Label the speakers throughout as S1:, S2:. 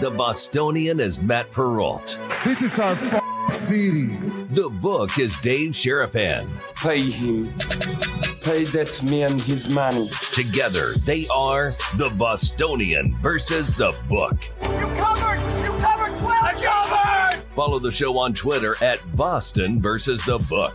S1: The Bostonian is Matt Perrault.
S2: This is our f- city.
S1: The book is Dave Sherapan.
S3: Pay him. Pay that man his money.
S1: Together, they are The Bostonian versus The Book.
S4: You covered! You covered 12!
S3: I covered!
S1: Follow the show on Twitter at Boston versus The Book.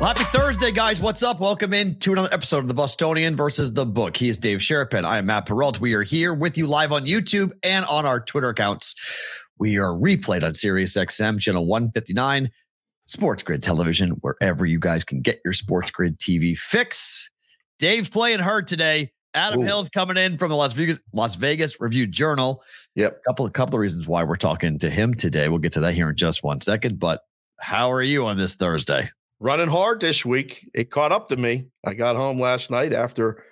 S5: Well, happy Thursday, guys. What's up? Welcome in to another episode of The Bostonian versus The Book. He is Dave Sherapin. I am Matt Peralt. We are here with you live on YouTube and on our Twitter accounts. We are replayed on SiriusXM channel 159, Sports Grid Television, wherever you guys can get your Sports Grid TV fix. Dave playing hard today. Adam
S3: Ooh.
S5: Hill's coming in from the Las Vegas, Las Vegas Review Journal.
S3: Yep.
S5: Couple of couple of reasons why we're talking to him today. We'll get to that here in just one second. But how are you on this Thursday?
S6: running hard this week. It caught up to me. I got home last night after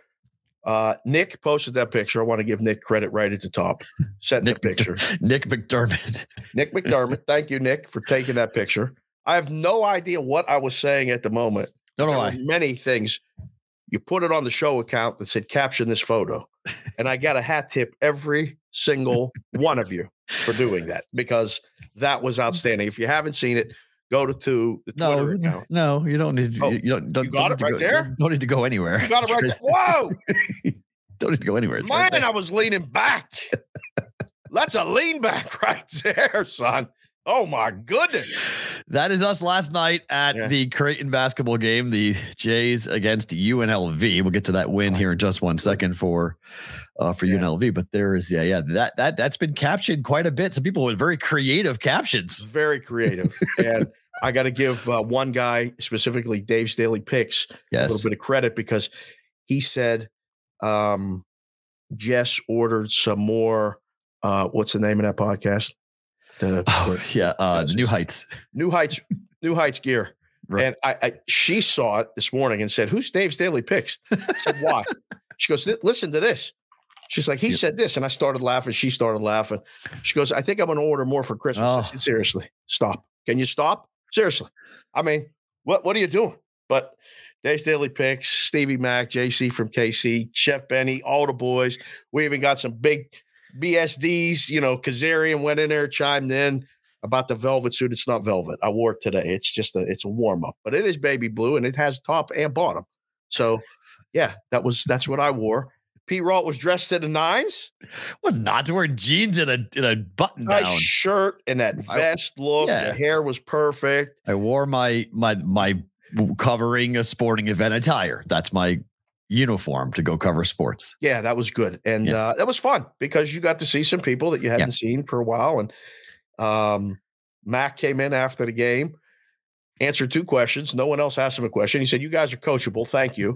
S6: uh, Nick posted that picture. I want to give Nick credit right at the top. Sent the
S5: Nick McDermott.
S6: picture.
S5: Nick McDermott.
S6: Nick McDermott. Thank you, Nick, for taking that picture. I have no idea what I was saying at the moment.
S5: Don't know
S6: There were
S5: why.
S6: Many things. You put it on the show account that said caption this photo. And I got a hat tip every single one of you for doing that because that was outstanding. If you haven't seen it, go to, to the
S5: No,
S6: Twitter account.
S5: no, you don't need. To,
S6: Oh,
S5: you don't. don't
S6: you got
S5: don't
S6: it
S5: need to
S6: right
S5: go,
S6: there?
S5: Don't need to go anywhere.
S6: You got it right there. Whoa.
S5: Don't need to go anywhere. It's right
S6: Mine,
S5: there.
S6: I was leaning back. That's a lean back right there, son. Oh my goodness.
S5: That is us last night at
S6: Yeah.
S5: the Creighton basketball game, the Jays against UNLV. We'll get to that win here in just one second for uh, for
S6: Yeah.
S5: UNLV. But there is, yeah, yeah, that that that's been captioned quite a bit. Some people with very creative captions.
S6: Very creative. and I got to give uh, one guy, specifically Dave's Daily Picks, a
S5: Yes,
S6: little bit of credit because he said um, Jess ordered some more. Uh, what's the name of that podcast? The
S5: oh, yeah, uh,
S6: That's
S5: New
S6: just-
S5: Heights.
S6: New Heights, New Heights gear.
S5: Right.
S6: And I, I, she saw it this morning and said, "Who's Dave's Daily Picks?" I said, "Why?" she goes, "Th- "Listen to this." She's like, "He
S5: Yep.
S6: said this," and I started laughing. She started laughing. She goes, "I think I'm gonna order more for Christmas." I
S5: Oh.
S6: said, Seriously, stop. Can you stop? Seriously. I mean, what what are you doing? But Dave's Daily Picks, Stevie Mack, JC from KC, Chef Benny, all the boys. We even got some big BSDs. You know, Kazarian went in there, chimed in about the velvet suit. It's not velvet. I wore it today. It's just a it's a warm up, but it is baby blue and it has top and bottom. So, yeah, that was that's what I wore. Pete Roth was dressed to the nines,
S5: Was not to wear jeans and a in a button down.
S6: nice shirt and that
S5: I-
S6: vest look.
S5: Yeah.
S6: The hair was perfect.
S5: I wore my my my covering a sporting event attire. That's my uniform to go cover sports.
S6: Yeah, that was good, and
S5: Yeah.
S6: uh, that was fun because you got to see some people that you hadn't seen for a while. And um, Mac came in after the game, answered two questions. No one else asked him a question. He said, "You guys are coachable, thank you,"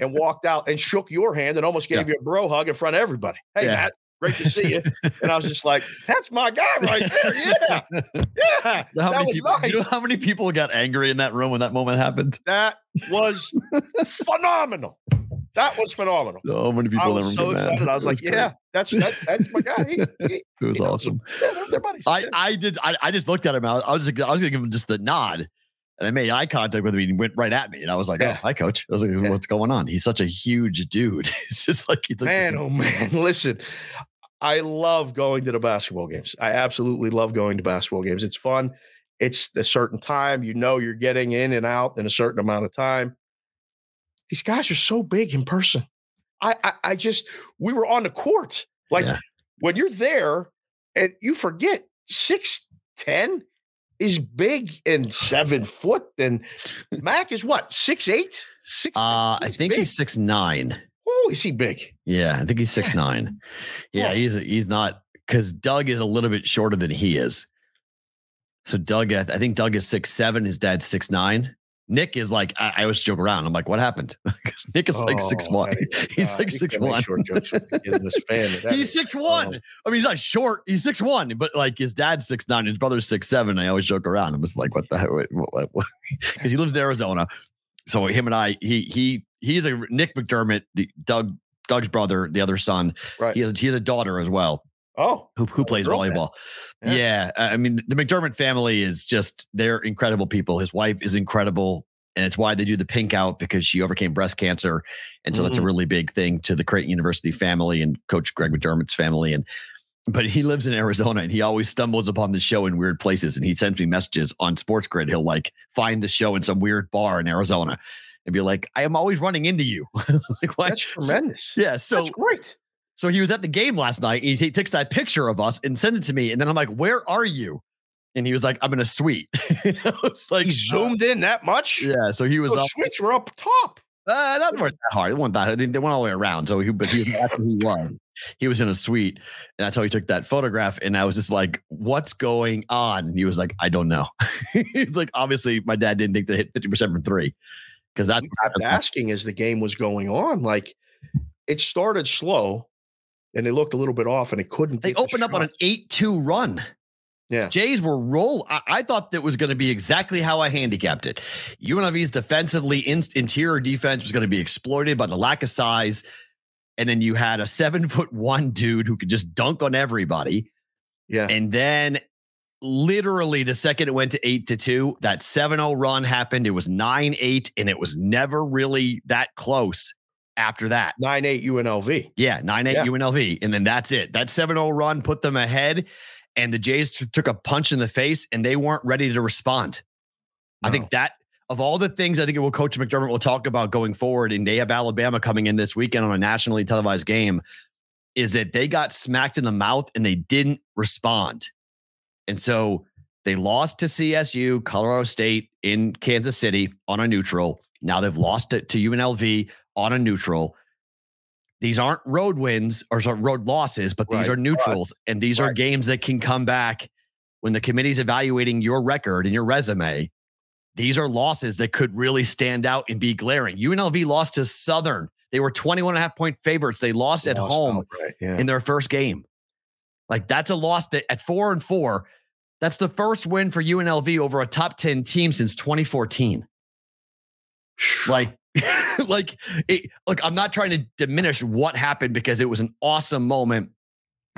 S6: and walked out and shook your hand and almost gave you a bro hug in front of everybody. Hey,
S5: Yeah.
S6: Matt, great to see you. and I was just like, "That's my guy right there." Yeah, yeah,
S5: How
S6: that
S5: many
S6: was
S5: people,
S6: nice.
S5: You know how many people got angry in that room when that moment happened?
S6: that was phenomenal. That was phenomenal.
S5: So many people in
S6: I
S5: that room
S6: was so
S5: got mad.
S6: excited. I was
S5: It
S6: like,
S5: great.
S6: "Yeah, that's that, that's my guy." He, he,
S5: it was
S6: you know,
S5: awesome.
S6: yeah, they're, they're buddies.
S5: I
S6: Yeah.
S5: I did I, I just looked at him. I was, I was I was gonna give him just the nod, and I made eye contact with him. and He went right at me, and I was like,
S6: Yeah.
S5: "Oh, hi, coach." I was like,
S6: Yeah.
S5: "What's going on?" He's such a huge dude. It's just like he's like this
S6: man, oh man, listen. I love going to the basketball games. I absolutely love going to basketball games. It's fun. It's a certain time. You know, you're getting in and out in a certain amount of time. These guys are so big in person. I, I, I just, we were on the court. Like
S5: Yeah.
S6: when you're there and you forget 6'10 is big and seven foot. And Mac is what, six eight, six.
S5: Uh, I think he's six nine.
S6: oh, is he big?
S5: Yeah, I think he's six nine. Yeah,
S6: Yeah.
S5: he's he's not because Doug is a little bit shorter than he is. So Doug, I I think Doug is six seven. His dad's six nine. Nick is like I, I always joke around. I'm like, what happened? 'Cause Nick is like six
S6: Oh,
S5: one.
S6: hey,
S5: He's
S6: God,
S5: like
S6: you
S5: six
S6: can't make
S5: one.
S6: Short jokes with the kid in this fan. That
S5: He's
S6: is-
S5: six one.
S6: um,
S5: I mean, he's not short. He's six one, but like his dad's six nine. His brother's six seven. I always joke around. I'm just like, what the heck? Because he lives in Arizona. so him and I, he he he's a Nick McDermott, the Doug Doug's brother, the other son.
S6: Right.
S5: He has he has a daughter as well
S6: Oh,
S5: who who plays
S6: girl, man.
S5: volleyball.
S6: Yeah.
S5: Yeah. I mean the McDermott family is just they're incredible people. His wife is incredible, and it's why they do the pink out because she overcame breast cancer, and so that's a
S6: Mm.
S5: really big thing to the Creighton University family and Coach Greg McDermott's family and. But he lives in Arizona and he always stumbles upon the show in weird places. And he sends me messages on Sports Grid. He'll like find the show in some weird bar in Arizona and be like, I am always running into you. like, why?
S6: that's tremendous.
S5: yeah. So
S6: that's great.
S5: so he was at the game last night. And he t- takes that picture of us and sends it to me. And then I'm like, "Where are you?" And he was like, "I'm in a suite." I was like,
S6: He zoomed in that much.
S5: uh, yeah." So he was
S6: Those
S5: up.
S6: sweets were up top.
S5: Uh, that weren't that hard. It wasn't that hard. They, they went all the way around. So he, but he, that's who he was. He was in a suite, and that's how he took that photograph. And I was just like, "What's going on?" And he was like, "I don't know." he was like, "Obviously, my dad didn't think they hit fifty percent from three because that."
S6: You kept asking as the game was going on. Like it started slow, and they looked a little bit off, and it couldn't.
S5: They
S6: get the
S5: opened up on
S6: shot.
S5: an 8 2 run.
S6: Yeah.
S5: Jays were roll. I, I thought that was going to be exactly how I handicapped it. UNLV's defensively in, interior defense was going to be exploited by the lack of size. And then you had a seven foot one dude who could just dunk on everybody.
S6: Yeah.
S5: And then literally the second it went to eight to two, that 7 0 run happened. It was 9 8, and it was never really that close after that.
S6: Nine eight UNLV.
S5: Yeah, 9 8
S6: Yeah.
S5: UNLV. And then that's it. That 7 0 run put them ahead. And the Jays t- took a punch in the face and they weren't ready to respond. I
S6: No.
S5: think that, of all the things I think it will Coach McDermott will talk about going forward, and they have Alabama coming in this weekend on a nationally televised game, is that they got smacked in the mouth and they didn't respond. And so they lost to CSU, Colorado State in Kansas City on a neutral. Now they've lost it to UNLV on a neutral these aren't road wins or sorry, road losses, but these
S6: Right.
S5: are neutrals and these are
S6: Right.
S5: games that can come back when the committee's evaluating your record and your resume. These are losses that could really stand out and be glaring. UNLV lost to Southern. They were 21 and a half point favorites. They lost at
S6: Lost
S5: home
S6: outright, Yeah.
S5: in their first game. Like that's a loss that at four and four, that's the first win for UNLV over a top 10 team since 2014. Like, like, it, look, I'm not trying to diminish what happened because it was an awesome moment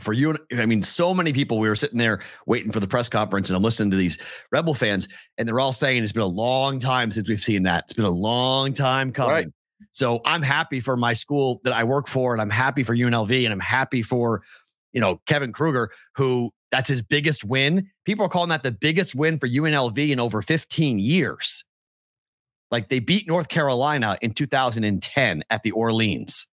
S5: for you. I mean, so many people, we were sitting there waiting for the press conference and I'm listening to these Rebel fans, and they're all saying it's been a long time since we've seen that. It's been a long time coming.
S6: Right.
S5: So I'm happy for my school that I work for, and I'm happy for UNLV, and I'm happy for, you know, Kevin Kruger, who that's his biggest win. People are calling that the biggest win for UNLV in over 15 years. Like they beat North Carolina in 2010 at the Orleans.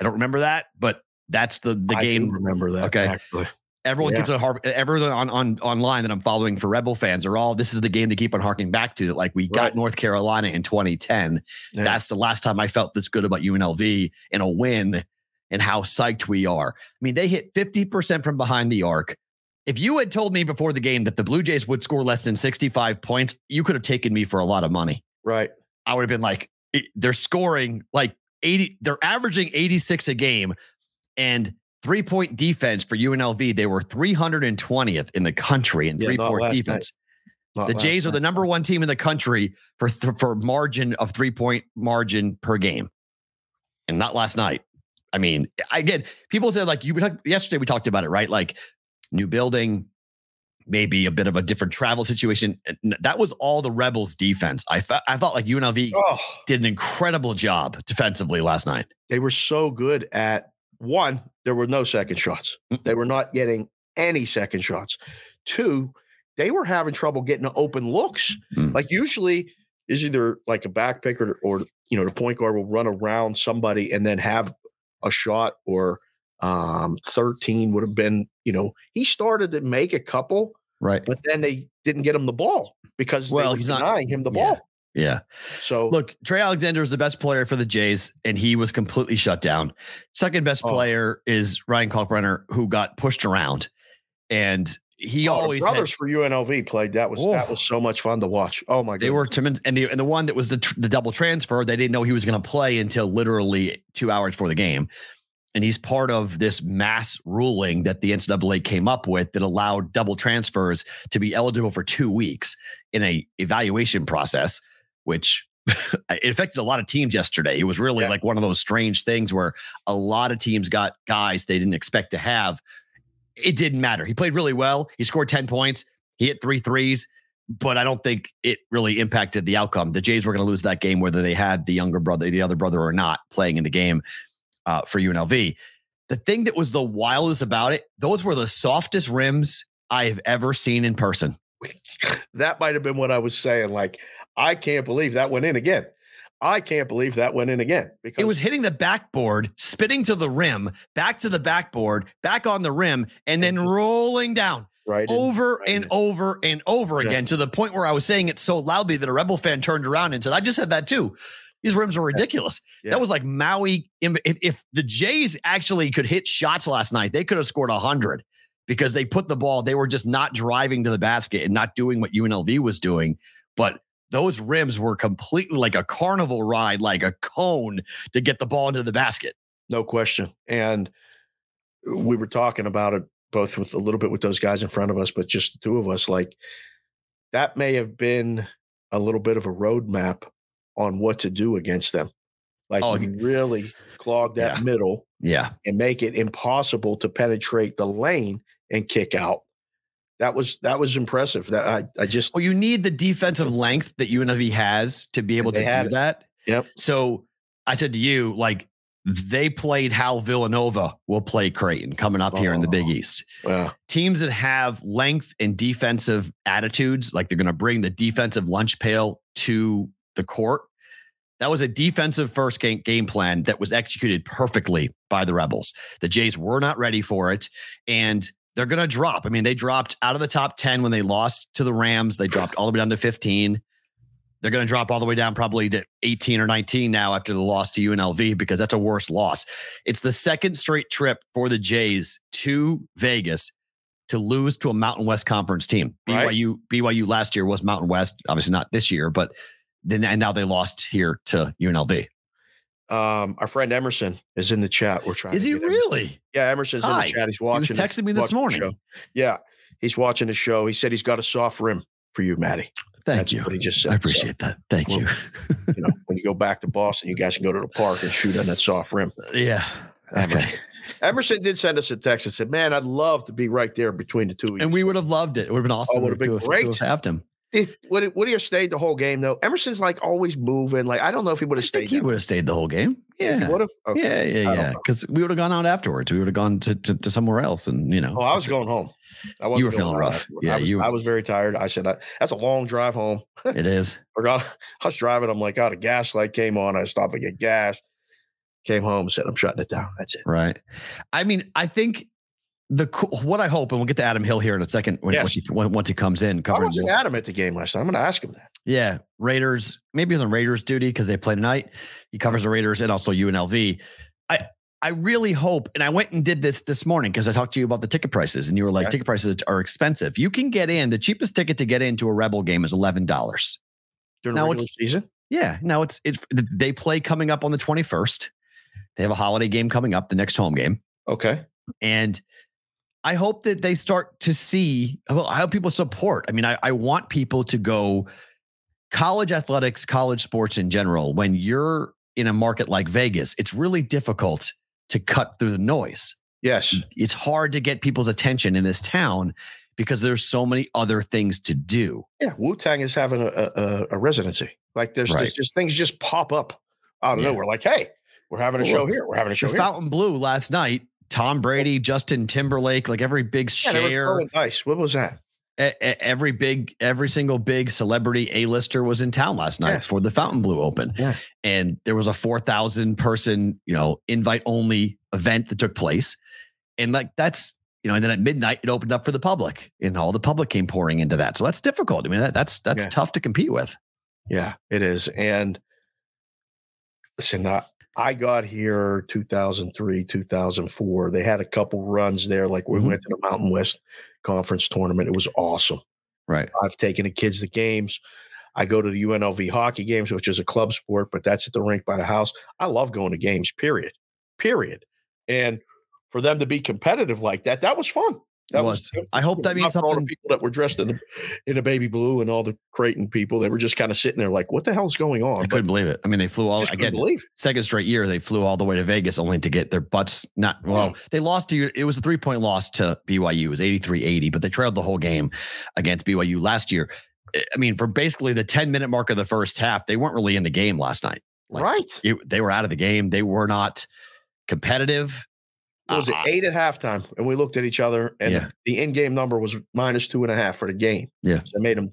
S5: I don't remember that, but that's the the
S6: I do
S5: game
S6: Remember that?
S5: Okay.
S6: Actually.
S5: everyone
S6: Yeah.
S5: keeps on harp, everyone on, on online that I'm following for Rebel fans are all this is the game to keep on harking back to that like we got
S6: Right.
S5: North Carolina in 2010.
S6: Yeah.
S5: That's the last time I felt this good about UNLV in a win and how psyched we are. I mean, they hit 50% from behind the arc. If you had told me before the game that the Blue Jays would score less than 65 points, you could have taken me for a lot of money.
S6: right.
S5: I would have been like, it- they're scoring like 80, they're averaging 86 a game. And three point defense for UNLV, they were 320th in the country in
S6: Yeah,
S5: three
S6: not
S5: point
S6: last night.
S5: defense.
S6: Not
S5: The
S6: last
S5: Jays are the
S6: night.
S5: number one team in the country for th- for margin of three point margin per game, and not last night. I mean, again, people said like you we talked yesterday. We talked about it, right? Like new building, maybe a bit of a different travel situation. And That was all the Rebels' defense. I thought I thought like UNLV
S6: Oh.
S5: did an incredible job defensively last night.
S6: they were so good at one, there were no second shots. They were not getting any second shots. Two, they were having trouble getting open looks.
S5: Mm.
S6: Like usually is either like a back pick or, or you know, the point guard will run around somebody and then have a shot or um 13 would have been, you know, he started to make a couple,
S5: Right.
S6: but then they didn't get him the ball because
S5: Well,
S6: they were
S5: he's not-
S6: denying him the
S5: yeah.
S6: ball.
S5: Yeah.
S6: So
S5: Look, Trey Alexander is the best player for the Jays, and he was completely shut down. Second best
S6: Oh.
S5: player is Ryan Kalkbrenner, who got pushed around, and he
S6: Oh, the
S5: always had-
S6: brothers for UNLV played. That was that
S5: Oh.
S6: was so much fun to watch. Oh my god.
S5: they were tremendous. And the and the one that was the tr- the double transfer, they didn't know he was going to play until literally two hours before the game, and he's part of this mass ruling that the NCAA came up with that allowed double transfers to be eligible for two weeks in a evaluation process, which it affected a lot of teams yesterday. It was really
S6: Yeah.
S5: like one of those strange things where a lot of teams got guys they didn't expect to have. It didn't matter. He played really well. He scored 10 points. He hit three threes, but I don't think it really impacted the outcome. The Jays were going to lose that game, whether they had the younger brother, the other brother or not playing in the game uh, for UNLV. The thing that was the wildest about it, those were the softest rims I have ever seen in person.
S6: that might have been what I was saying. Like, I can't believe that went in again. I can't believe that went in again because
S5: It was hitting the backboard, spinning to the rim, back to the backboard, back on the rim, and then rolling down
S6: right in-
S5: over
S6: I
S5: and
S6: didn't-
S5: over and over
S6: Yeah.
S5: again to the point where I was saying it so loudly that a Rebel fan turned around and said, I just said that too. These rims are ridiculous.
S6: Yeah.
S5: That was like Maui. If, if the Jays actually could hit shots last night, they could have scored 100 because they put the ball, they were just not driving to the basket and not doing what UNLV was doing. But those rims were completely like a carnival ride, like a cone to get the ball into the basket.
S6: no question. And we were talking about it both with a little bit with those guys in front of us, but just the two of us. Like that may have been a little bit of a roadmap on what to do against them. Like
S5: Oh,
S6: you really clog that
S5: yeah.
S6: middle
S5: Yeah.
S6: and make it impossible to penetrate the lane and kick out. That was that was impressive. That I I just
S5: Well, you need the defensive length that UNLV has to be able
S6: They
S5: to
S6: had
S5: do
S6: it.
S5: that.
S6: Yep.
S5: So I said to you, like, they played how Villanova will play Creighton coming up here in the Big
S6: Oh.
S5: East.
S6: uh,
S5: teams that have length and defensive attitudes, like they're going to bring the defensive lunch pail to the court. That was a defensive first game, game plan that was executed perfectly by the Rebels. The Jays were not ready for it, and they're going to drop. I mean, they dropped out of the top 10 when they lost to the Rams, they dropped all the way down to 15. They're going to drop all the way down probably to 18 or 19 now after the loss to UNLV because that's a worse loss. It's the second straight trip for the Jays to Vegas to lose to a Mountain West Conference team.
S6: Right.
S5: BYU BYU last year was Mountain West, obviously not this year, but then and now they lost here to UNLV.
S6: um our friend Emerson is in the chat. We're trying.
S5: Is
S6: to
S5: he
S6: get him-
S5: really?
S6: Yeah, Emerson's in
S5: Hi.
S6: the chat. He's
S5: He was
S6: watching. the-
S5: texting me this
S6: watching the
S5: morning.
S6: show. Yeah, he's watching the show. He said he's got a soft rim for you, Maddie.
S5: Thank
S6: That's
S5: you.
S6: what he just said.
S5: I
S6: So,
S5: appreciate that. Thank
S6: Well,
S5: you.
S6: you know, when you go back to Boston, you guys can go to the park and shoot on that soft rim.
S5: yeah. Okay.
S6: Emerson did send us a text and said, "Man, I'd love to be right there between the two of you."
S5: And we would have loved it. It would have been awesome
S6: Oh, would've
S5: to
S6: been
S5: have- to
S6: great.
S5: have halved him.
S6: Did- would would he have stayed the whole game though? Emerson's like always moving. Like I don't know if he would
S5: I
S6: have stayed.
S5: think he
S6: that-
S5: would have stayed the whole game.
S6: if oh, he
S5: Yeah.
S6: would have. Okay.
S5: Yeah, yeah,
S6: I don't
S5: yeah.
S6: know.
S5: Because we would have gone out afterwards. We would have gone to, to, to somewhere else, and you know.
S6: Oh, I was going home. I wasn't
S5: were
S6: going
S5: feeling
S6: out
S5: rough.
S6: afterward.
S5: Yeah,
S6: I was,
S5: you-
S6: I was very tired. I said, I, "That's a long drive home."
S5: It is.
S6: I got- I was driving. I'm like, "Oh, the gas light came on. I stopped to get gas." Came home, said, "I'm shutting it down. That's it."
S5: Right. I mean, I think the cool, what I hope, and we'll get to Adam Hill here in a second when,
S6: Yes.
S5: once, he, when once he comes in
S6: I
S5: covering.
S6: wasn't Adam at the game last night. I'm going to ask him that.
S5: yeah, Raiders. Maybe he's on Raiders duty because they play tonight. He covers the Raiders and also UNLV. I I really hope, and I went and did this this morning because I talked to you about the ticket prices, and you were like,
S6: Okay.
S5: ticket prices are expensive. You can get in the cheapest ticket to get into a Rebel game is eleven dollars.
S6: During
S5: Now
S6: the
S5: it's-
S6: regular season,
S5: Yeah. No, it's it's they play coming up on the 21st. They have a holiday game coming up, the next home game.
S6: okay.
S5: And I hope that they start to see, well, I hope people support. I mean, I, I want people to go college athletics, college sports in general. When you're in a market like Vegas, it's really difficult to cut through the noise
S6: Yes,
S5: it's hard to get people's attention in this town because there's so many other things to do.
S6: yeah. Wu Tang is having a, a, a- a residency. Like there's,
S5: Right.
S6: there's just things just pop up out of
S5: Yeah.
S6: nowhere. Like, hey, we're having a
S5: Well,
S6: show
S5: look,
S6: here. We're having a show
S5: the
S6: here.
S5: Fountain Blue last night. Tom Brady, Justin Timberlake, like every big
S6: Yeah, they were
S5: share,
S6: throwing dice. What was that?
S5: e- e- every big, every single big celebrity A-lister was in town last night
S6: Yeah.
S5: for the Fountain Blue Open,
S6: Yeah.
S5: and there was a four thousand person, you know, invite only event that took place, and like that's you know, and then at midnight it opened up for the public, and all the public came pouring into that. So that's difficult. I mean, that, that's that's
S6: Yeah.
S5: tough to compete with.
S6: Yeah, it is. And listen, I, I got here 2003, 2004. They had a couple runs there. Like we
S5: Mhm.
S6: went to the Mountain West Conference tournament. It was awesome.
S5: Right.
S6: I've taken the kids to games. I go to the UNLV hockey games, which is a club sport, but that's at the rink by the house. I love going to games, period. Period. And for them to be competitive like that, that was fun.
S5: It was.
S6: good.
S5: I hope that
S6: Not
S5: means
S6: for all the
S5: something.
S6: people that were dressed in the, in the baby blue and all the Creighton people that were just kind of sitting there like, what the hell's going on?
S5: I couldn't believe it. I mean, they flew all
S6: just couldn't
S5: again.
S6: believe.
S5: second straight year they flew all the way to Vegas only to get their butts not well they lost to it was a three point loss to BYU it was 83-80 but they trailed the whole game against BYU last year I mean for basically the 10 minute mark of the first half they weren't really in the game last night Like,
S6: right.
S5: It- they were out of the game they were not competitive
S6: What was it
S5: Uh,
S6: eight at halftime? And we looked at each other, and
S5: Yeah.
S6: the in game number was minus two and a half for the game.
S5: Yeah.
S6: So it made them,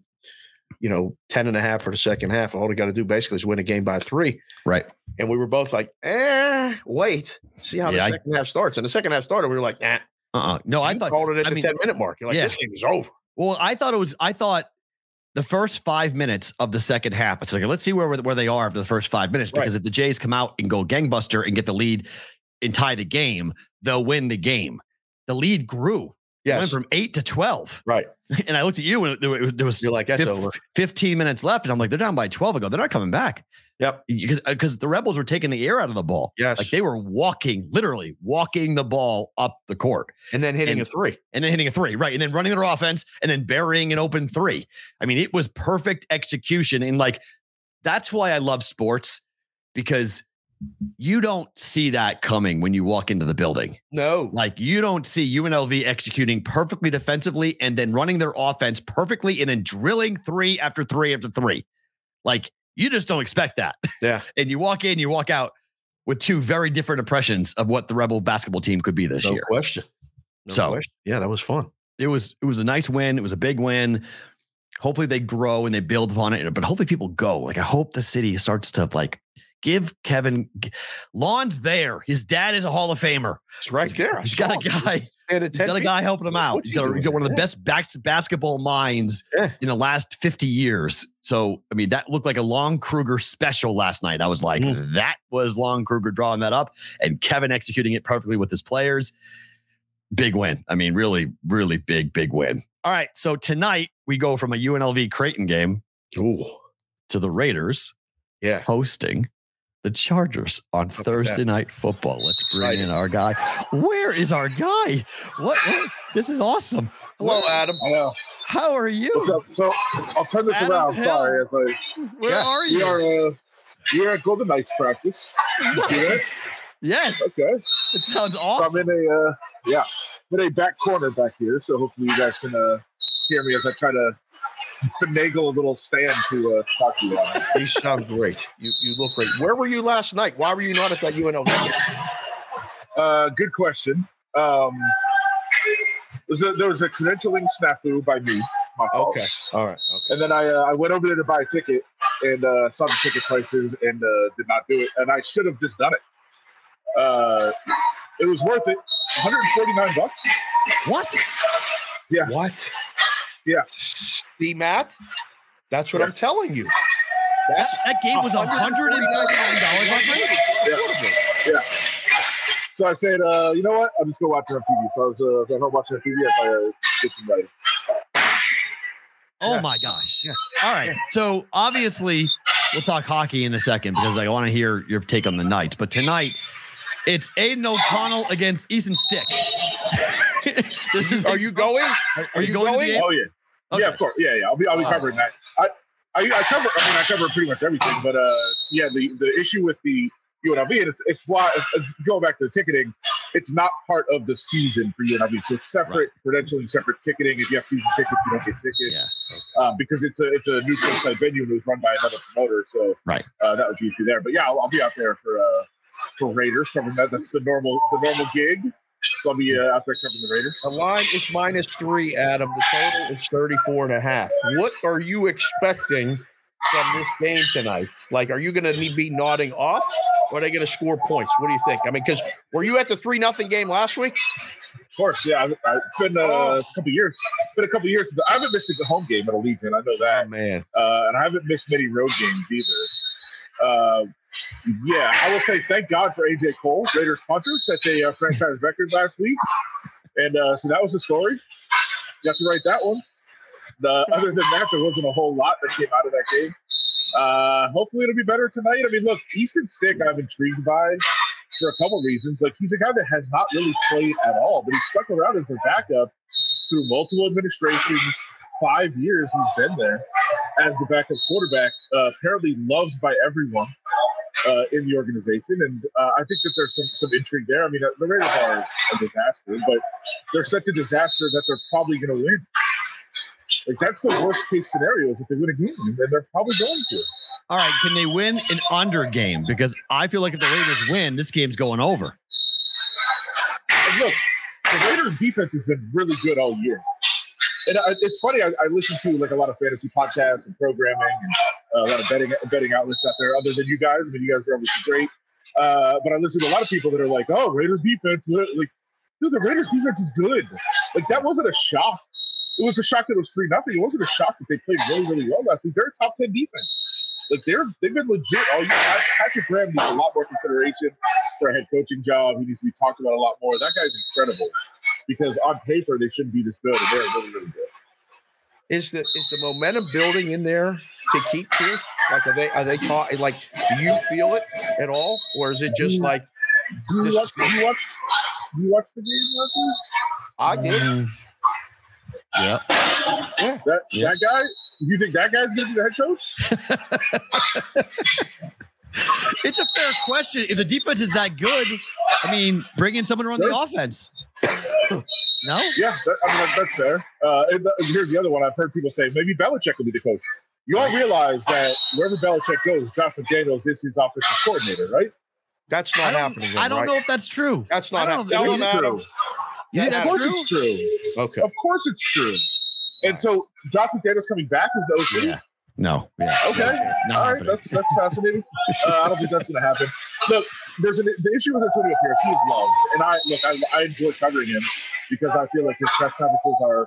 S6: you know, 10 and a half for the second half. All they got to do basically is win a game by three.
S5: Right.
S6: And we were both like, eh, wait, see how
S5: Yeah, I-
S6: the second half starts. And the second half started, we were like, nah,
S5: uh-uh no I
S6: you
S5: thought
S6: called it at
S5: I
S6: the
S5: mean-
S6: 10 minute mark. You're like,
S5: Yeah.
S6: this game is over.
S5: Well, I thought it was. I thought the first five minutes of the second half. It's like let's see where where they are after the first five minutes because if the Jays come out and go gangbuster and get the lead and tie the game, they'll win the game. The lead grew. It
S6: Yes.
S5: went from eight to twelve.
S6: Right.
S5: And I looked at you and there was- there was
S6: You're like, that's
S5: fif-
S6: over.
S5: fifteen minutes left, and I'm like, they're down by twelve ago. They're not coming back.
S6: Yep.
S5: Because the Rebels were taking the air out of the ball.
S6: Yes.
S5: Like they were walking, literally walking the ball up the court
S6: and then hitting
S5: and-
S6: a three.
S5: and then hitting a three, right? And then running their offense and then burying an open three. I mean, it was perfect execution. And like, that's why I love sports because you don't see that coming when you walk into the building.
S6: No.
S5: Like, you don't see UNLV executing perfectly defensively and then running their offense perfectly and then drilling three after three after three. Like, you just don't expect that.
S6: Yeah.
S5: and you walk in, you walk out with two very different impressions of what the Rebel basketball team could be this
S6: No
S5: year.
S6: question. No
S5: So-
S6: question. Yeah, that was fun.
S5: it was it was a nice win. It was a big win. Hopefully they grow and they build upon it. But hopefully people go. Like I hope the city starts to like give Kevin g- Lon's there. His dad is a Hall of Famer.
S6: It's right there. I
S5: He's
S6: saw
S5: got a
S6: it.
S5: guy.
S6: And at
S5: He's
S6: 10
S5: got a
S6: feet.
S5: guy helping him out.
S6: What's
S5: He's
S6: he
S5: got, a,
S6: doing?
S5: he's got one of the
S6: Yeah.
S5: best backs, basketball minds
S6: Yeah.
S5: in the last 50 years. So, I mean, that looked like a Long Kruger special last night. I was like, that was Long Kruger drawing that up and Kevin executing it perfectly with his players. Big win. I mean, really, really big, big win. All right. So tonight we go from a UNLV Creighton game
S6: Ooh.
S5: to the Raiders
S6: Yeah.
S5: hosting the Chargers on
S6: at
S5: Thursday night football. Let's bring
S6: Exciting.
S5: in our guy. Where is our guy? What? what- This is awesome.
S6: Hello,
S5: Where-
S6: Adam.
S2: I know.
S5: How are
S2: What's
S5: you?
S2: up? So I'll turn this
S5: Adam
S2: around.
S5: Hill.
S2: Sorry, it's like,
S5: Where
S6: Yeah,
S5: are
S2: we
S5: you?
S2: are uh, we are at Golden Knights practice.
S5: Yes. Yes.
S2: Okay,
S5: It sounds
S2: so I'm
S5: awesome.
S2: in a uh, yeah, I'm in a back corner back here. So hopefully you guys can uh, hear me as I try to finagle a little stand to uh, talk to you. On. it.
S6: You sound great. You you look great. Where were you last night? Why were you not at that UNLV? game?
S2: Uh, good question. Um, was a, there was a credentialing snafu by me. My fault.
S6: Okay. All right. Okay.
S2: And then I uh, I went over there to buy a ticket and uh, saw the ticket prices and uh, did not do it. And I should have just done it. Uh, it was worth it. 149 bucks.
S5: What?
S6: What?
S2: Yeah.
S6: See, Matt, that's what I'm telling you.
S5: That,
S6: That's
S5: that game was $199 last night.
S2: Yeah. yeah. So I said, uh, you know what? I'll just go watch it on TV. So I was, uh, I was at home watching on TV. I thought, uh, get some money.
S5: Oh
S6: Yeah.
S5: my gosh.
S6: Yeah.
S5: All right. So obviously we'll talk hockey in a second because I want to hear your take on the Knights. But tonight it's Aiden O'Connell against Easton Stick. this is
S6: Are you going?
S5: Are,
S6: are
S5: you,
S6: you
S5: going, to the
S6: going?
S5: game?
S2: Oh yeah, yeah, of course, yeah, yeah. I'll be, I'll be
S5: Wow.
S2: covering that. I, I, I cover. I mean, I cover pretty much everything. But uh, yeah, the the issue with the UNLV, and it's it's why uh, going back to the ticketing, it's not part of the season for UNLV. So it's separate credentialing, separate ticketing. If you have season tickets, you don't get tickets. Um, because it's a it's a neutral site venue and it was run by another promoter, so
S5: Right.
S2: uh, that was the issue there. But yeah, I'll, I'll be out there for uh, for Raiders covering that. That's the normal the normal gig. So I'll be uh, out there covering the Raiders.
S6: The line is minus three, Adam. The total is 34 and a half. What are you expecting from this game tonight? Like, are you going to be nodding off or are they going to score points? What do you think? I mean, because were you at the 3 nothing game last week?
S2: Of course, yeah. I, I, it's been uh,
S6: Oh.
S2: a couple of years. It's been a couple of years since I haven't missed a home game at Allegiant. I know that,
S6: Oh, man.
S2: uh, and I haven't missed many road games either. Uh, yeah, I will say thank God for AJ Cole, Raiders punter, set a uh, franchise record last week, and uh, so that was the story. Got to write that one. The other than that, there wasn't a whole lot that came out of that game. Uh, hopefully, it'll be better tonight. I mean, look, Easton Stick, I'm intrigued by for a couple reasons. Like he's a guy that has not really played at all, but he's stuck around as their backup. through multiple administrations, five years he's been there as the backup quarterback, uh, apparently loved by everyone uh, in the organization. And uh, I think that there's some, some intrigue there. I mean, the Raiders are a disaster, but they're such a disaster that they're probably going to win. Like, that's the worst case scenario is if they win a game, and they're probably going to.
S5: All right, can they win an under game? Because I feel like if the Raiders win, this game's going over.
S2: And look, the Raiders' defense has been really good all year. And I, it's funny. I, I listen to like a lot of fantasy podcasts and programming, and uh, a lot of betting betting outlets out there. Other than you guys, I mean, you guys are obviously great. Uh, but I listen to a lot of people that are like, "Oh, Raiders defense." Like, dude, the Raiders defense is good. Like, that wasn't a shock. It was a shock that it was three nothing. It wasn't a shock that they played really, really well last week. They're a top ten defense. Like they're they've been legit all year. Patrick Graham needs a lot more consideration for a head coaching job. He needs to be talked about a lot more. That guy's incredible because on paper they shouldn't be this good, and they're really, really good.
S6: Is the is the momentum building in there to keep Pierce? Like, are they are they taught? Like, do you feel it at all, or is it just
S5: Mm.
S6: like
S2: Do
S6: This
S2: you watch?
S6: is
S2: Do you watch? Do you watch the game last week?
S6: I did?
S5: Yeah.
S2: That
S5: Yeah.
S2: that guy? You think that guy's going to be the head coach?
S5: It's a fair question. If the defense is that good, I mean, bring in someone to run the offense. no?
S2: Yeah, that, I mean that, that's fair. Uh, and th- and here's the other one. I've heard people say maybe Belichick will be the coach. You all realize that wherever Belichick goes, Josh McDaniels is his offensive coordinator, right?
S6: That's
S5: I
S6: not
S5: don't,
S6: happening. then,
S5: I don't
S6: right?
S5: know if that's true.
S6: That's
S5: I
S6: not
S5: don't
S6: happening.
S5: know if
S6: Tell
S5: that
S2: It
S5: is
S6: him,
S2: is
S6: Adam.
S2: true.
S5: You think
S2: Of
S5: that's
S2: course
S5: true?
S2: it's true.
S6: Okay.
S2: Of course it's true. And so Josh McDaniels coming back is the OC.
S5: Yeah. No. Yeah.
S2: Okay.
S5: Not
S2: All right.
S5: happening.
S2: That's that's fascinating. Uh, I don't think that's going to happen. Look, there's an the issue with Antonio Pierce. He is loved, and I look. I, I enjoy covering him because I feel like his press conferences are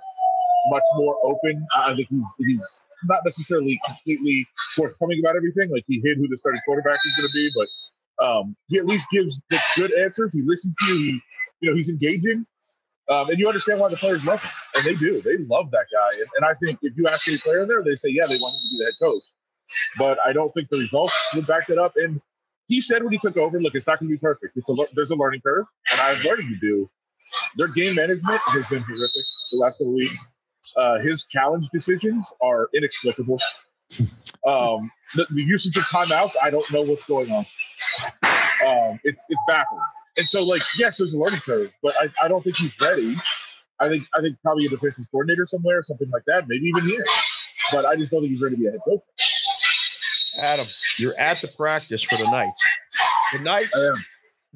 S2: much more open. I I think he's he's not necessarily completely forthcoming about everything. Like he hid who the starting quarterback is going to be, but um, he at least gives the good answers. He listens to you. He, you know, he's engaging. Um, and you understand why the players love him, and they do. They love that guy, and, and I think if you ask any player in there, they say, "Yeah, they want him to be the head coach." but I don't think the results would back that up. And he said when he took over, look, it's not going to be perfect. It's a lear- there's a learning curve, and I'm learning to do. Their game management has been horrific the last couple weeks. Uh, his challenge decisions are inexplicable. um, the, the usage of timeouts, I don't know what's going on. Um, it's it's baffling. And so, like, yes, there's a learning curve, but I, I don't think he's ready. I think I think probably a defensive coordinator somewhere, something like that, maybe even here. But I just don't think he's ready to be a head coach.
S6: Adam, you're at the practice for the Knights. The Knights
S2: I am.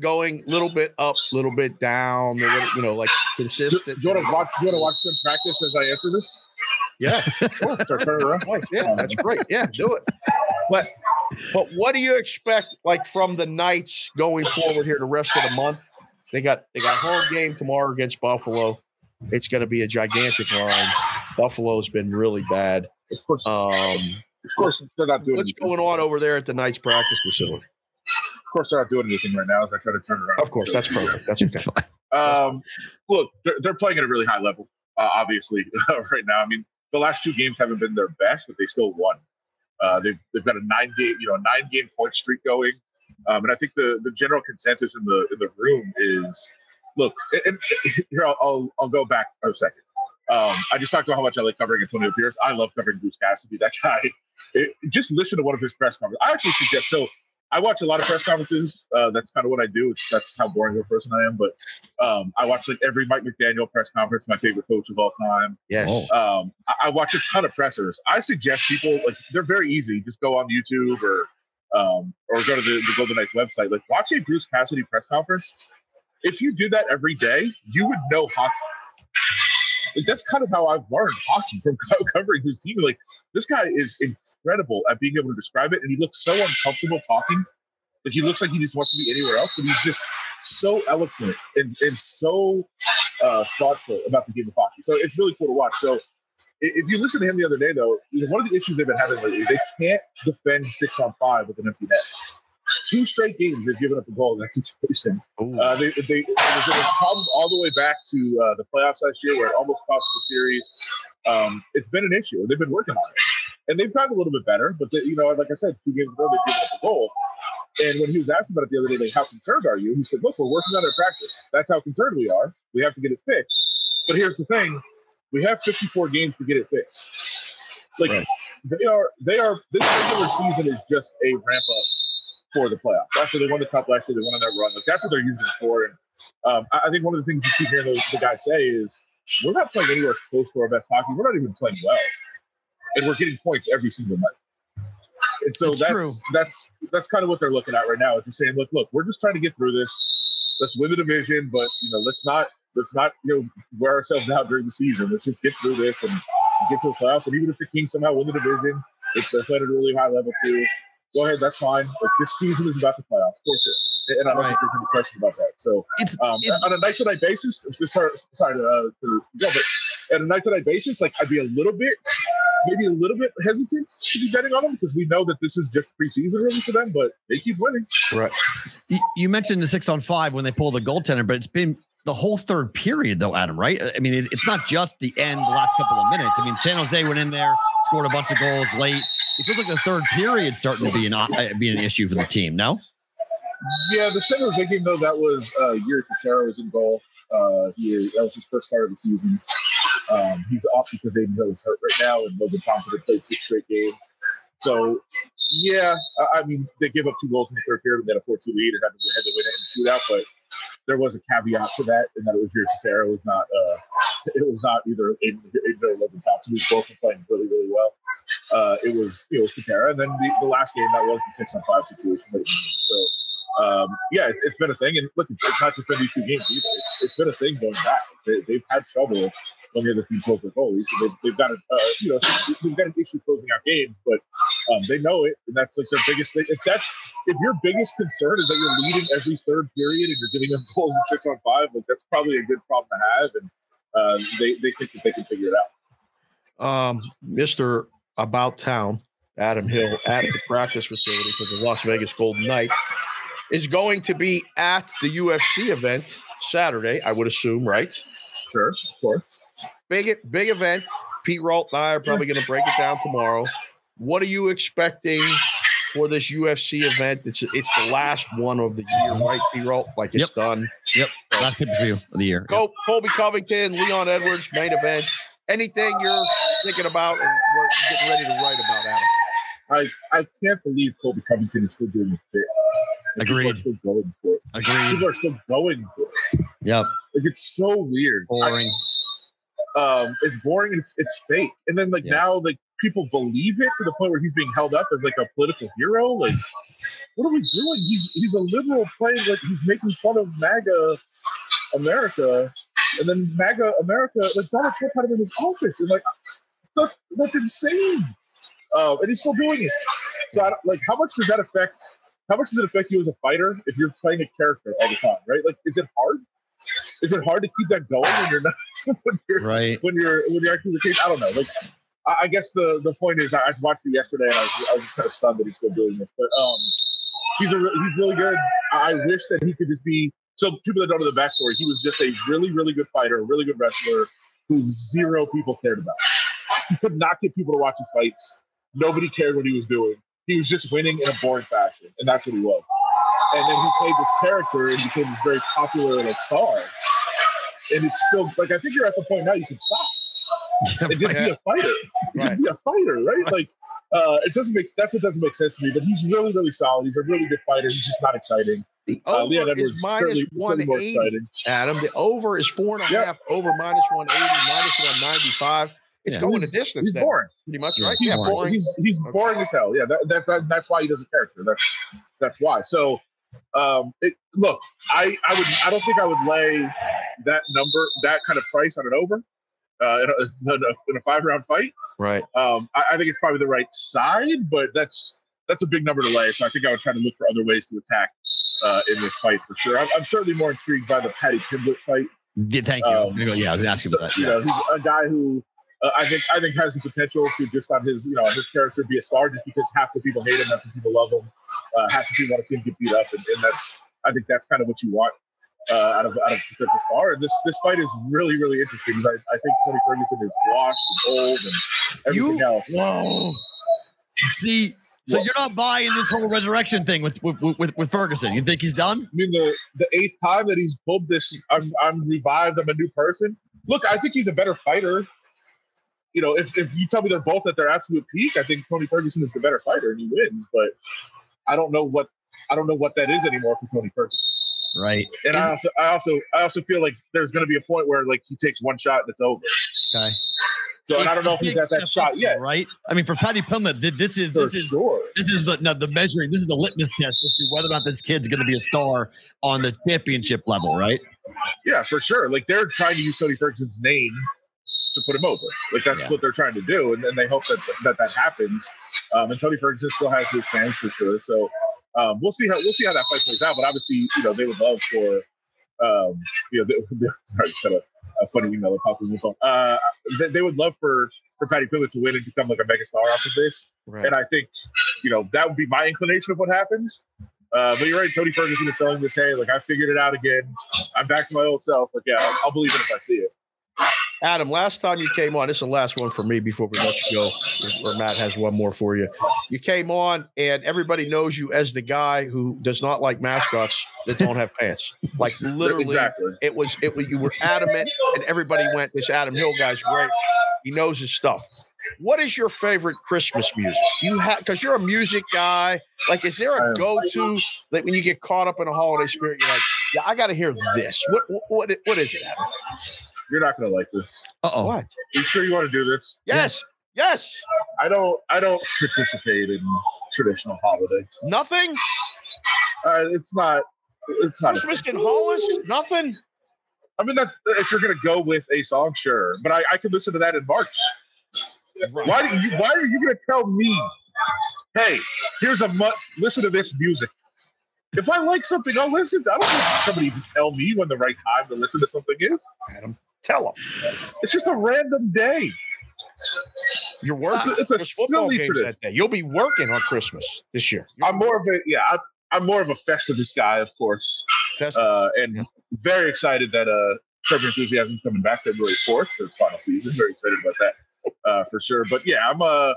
S6: going little bit up, little bit down. They're gonna, you know, like
S2: Do,
S6: consistent.
S2: you want to watch? Do you want to watch them practice as I answer this?
S6: Yeah.
S2: Start turning around.
S6: Right, Oh, yeah, that's great. Yeah, do it. But but what do you expect like from the Knights going forward here the rest of the month? They got they got home game tomorrow against Buffalo. It's going to be a gigantic line. Buffalo's been really bad.
S2: Of course,
S6: Um,
S2: of course, they're not doing.
S6: what's
S2: anything.
S6: going on over there at the Knights practice facility?
S2: Of course, they're not doing anything right now as I try to turn around.
S6: Of course, that's perfect. That's okay.
S2: Um, look, they're, they're playing at a really high level, uh, obviously, right now. I mean, the last two games haven't been their best, but they still won. Uh, they've, they've got a nine game, you know, a nine game point streak going, um, and I think the, the general consensus in the in the room is, look, and, and here I'll, I'll I'll go back a second. Um, I just talked about how much I like covering Antonio Pierce. I love covering Bruce Cassidy. That guy. It, just listen to one of his press conferences. I actually suggest so. I watch a lot of press conferences. Uh, that's kind of what I do. It's, that's how boring of a person I am. But um, I watch like every Mike McDaniel press conference, my favorite coach of all time.
S6: Yes.
S5: Oh.
S2: Um, I, I watch a ton of pressers. I suggest people like they're very easy. Just go on YouTube or um, or go to the, the Golden Knights website. Like watch a Bruce Cassidy press conference. If you do that every day, you would know hockey. Like that's kind of how I've learned hockey from co- covering his team. Like this guy is incredible at being able to describe it, and he looks so uncomfortable talking. Like he looks like he just wants to be anywhere else, but he's just so eloquent and, and so uh, thoughtful about the game of hockey. So it's really cool to watch. So i- if you listen to him the other day, though, you know, one of the issues they've been having lately is they can't defend six on five with an empty net. Two straight games they've given up a goal in that situation.
S6: Ooh.
S2: Uh, they, they, it was a problem all the way back to uh, the playoffs last year where it almost cost them the series. Um, it's been an issue, and they've been working on it. And they've gotten a little bit better, but they, you know, like I said, two games ago they've given up a goal. And when he was asked about it the other day, like, how concerned are you? He said, look, we're working on our practice. That's how concerned we are. We have to get it fixed. But here's the thing we have 54 games to get it fixed. Like right. they are, they are. This regular season is just a ramp up for the playoffs. After they won the cup last year, they won on that run. Like that's what they're using this for. And um, I, I, think one of the things you keep hearing the, the guys say is, "We're not playing anywhere close to our best hockey. We're not even playing well, and we're getting points every single night." And so it's that's true. that's that's kind of what they're looking at right now. Is just saying, "Look, look, we're just trying to get through this. Let's win the division, but you know, let's not let's not you know wear ourselves out during the season. Let's just get through this and get to the playoffs. And even if the Kings somehow win the division, if they're playing at a really high level too, go ahead, that's fine. Like this season is about the playoffs for sure, and I don't right. think there's any question about that. So it's, um, it's on a night-to-night basis. Sorry, sorry to, uh, to go, but on a night-to-night basis, like I'd be a little bit. Maybe a little bit hesitant to be betting on them because we know that this is just preseason really for them, but they keep winning.
S5: Right. You mentioned the six on five when they pull the goaltender, but it's been the whole third period, though, Adam, right? I mean, it's not just the end, the last couple of minutes. I mean, San Jose went in there, scored a bunch of goals late. It feels like the third period starting to be an uh, be an issue for the team. No.
S2: Yeah, the San Jose game though that was uh, Yuri Katero was in goal. Uh, he that was his first start of the season. Um, he's off because Aiden Hill is hurt right now, and Logan Thompson had played six straight games. So, yeah, I, I mean they gave up two goals in the third period and then a four-two lead and had to, had to win it in the shootout, but there was a caveat to that, and that it was your Katera. It was not. Uh, it was not either Aiden or Logan Thompson. Who's both playing really, really well. Uh, it was it was Katera, and then the, the, last game that was the six on five situation. So um, yeah, it's, it's been a thing, and look, it's not just been these two games either. It's, it's been a thing going back. They, have had trouble when the other team goes their goalies. So they've, they've got a uh, you know they've got an issue closing out games, but um, they know it, and that's like their biggest thing. If that's if your biggest concern is that you're leading every third period and you're giving them goals in six on five, like that's probably a good problem to have, and uh, they they think that they can figure it
S6: out. Um, Mister About Town Adam Hill at the practice facility for the Las Vegas Golden Knights is going to be at the UFC event Saturday, I would assume, right?
S2: Sure, of course
S6: big big event. Pete Rolt and I are probably going to break it down tomorrow. What are you expecting for this UFC event? It's it's the last one of the year, right, Pete Rolt? Like it's
S5: yep.
S6: done.
S5: Yep, last pay per view of the year.
S6: Col- Colby Covington, Leon Edwards, main event. Anything you're thinking about or getting ready to write about,
S2: Adam? I I can't believe Colby Covington is still doing this bit.
S5: Agreed.
S2: People are still going for it.
S5: Agreed.
S2: People are still going for it.
S5: Yep.
S2: Like it's so weird.
S5: Boring. I,
S2: um, it's boring and it's, it's fake. And then like yeah. now like people believe it to the point where he's being held up as like a political hero. Like, what are we doing? He's he's a liberal playing like he's making fun of MAGA America, and then MAGA America like Donald Trump had him in his office, and like that's, that's insane. Um, and he's still doing it. So I, like, how much does that affect? How much does it affect you as a fighter if you're playing a character all the time, right? Like, is it hard? is it hard to keep that going when you're not when you're,
S5: right
S2: when you're when you're acting the case? I don't know. Like, I, I, guess the the point is, I, I watched it yesterday and I was, I was just kind of stunned that he's still doing this. But um, he's a he's really good. I wish that he could just be. So people that don't know the backstory, he was just a really really good fighter, a really good wrestler who zero people cared about. He could not get people to watch his fights. Nobody cared what he was doing. He was just winning in a boring fashion, and that's what he was and then he played this character and became this very popular like star. And it's still like I think you're at the point now you can stop. Yeah, and just right. be a fighter. Right. Just be a fighter, right? right. Like uh, it doesn't make that's what doesn't make sense to me. But he's really, really solid. He's a really good fighter. He's just not exciting.
S6: The
S2: Oh,
S6: over uh, is minus one eighty. Adam, the over is four and a yep. half. Over minus one eighty, minus one ninety five. It's yeah. going to distance.
S2: He's
S6: then,
S2: boring,
S6: pretty much, right?
S2: He's yeah, boring. boring. He's, he's okay. boring as hell. Yeah, that, that, that, that's why he doesn't character. That's that's why. So um, it, look, I, I would I don't think I would lay that number that kind of price on an over uh, in, a, in, a, five round fight.
S5: Right.
S2: Um, I, I, think it's probably the right side, but that's that's a big number to lay. So I think I would try to look for other ways to attack uh, in this fight for sure. I'm, I'm certainly more intrigued by the Patty Pimblett fight.
S5: Yeah, thank you. Um, I was gonna go. Yeah, I was gonna ask you so, about that.
S2: You
S5: yeah.
S2: know, he's a guy who uh, I think I think has the potential to just on his you know his character be a star just because half the people hate him, half the people love him, uh, half the people want to see him get beat up, and, and that's I think that's kind of what you want uh, out of out of a potential star. And this this fight is really really interesting because I, I think Tony Ferguson is washed and old and everything you, else.
S5: Whoa, see. So well, you're not buying this whole resurrection thing with with, with, with Ferguson. You think he's done?
S2: I mean, the, the eighth time that he's pulled this, I'm I'm revived. I'm a new person. Look, I think he's a better fighter you know, if, if you tell me they're both at their absolute peak, I think Tony Ferguson is the better fighter and he wins. But I don't know what I don't know what that is anymore for Tony Ferguson.
S5: Right.
S2: And I also I also I also feel like there's going to be a point where like he takes one shot and it's over.
S5: Okay.
S2: So and I don't know if
S5: It's a
S2: he's
S5: big
S2: at that
S5: step up,
S2: shot yet.
S5: though, Right. I mean, for Patty Pimlet, th- this is
S2: For
S5: this is
S2: sure.
S5: this is the no, the measuring. This is the litmus test as to whether or not this kid's going to be a star on the championship level, right?
S2: Yeah, for sure. Like they're trying to use Tony Ferguson's name to put him over. Like that's
S5: Yeah.
S2: what they're trying to do, and then they hope that that that happens. Um, and Tony Ferguson still has his fans for sure. So um, we'll see how we'll see how that fight plays out. But obviously, you know, they would love for um, you know, they, sorry, I just got a, a funny email that popped in the phone. Uh, they, they would love for for Patty Pillard to win and become like a mega star off of this.
S6: Right.
S2: And I think, you know, that would be my inclination of what happens. Uh, but you're right, Tony Ferguson is selling this. Hey, like I figured it out again. I'm back to my old self. Like, yeah, I'll believe it if I see it.
S6: Adam, last time you came on, this is the last one for me before we let you go. Or Matt has one more for you. You came on, and everybody knows you as the guy who does not like mascots that don't have pants. Like literally,
S2: exactly.
S6: it was it was you were adamant, and everybody went, "This Adam Hill guy's great. He knows his stuff." What is your favorite Christmas music? You have because you're a music guy. Like, is there
S2: I
S6: a
S2: am.
S6: go-to that when you get caught up in a holiday spirit, you're like, "Yeah, I got to hear this." What what what is it, Adam?
S2: You're not gonna like this.
S5: Uh oh.
S6: What?
S2: You sure you want to do this?
S6: Yes. Yes.
S2: I don't. I don't participate in traditional holidays.
S6: Nothing?
S2: Uh, it's not. It's not.
S6: Christmas in Hollis? Nothing?
S2: I mean, that uh, if you're gonna go with a song, sure. But I, I could listen to that in March. Why do you? Why are you gonna tell me? Hey, here's a month. Listen to this music. If I like something, I'll listen. To, I don't need somebody to tell me when the right time to listen to something is.
S6: Adam, tell them.
S2: It's just a random day.
S6: You're working.
S2: It's a- it's a
S6: There's football
S2: silly
S6: games
S2: tradition.
S6: that day. You'll be working on Christmas this year.
S2: I'm more of a yeah. I'm, I'm more of a festivus guy, of course.
S6: Festive.
S2: uh, and very excited that uh, Curb Your Enthusiasm coming back February fourth for its final season. Very excited about that uh, for sure. But yeah, I'm uh,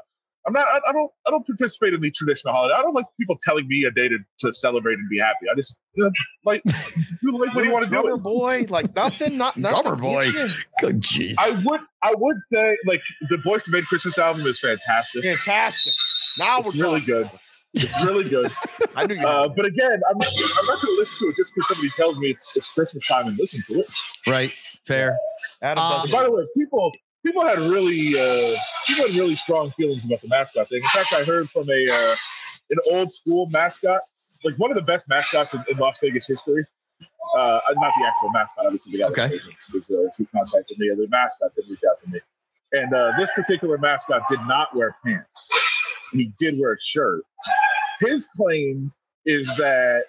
S2: I'm not. I, I don't. I don't participate in the traditional holiday. I don't like people telling me a day to, to celebrate and be happy. I just uh, like do life what do you want to do.
S6: Drummer
S2: It.
S6: boy? Like nothing? Not nothing.
S5: Drummer boy. Good jeez.
S2: I would. I would say like the Boys to Men Christmas album is fantastic.
S6: Fantastic. Now
S2: It's
S6: we're
S2: really
S6: talking.
S2: good. It's really good.
S6: I knew you.
S2: Uh, but again, I'm not, I'm not going to listen to it just because somebody tells me it's, it's Christmas time and listen to it.
S5: right. Fair.
S6: Adam
S5: uh,
S6: doesn't.
S2: Um, By the way, people people had really uh, people had really strong feelings about the mascot thing. In fact, I heard from a uh, an old school mascot, like one of the best mascots in, in Las Vegas history. Uh, not the actual mascot, obviously. The guy
S5: Okay.
S2: was uh, he contacted me. The mascot that reached out to me, and uh, this particular mascot did not wear pants. He did wear a shirt. His claim is that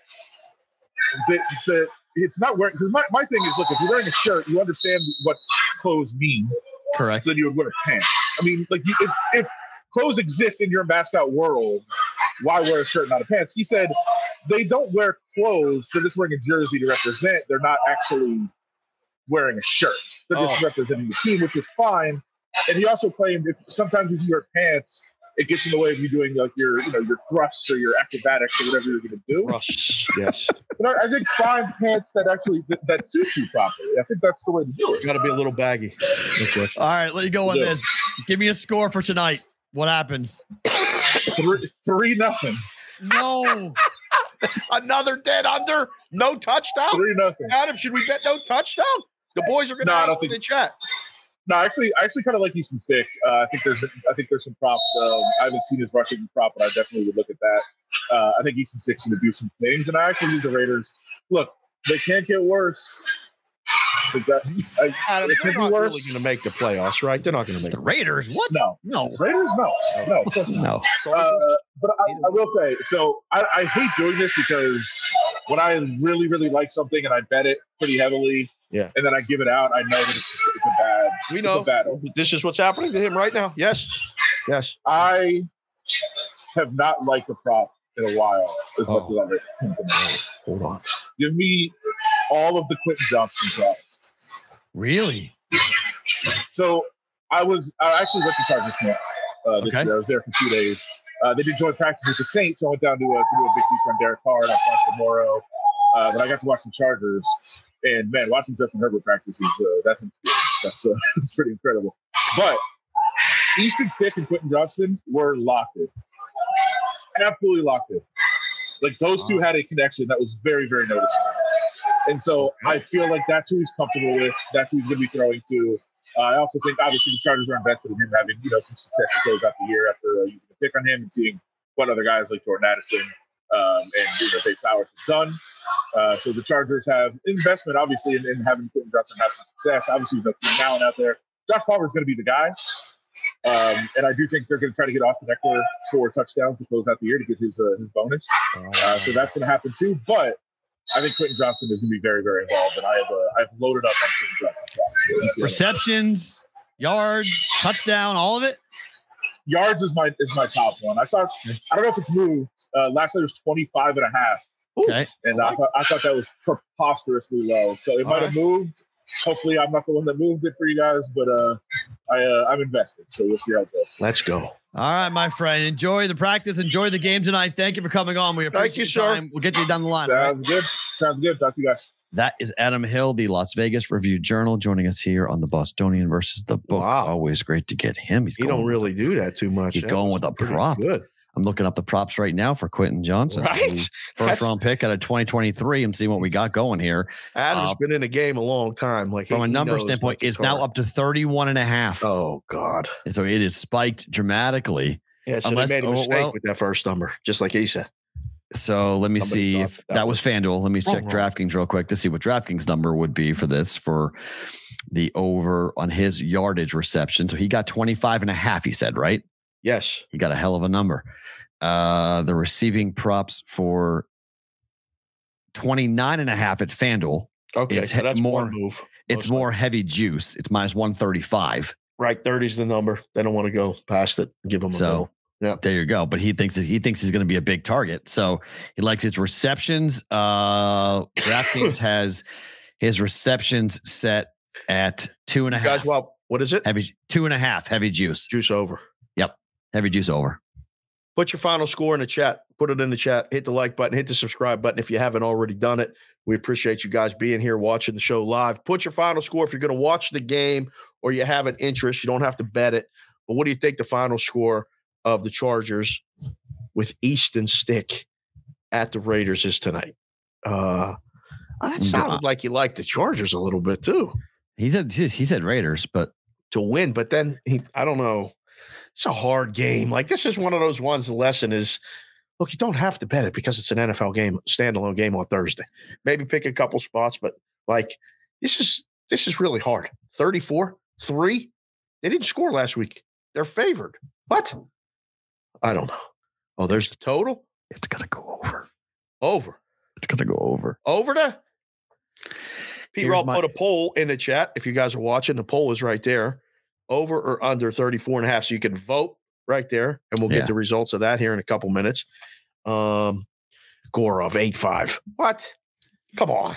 S2: that that it's not wearing because my, my thing is look if you're wearing a shirt you understand what clothes mean
S5: Correct.
S2: then you would wear pants. I mean, like you, if, if clothes exist in your mascot world, why wear a shirt and not a pants? He said they don't wear clothes; they're just wearing a jersey to represent. They're not actually wearing a shirt; they're just
S6: Oh.
S2: representing the team, which is fine. And he also claimed if sometimes if you wear pants, it gets in the way of you doing like your you know your thrusts or your acrobatics or whatever you're going to do.
S6: Russ. Yes.
S2: But I, I think find pants that actually that, that suits you properly. I think that's the way to do it.
S6: Got to be a little baggy. Okay.
S5: All right. Let you go on
S2: Yeah.
S5: this. Give me a score for tonight. What happens?
S2: Three, three nothing,
S5: No.
S6: Another dead under. No touchdown.
S2: three nothing.
S6: Adam, should we bet no touchdown? The boys are going to
S2: No, I
S6: ask
S2: don't
S6: in
S2: think-
S6: the chat.
S2: No, actually, I actually kind of like Easton Stick. Uh, I think there's I think there's some props. Um, I haven't seen his rushing prop, but I definitely would look at that. Uh, I think Easton Stick's going to do some things, and I actually need the Raiders. Look, they can't get worse. Like that- I-
S6: Adam,
S2: It
S6: they're
S2: could be
S6: not really
S2: worse.
S6: going to make the playoffs, right? They're not going to make
S5: The
S6: it.
S5: Raiders. What?
S2: no,
S5: No.
S2: Raiders, no, no. of course not.
S5: No.
S2: Uh, but I, I will say, so I, I hate doing this because when I really, really like something and I bet it pretty heavily,
S6: Yeah.
S2: and then I give it out, I know that it's it's a bad.
S6: We
S2: it's a
S6: know.
S2: bad.
S6: This is what's happening to him right now. Yes. Yes.
S2: I have not liked the prop in a while as much
S6: Oh.
S2: as I've liked it.
S6: Hold on.
S2: Give me all of the Quentin Johnson props.
S5: Really?
S2: So I was I actually went to Chargers camps uh, this
S5: Okay.
S2: year. I was there for two days. Uh, they did joint practice with the Saints, so I went down to, uh, to do a big feature on Derek Carr and I watched the Morrow. Uh, but I got to watch the Chargers, and man, watching Justin Herbert practice is uh, that's an experience. That's uh, it's pretty incredible. But Easton Stick and Quentin Johnston were locked in. Absolutely locked in. Like those two had a connection that was very, very noticeable. And so I feel like that's who he's comfortable with. That's who he's going to be throwing to. Uh, I also think obviously the Chargers are invested in him having you know some success to close out the year after uh, using a pick on him and seeing what other guys like Jordan Addison um, and you know Dave Powers have done. Uh, so the Chargers have investment obviously in, in having Quentin Johnson have some success. Obviously with Keenan Allen out there, Josh Palmer is going to be the guy. Um, and I do think they're going to try to get Austin Eckler four touchdowns to close out the year to get his uh, his bonus. Uh, so that's going to happen too. But I think Quentin Johnston is going to be very, very involved, and I have uh, I've loaded up on Quentin Johnston. So we'll see.
S5: Receptions, yards, touchdown, all of it.
S2: yards is my is my top one. I saw I don't know if it's moved. Uh, last night was 25 and a half,
S5: Okay.
S2: and I thought I thought that was preposterously low. So it
S5: All
S2: might have moved. Hopefully, I'm not the one that moved it for you guys, but uh, I uh, I'm invested. So we'll see how it goes.
S6: Let's go.
S5: All right, my friend. Enjoy the practice. Enjoy the game tonight. Thank you for coming on. We appreciate
S6: Thank you,
S5: your
S6: sir.
S5: time. We'll get you down the line. all right?
S2: Sounds good. Sounds good. Talk to you guys.
S5: That is Adam Hill, the Las Vegas Review Journal, joining us here on the Bostonian versus the book.
S6: Wow.
S5: Always great to get him. He's
S6: He
S5: going,
S6: don't really do that too much.
S5: he's
S6: That
S5: going
S6: was
S5: with a
S6: pretty
S5: prop.
S6: Good.
S5: I'm looking up the props right now for Quentin Johnson,
S6: Right?
S5: First
S6: That's-
S5: round pick out of 2023, and see what we got going here.
S6: Adam's
S5: Uh,
S6: been in the game a long time. Like
S5: From
S6: he
S5: a number
S6: knows
S5: standpoint,
S6: what
S5: it's
S6: the card-
S5: now up to 31 and a half.
S6: Oh God!
S5: And so it is spiked dramatically.
S6: Yeah, so
S5: Unless-
S6: they made a
S5: oh,
S6: mistake
S5: well-
S6: with that first number, just like he said.
S5: So let me
S6: Somebody
S5: see
S6: thought
S5: if
S6: that
S5: that, was FanDuel. Let me
S6: Oh,
S5: check
S6: wow.
S5: DraftKings real quick to see what DraftKings number would be for this for the over on his yardage reception. So he got 25 and a half, he said, right?
S6: Yes.
S5: He got a hell of a number. Uh, the receiving props for 29 and a half at FanDuel.
S6: Okay.
S5: It's
S6: so
S5: hit
S6: that's
S5: more-
S6: one move.
S5: It's
S6: Most
S5: more heavy juice. It's minus 135.
S6: Right. 30's the number. They don't want to go past it. Give them a
S5: So-
S6: so,
S5: There you go. But he thinks that he thinks he's going to be a big target. So he likes his receptions. Uh DraftKings has his receptions set at two and a
S6: You
S5: half.
S6: guys, well, what is it?
S5: heavy two and a half heavy juice.
S6: Juice over.
S5: Heavy juice over.
S6: Put your final score in the chat. Put it in the chat. Hit the like button. Hit the subscribe button if you haven't already done it. We appreciate you guys being here watching the show live. Put your final score if you're going to watch the game or you have an interest. You don't have to bet it. But what do you think the final score of the Chargers with Easton Stick at the Raiders is tonight? Uh, that sounded like you liked the Chargers a little bit too
S5: He said he said Raiders, but
S6: to win. But then he, I don't know. It's a hard game. Like this is one of those ones. The lesson is, look, you don't have to bet it because it's an NFL game, standalone game on Thursday. Maybe pick a couple spots, but like this is this is really hard. 34, three. They didn't score last week. They're favored. What? I don't know. Oh, there's the total.
S5: it's gonna go over.
S6: Over.
S5: It's gonna go over.
S6: Over to Pete
S5: Here's
S6: Roll
S5: my-
S6: put a poll in the chat. If you guys are watching, the poll is right there. Over or under 34 and a half. So you can vote right there. And we'll
S5: Yeah.
S6: get the results of that here in a couple minutes. Um Gorov, 8-5. What? Come on.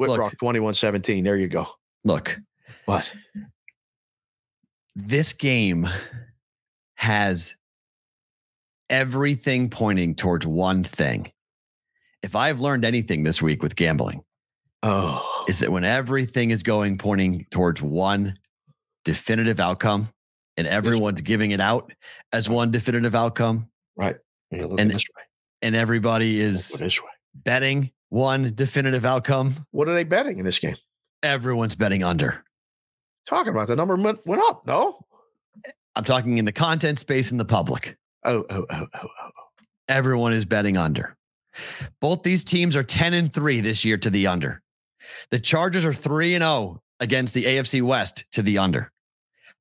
S6: Whitrock 21-17. There you go.
S5: Look,
S6: What?
S5: this game has everything pointing towards one thing. If I've learned anything this week with gambling,
S6: Oh.
S5: is that when everything is going pointing towards one definitive outcome and everyone's giving it out as one definitive outcome
S6: You look
S5: and-
S6: this way.
S5: and everybody
S6: look
S5: is
S6: this way.
S5: betting one definitive outcome,
S6: What are they betting in this game?
S5: everyone's betting under.
S6: Talking about the number went, went up. No.
S5: I'm talking in the content space in the public.
S6: Oh, oh, oh, oh, oh.
S5: Everyone is betting under. Both these teams are 10 and 3 this year to the under. The Chargers are 3 and 0 against the AFC West to the under.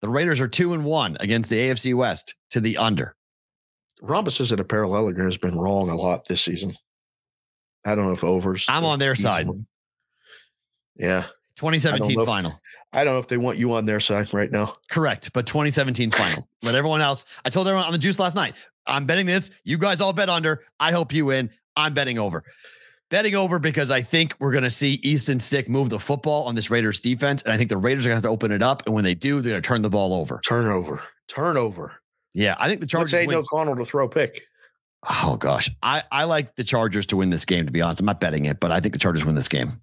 S5: The Raiders are 2 and 1 against the AFC West to the under.
S6: rhombus isn't a parallelogram has been wrong a lot this season. I don't know if overs.
S5: I'm on their side.
S6: Yeah.
S5: 2017
S6: know if-
S5: final.
S6: I don't know if they want you on their side right now.
S5: Correct, but 2017 final. Let everyone else. I told everyone on the juice last night. I'm betting this. You guys all bet under. I hope you win. I'm betting over. Betting over because I think we're going to see Easton Stick move the football on this Raiders defense, and I think the Raiders are going to have to open it up. And when they do, they're going to turn the ball over.
S6: Turnover. Turnover.
S5: Yeah, I think the
S6: Let's
S5: Chargers.
S6: say
S5: Win.
S6: no Connell to throw a pick.
S5: oh gosh, I I like the Chargers to win this game. To be honest, I'm not betting it, but I think the Chargers win this game.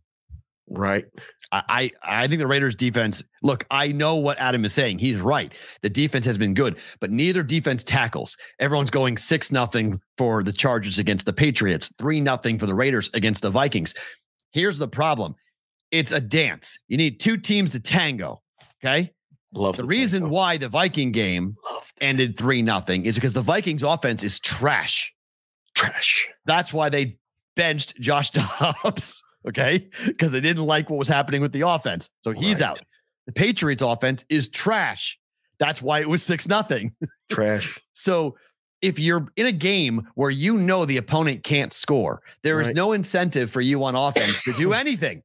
S6: Right.
S5: I, I I think the Raiders defense, look, I know what Adam is saying. He's right. The defense has been good, but neither defense tackles. Everyone's going 6 nothing for the Chargers against the Patriots, 3 nothing for the Raiders against the Vikings. Here's the problem. It's a dance. You need two teams to tango, okay?
S6: Love
S5: The reason why the Viking game ended 3 nothing is because the Vikings offense is trash.
S6: trash.
S5: That's why they benched Josh Dobbs. Okay. Because they didn't like what was happening with the offense. So he's
S6: Right.
S5: out. The Patriots offense is trash. That's why it was six nothing.
S6: Trash.
S5: So if you're in a game where you know the opponent can't score, there is
S6: Right.
S5: no incentive for you on offense to do anything.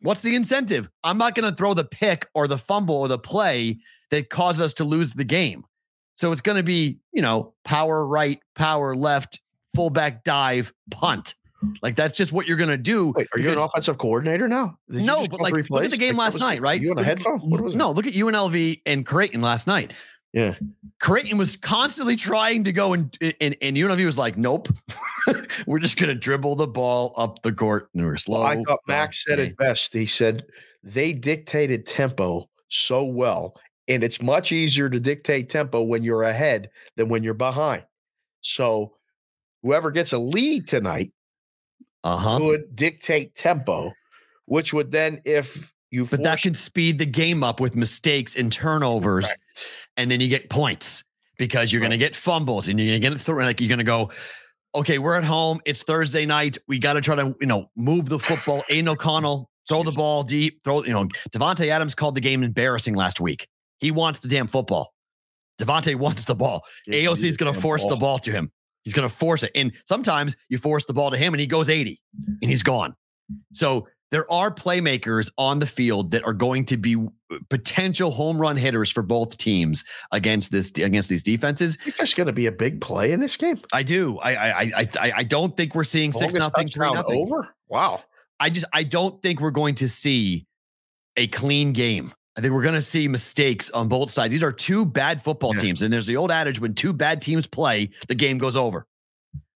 S5: What's the incentive? I'm not going to throw the pick or the fumble or the play that caused us to lose the game. So it's going to be, you know, power right, power left, fullback dive, punt. Like that's just what you're going to do.
S6: Wait, are you an
S5: because-
S6: offensive coordinator now? Did you
S5: no,
S6: just
S5: but
S6: go
S5: like
S6: three
S5: look at
S6: plays?
S5: the game
S6: Like,
S5: last
S6: what was-
S5: night, right?
S6: You on a
S5: Look at-
S6: headphone? What was
S5: no, look at UNLV and Creighton last night.
S6: Yeah.
S5: Creighton was constantly trying to go and and, and UNLV was like, nope, we're just gonna dribble the ball up the court and we're slow.
S6: Well, I thought Max said it best. He said they dictated tempo so well, and it's much easier to dictate tempo when you're ahead than when you're behind. So whoever gets a lead tonight
S5: Uh huh.
S6: would dictate tempo, which would then, if you
S5: But that
S6: force-
S5: can speed the game up with mistakes and turnovers, and then you get points because you're gonna get fumbles and you're gonna get through. Like you're gonna go, okay, we're at home. It's Thursday night. We got to try to you know move the football. Aiden O'Connell throw the ball deep. Throw you know Devontae Adams called the game embarrassing last week. He wants the damn football. Devontae wants the ball.
S6: Yeah, you
S5: AOC
S6: need
S5: is
S6: a
S5: going to
S6: damn
S5: force the ball to him. He's going to force it. And sometimes you force the ball to him and he goes 80 and he's gone. So there are playmakers on the field that are going to be potential home run hitters for both teams against this against these defenses.
S6: I think There's going to be a big play in this game.
S5: I do. I I I- I I- I don't think we're seeing six
S6: Longest
S5: nothing, three
S6: touchdown
S5: nothing.
S6: over. Wow.
S5: I just I don't think we're going to see a clean game. I think we're going to see mistakes on both sides. These are two bad football
S6: Yeah.
S5: teams, and there's the old adage: when two bad teams play, the game goes over.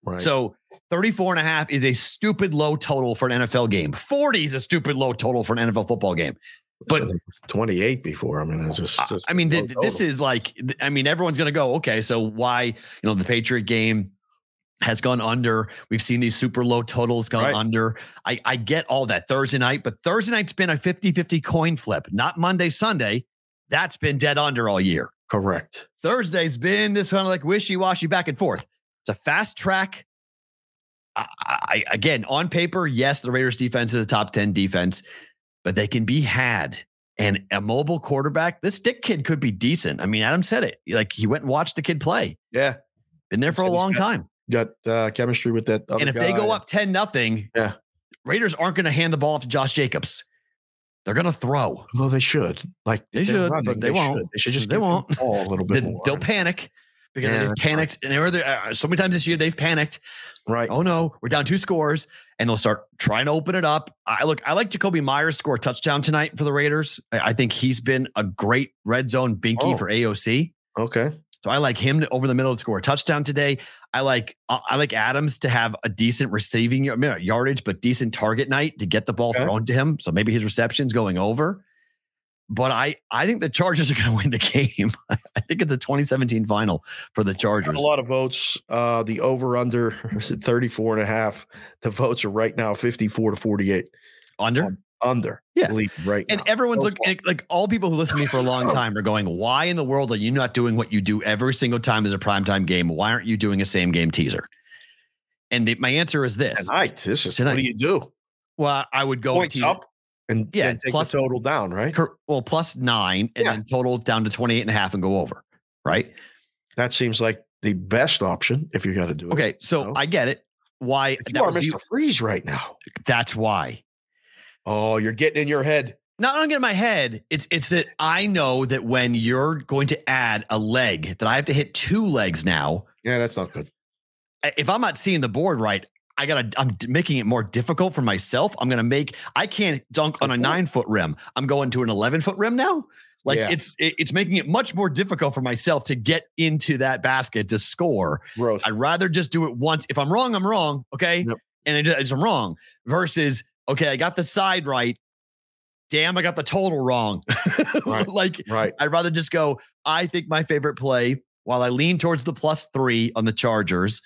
S6: Right.
S5: So 34 and a half is a stupid low total for an NFL game. 40 is a stupid low total for an NFL football game. But
S6: 28 before. I mean, it's just,
S5: I, I mean, th- th- this is like, th- I mean, everyone's going to go, okay, so why, you know, the Patriot game has gone under. We've seen these super low totals gone
S6: Right.
S5: under. I, I get all that Thursday night, but Thursday night's been a 50 50 coin flip, not Monday, Sunday. That's been dead under all year.
S6: correct.
S5: Thursday's been this kind of like wishy washy back and forth. It's a fast track. I, I, again, on paper, yes, the Raiders defense is a top 10 defense, but they can be had. And a mobile quarterback, this Dick kid could be decent. I mean, Adam said it. Like he went and watched the kid play,
S6: Yeah.
S5: been there for a
S6: He's
S5: long
S6: got
S5: time.
S6: Got uh, chemistry with that. Other
S5: And if they
S6: guy.
S5: go up 10 nothing,
S6: Yeah.
S5: Raiders aren't going to hand the ball off to Josh Jacobs. They're going to throw.
S6: Although they should, like
S5: They
S6: if they're
S5: should, but they won't.
S6: Should. They should just
S5: They
S6: give them
S5: won't.
S6: the ball a little bit
S5: Then
S6: more.
S5: They'll panic because
S6: Yeah,
S5: they've
S6: that's right.
S5: panicked. And every other, uh, so many times this year, they've panicked.
S6: right?
S5: oh no, we're down two scores, and they'll start trying to open it up. I look, I like Jacoby Myers score a touchdown tonight for the Raiders. I, I think he's been a great red zone binky
S6: Oh.
S5: for AOC.
S6: Okay,
S5: So I like him to, over the middle to score a touchdown today. I like I I like Adams to have a decent receiving yard- I mean, not yardage, but decent target night to get the ball
S6: Okay.
S5: thrown to him. So maybe his reception's going over. But I I think the Chargers are going to win the game. I think it's a 2017 final for the
S6: Got
S5: Chargers.
S6: a lot of votes. Uh, the over under is at 34 and a half. The votes are right now 54 to 48
S5: Under.
S6: under.
S5: Yeah.
S6: lead right.
S5: And
S6: now.
S5: everyone's
S6: So
S5: looking like, like all people who listen to me for a long time are going, why in the world are you not doing what you do every single time as a primetime game? Why aren't you doing a same game teaser? And the, my answer is this.
S6: tonight, this is
S5: Tonight.
S6: what do you do?
S5: Well, I would go
S6: Points
S5: teaser-
S6: up and
S5: Yeah,
S6: yeah, take
S5: plus-
S6: the total down, right?
S5: cor- well, plus nine and
S6: Yeah.
S5: then total down to 28 and a half and go over. Right.
S6: That seems like the best option if you got to do it.
S5: Okay. So
S6: No.
S5: I get it. Why
S6: But you
S5: that
S6: are
S5: would
S6: Mr.
S5: be-
S6: Freeze right now.
S5: that's why.
S6: Oh, you're getting in your head.
S5: not only in my head, it's it's that I know that when you're going to add a leg, that I have to hit two legs now.
S6: Yeah, that's not good.
S5: if I'm not seeing the board right, I gotta. I'm d- making it more difficult for myself. I'm gonna make. I can't dunk on a
S6: Good point.
S5: nine foot rim. I'm going to an eleven foot rim now. Like
S6: Yeah.
S5: it's it- it's making it much more difficult for myself to get into that basket to score.
S6: Growth.
S5: I'd rather just do it once. If I'm wrong, I'm wrong. Okay,
S6: Yep.
S5: and I just, I'm wrong. Versus okay, I got the side right. Damn, I got the total wrong.
S6: Right.
S5: like,
S6: Right.
S5: I'd rather just go, I think my favorite play, while I lean towards the plus three on the Chargers,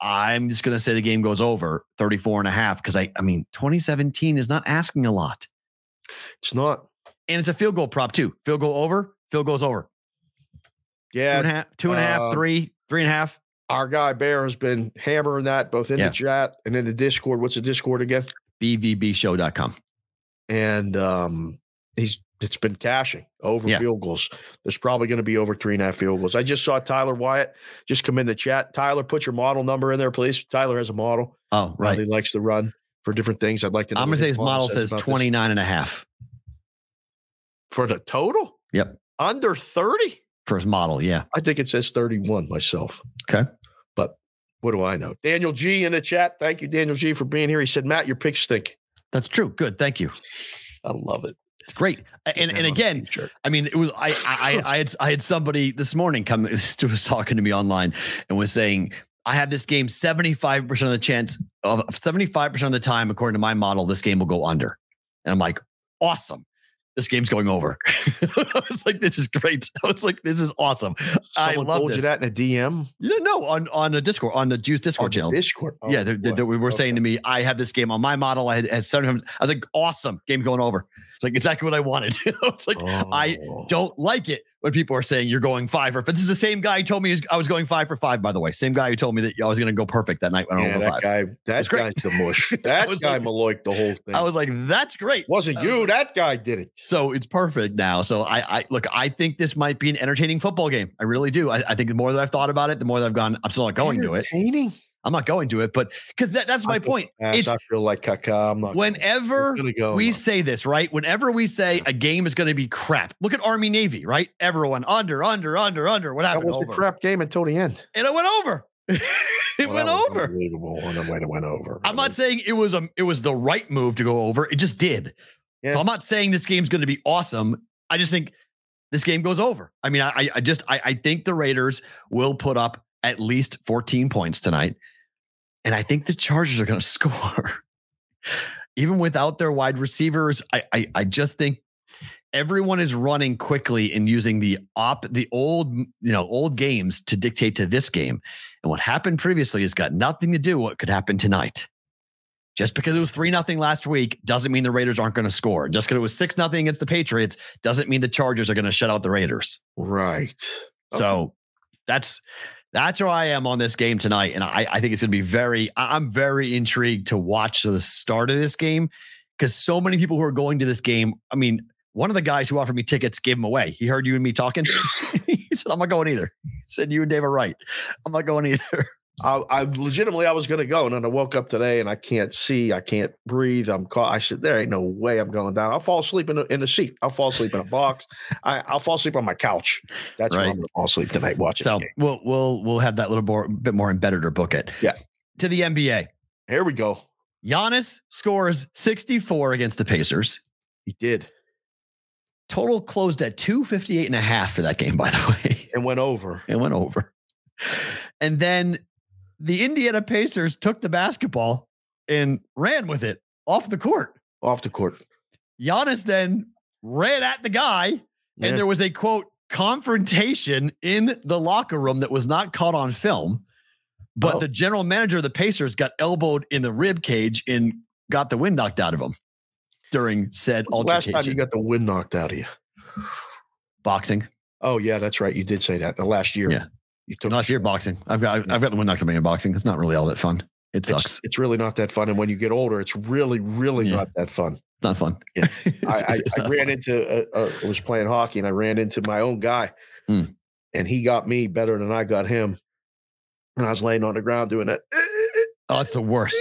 S5: I'm just going to say the game goes over 34 and a half. Cause I, I mean, 2017 is not asking a lot.
S6: It's not.
S5: And it's a field goal prop too. Field goal over, field goes over. Two and a
S6: Yeah.
S5: half, two and a half,
S6: uh,
S5: three, three and a half.
S6: Our guy Bear has been hammering that both in
S5: Yeah.
S6: the chat and in the Discord. What's the Discord again?
S5: BVBshow.com.
S6: and um, he's it's been cashing over
S5: Yeah.
S6: field goals. There's probably going to be over three and a half field goals. I just saw Tyler Wyatt just come in the chat. Tyler, put your model number in there, please. Tyler has a model.
S5: Oh,
S6: Right,
S5: right.
S6: he likes to run for different things. I'd like to. Know
S5: I'm going
S6: what
S5: to say his model says
S6: about this.
S5: 29 and a half
S6: for the total.
S5: Yep.
S6: under thirty.
S5: for his model. Yeah.
S6: I think it says thirty-one myself.
S5: Okay.
S6: but what do I know? Daniel G in the chat. Thank you, Daniel G, for being here. He said, "Matt, your picks stink."
S5: That's true. Good. Thank you.
S6: I love it.
S5: It's great. A- And, and again, I mean, it was I I I- I had I had somebody this morning come was talking to me online and was saying I have this game seventy five percent of the chance of seventy five percent of the time according to my model this game will go under, and I'm like awesome. This game's going over. I was like, "This is great." I was like, "This is awesome." I
S6: Someone
S5: love
S6: told you
S5: this.
S6: that in a DM.
S5: No, no, on on a Discord, on the Juice Discord
S6: On the
S5: channel.
S6: Discord. Oh,
S5: yeah, they, they,
S6: boy.
S5: they were saying to
S6: Okay.
S5: me, I had this game on my model. I had, had seventy. I was like, "Awesome game going over." It's like exactly what I wanted. I was like, I
S6: Oh.
S5: don't like it when people are saying you're going five for. But this is the same guy who told me he's- I was going five for five. By the way, same guy who told me that I was going to go perfect that night when I
S6: Yeah,
S5: went
S6: that
S5: over five.
S6: guy,
S5: was
S6: that
S5: great.
S6: guy's the mush.
S5: I
S6: That
S5: was
S6: guy
S5: like-
S6: Maloik the whole thing.
S5: I was like, that's great.
S6: Wasn't you? That guy did it.
S5: So it's perfect now. So I, I look. I think this might be an entertaining football game. I really do. I, I think the more that I've thought about it, the more that I've gone. I'm still not going to it.
S6: Entertaining.
S5: I'm not going to it. But because that, that's my
S6: I'm
S5: point.
S6: Yes,
S5: It's
S6: I feel like Kaka. I'm not.
S5: whenever
S6: it's gonna go.
S5: we
S6: man.
S5: say this, right? Whenever we say a game is going to be crap, look at Army Navy, right? Everyone under, under, under, under. What
S6: that
S5: happened?
S6: was the
S5: Over.
S6: crap game until the end.
S5: And it went over. it
S6: Well,
S5: went
S6: that was
S5: over.
S6: Unbelievable. When it went- it went over.
S5: I'm not saying it was a it was the right move to go over. It just did.
S6: Yeah.
S5: So I'm not saying this game's going to be awesome. I just think this game goes over. I mean, I I- I just I, I think the Raiders will put up at least 14 points tonight, and I think the Chargers are going to score, even without their wide receivers. I, I I just think everyone is running quickly and using the op the old you know old games to dictate to this game. And what happened previously has got nothing to do with what could happen tonight. Just because it was 3 0 last week doesn't mean the Raiders aren't going to score. Just because it was 6 0 against the Patriots doesn't mean the Chargers are going to shut out the Raiders.
S6: Right.
S5: So that's that's where I am on this game tonight. And I, I think it's going to be very, I- I'm very intrigued to watch the start of this game because so many people who are going to this game, I mean, one of the guys who offered me tickets gave them away. He heard you and me talking. he said, I'm not going either. He said, You and Dave are right. I'm not going either.
S6: I, I legitimately I was going to go, and then I woke up today, and I can't see, I can't breathe. I'm caught. I said, "There ain't no way I'm going down. I'll fall asleep in a, in a seat. I'll fall asleep in a box. I, I'll fall asleep on my couch. That's where
S5: Right.
S6: I'm going to fall asleep tonight watching." the
S5: So
S6: game.
S5: we'll we'll we'll have that little more, bit more embedded or book it.
S6: Yeah.
S5: To the NBA,
S6: here we go.
S5: Giannis scores 64 against the Pacers.
S6: He did,
S5: Total closed at 258 and a half for that game, by the way.
S6: and went over.
S5: It went over. And then the Indiana Pacers took the basketball and ran with it off the court.
S6: off the court.
S5: Giannis then ran at the guy
S6: Yeah.
S5: and there was a quote confrontation in the locker room that was not caught on film but
S6: Oh.
S5: the general manager of the pacers got elbowed in the rib cage and got the wind knocked out of him during said
S6: When's the last
S5: altercation
S6: time you got the wind knocked out of you.
S5: boxing
S6: Oh yeah, that's right. You did say that the last year.
S5: Yeah.
S6: you took.
S5: last year boxing i've got i've got the wind knocked out of me in boxing it's not really all that fun it
S6: it's,
S5: sucks it's,
S6: it's really not that fun, and when you get older, it's really, really
S5: Yeah.
S6: not that fun.
S5: not fun
S6: Yeah.
S5: It's-
S6: I, I,
S5: it's- it's
S6: I
S5: not
S6: ran
S5: fun.
S6: into, uh, uh, I was playing hockey, and I ran into my own guy,
S5: Hmm.
S6: and he got me better than I got him. And I was laying on the ground doing that.
S5: oh it's the worst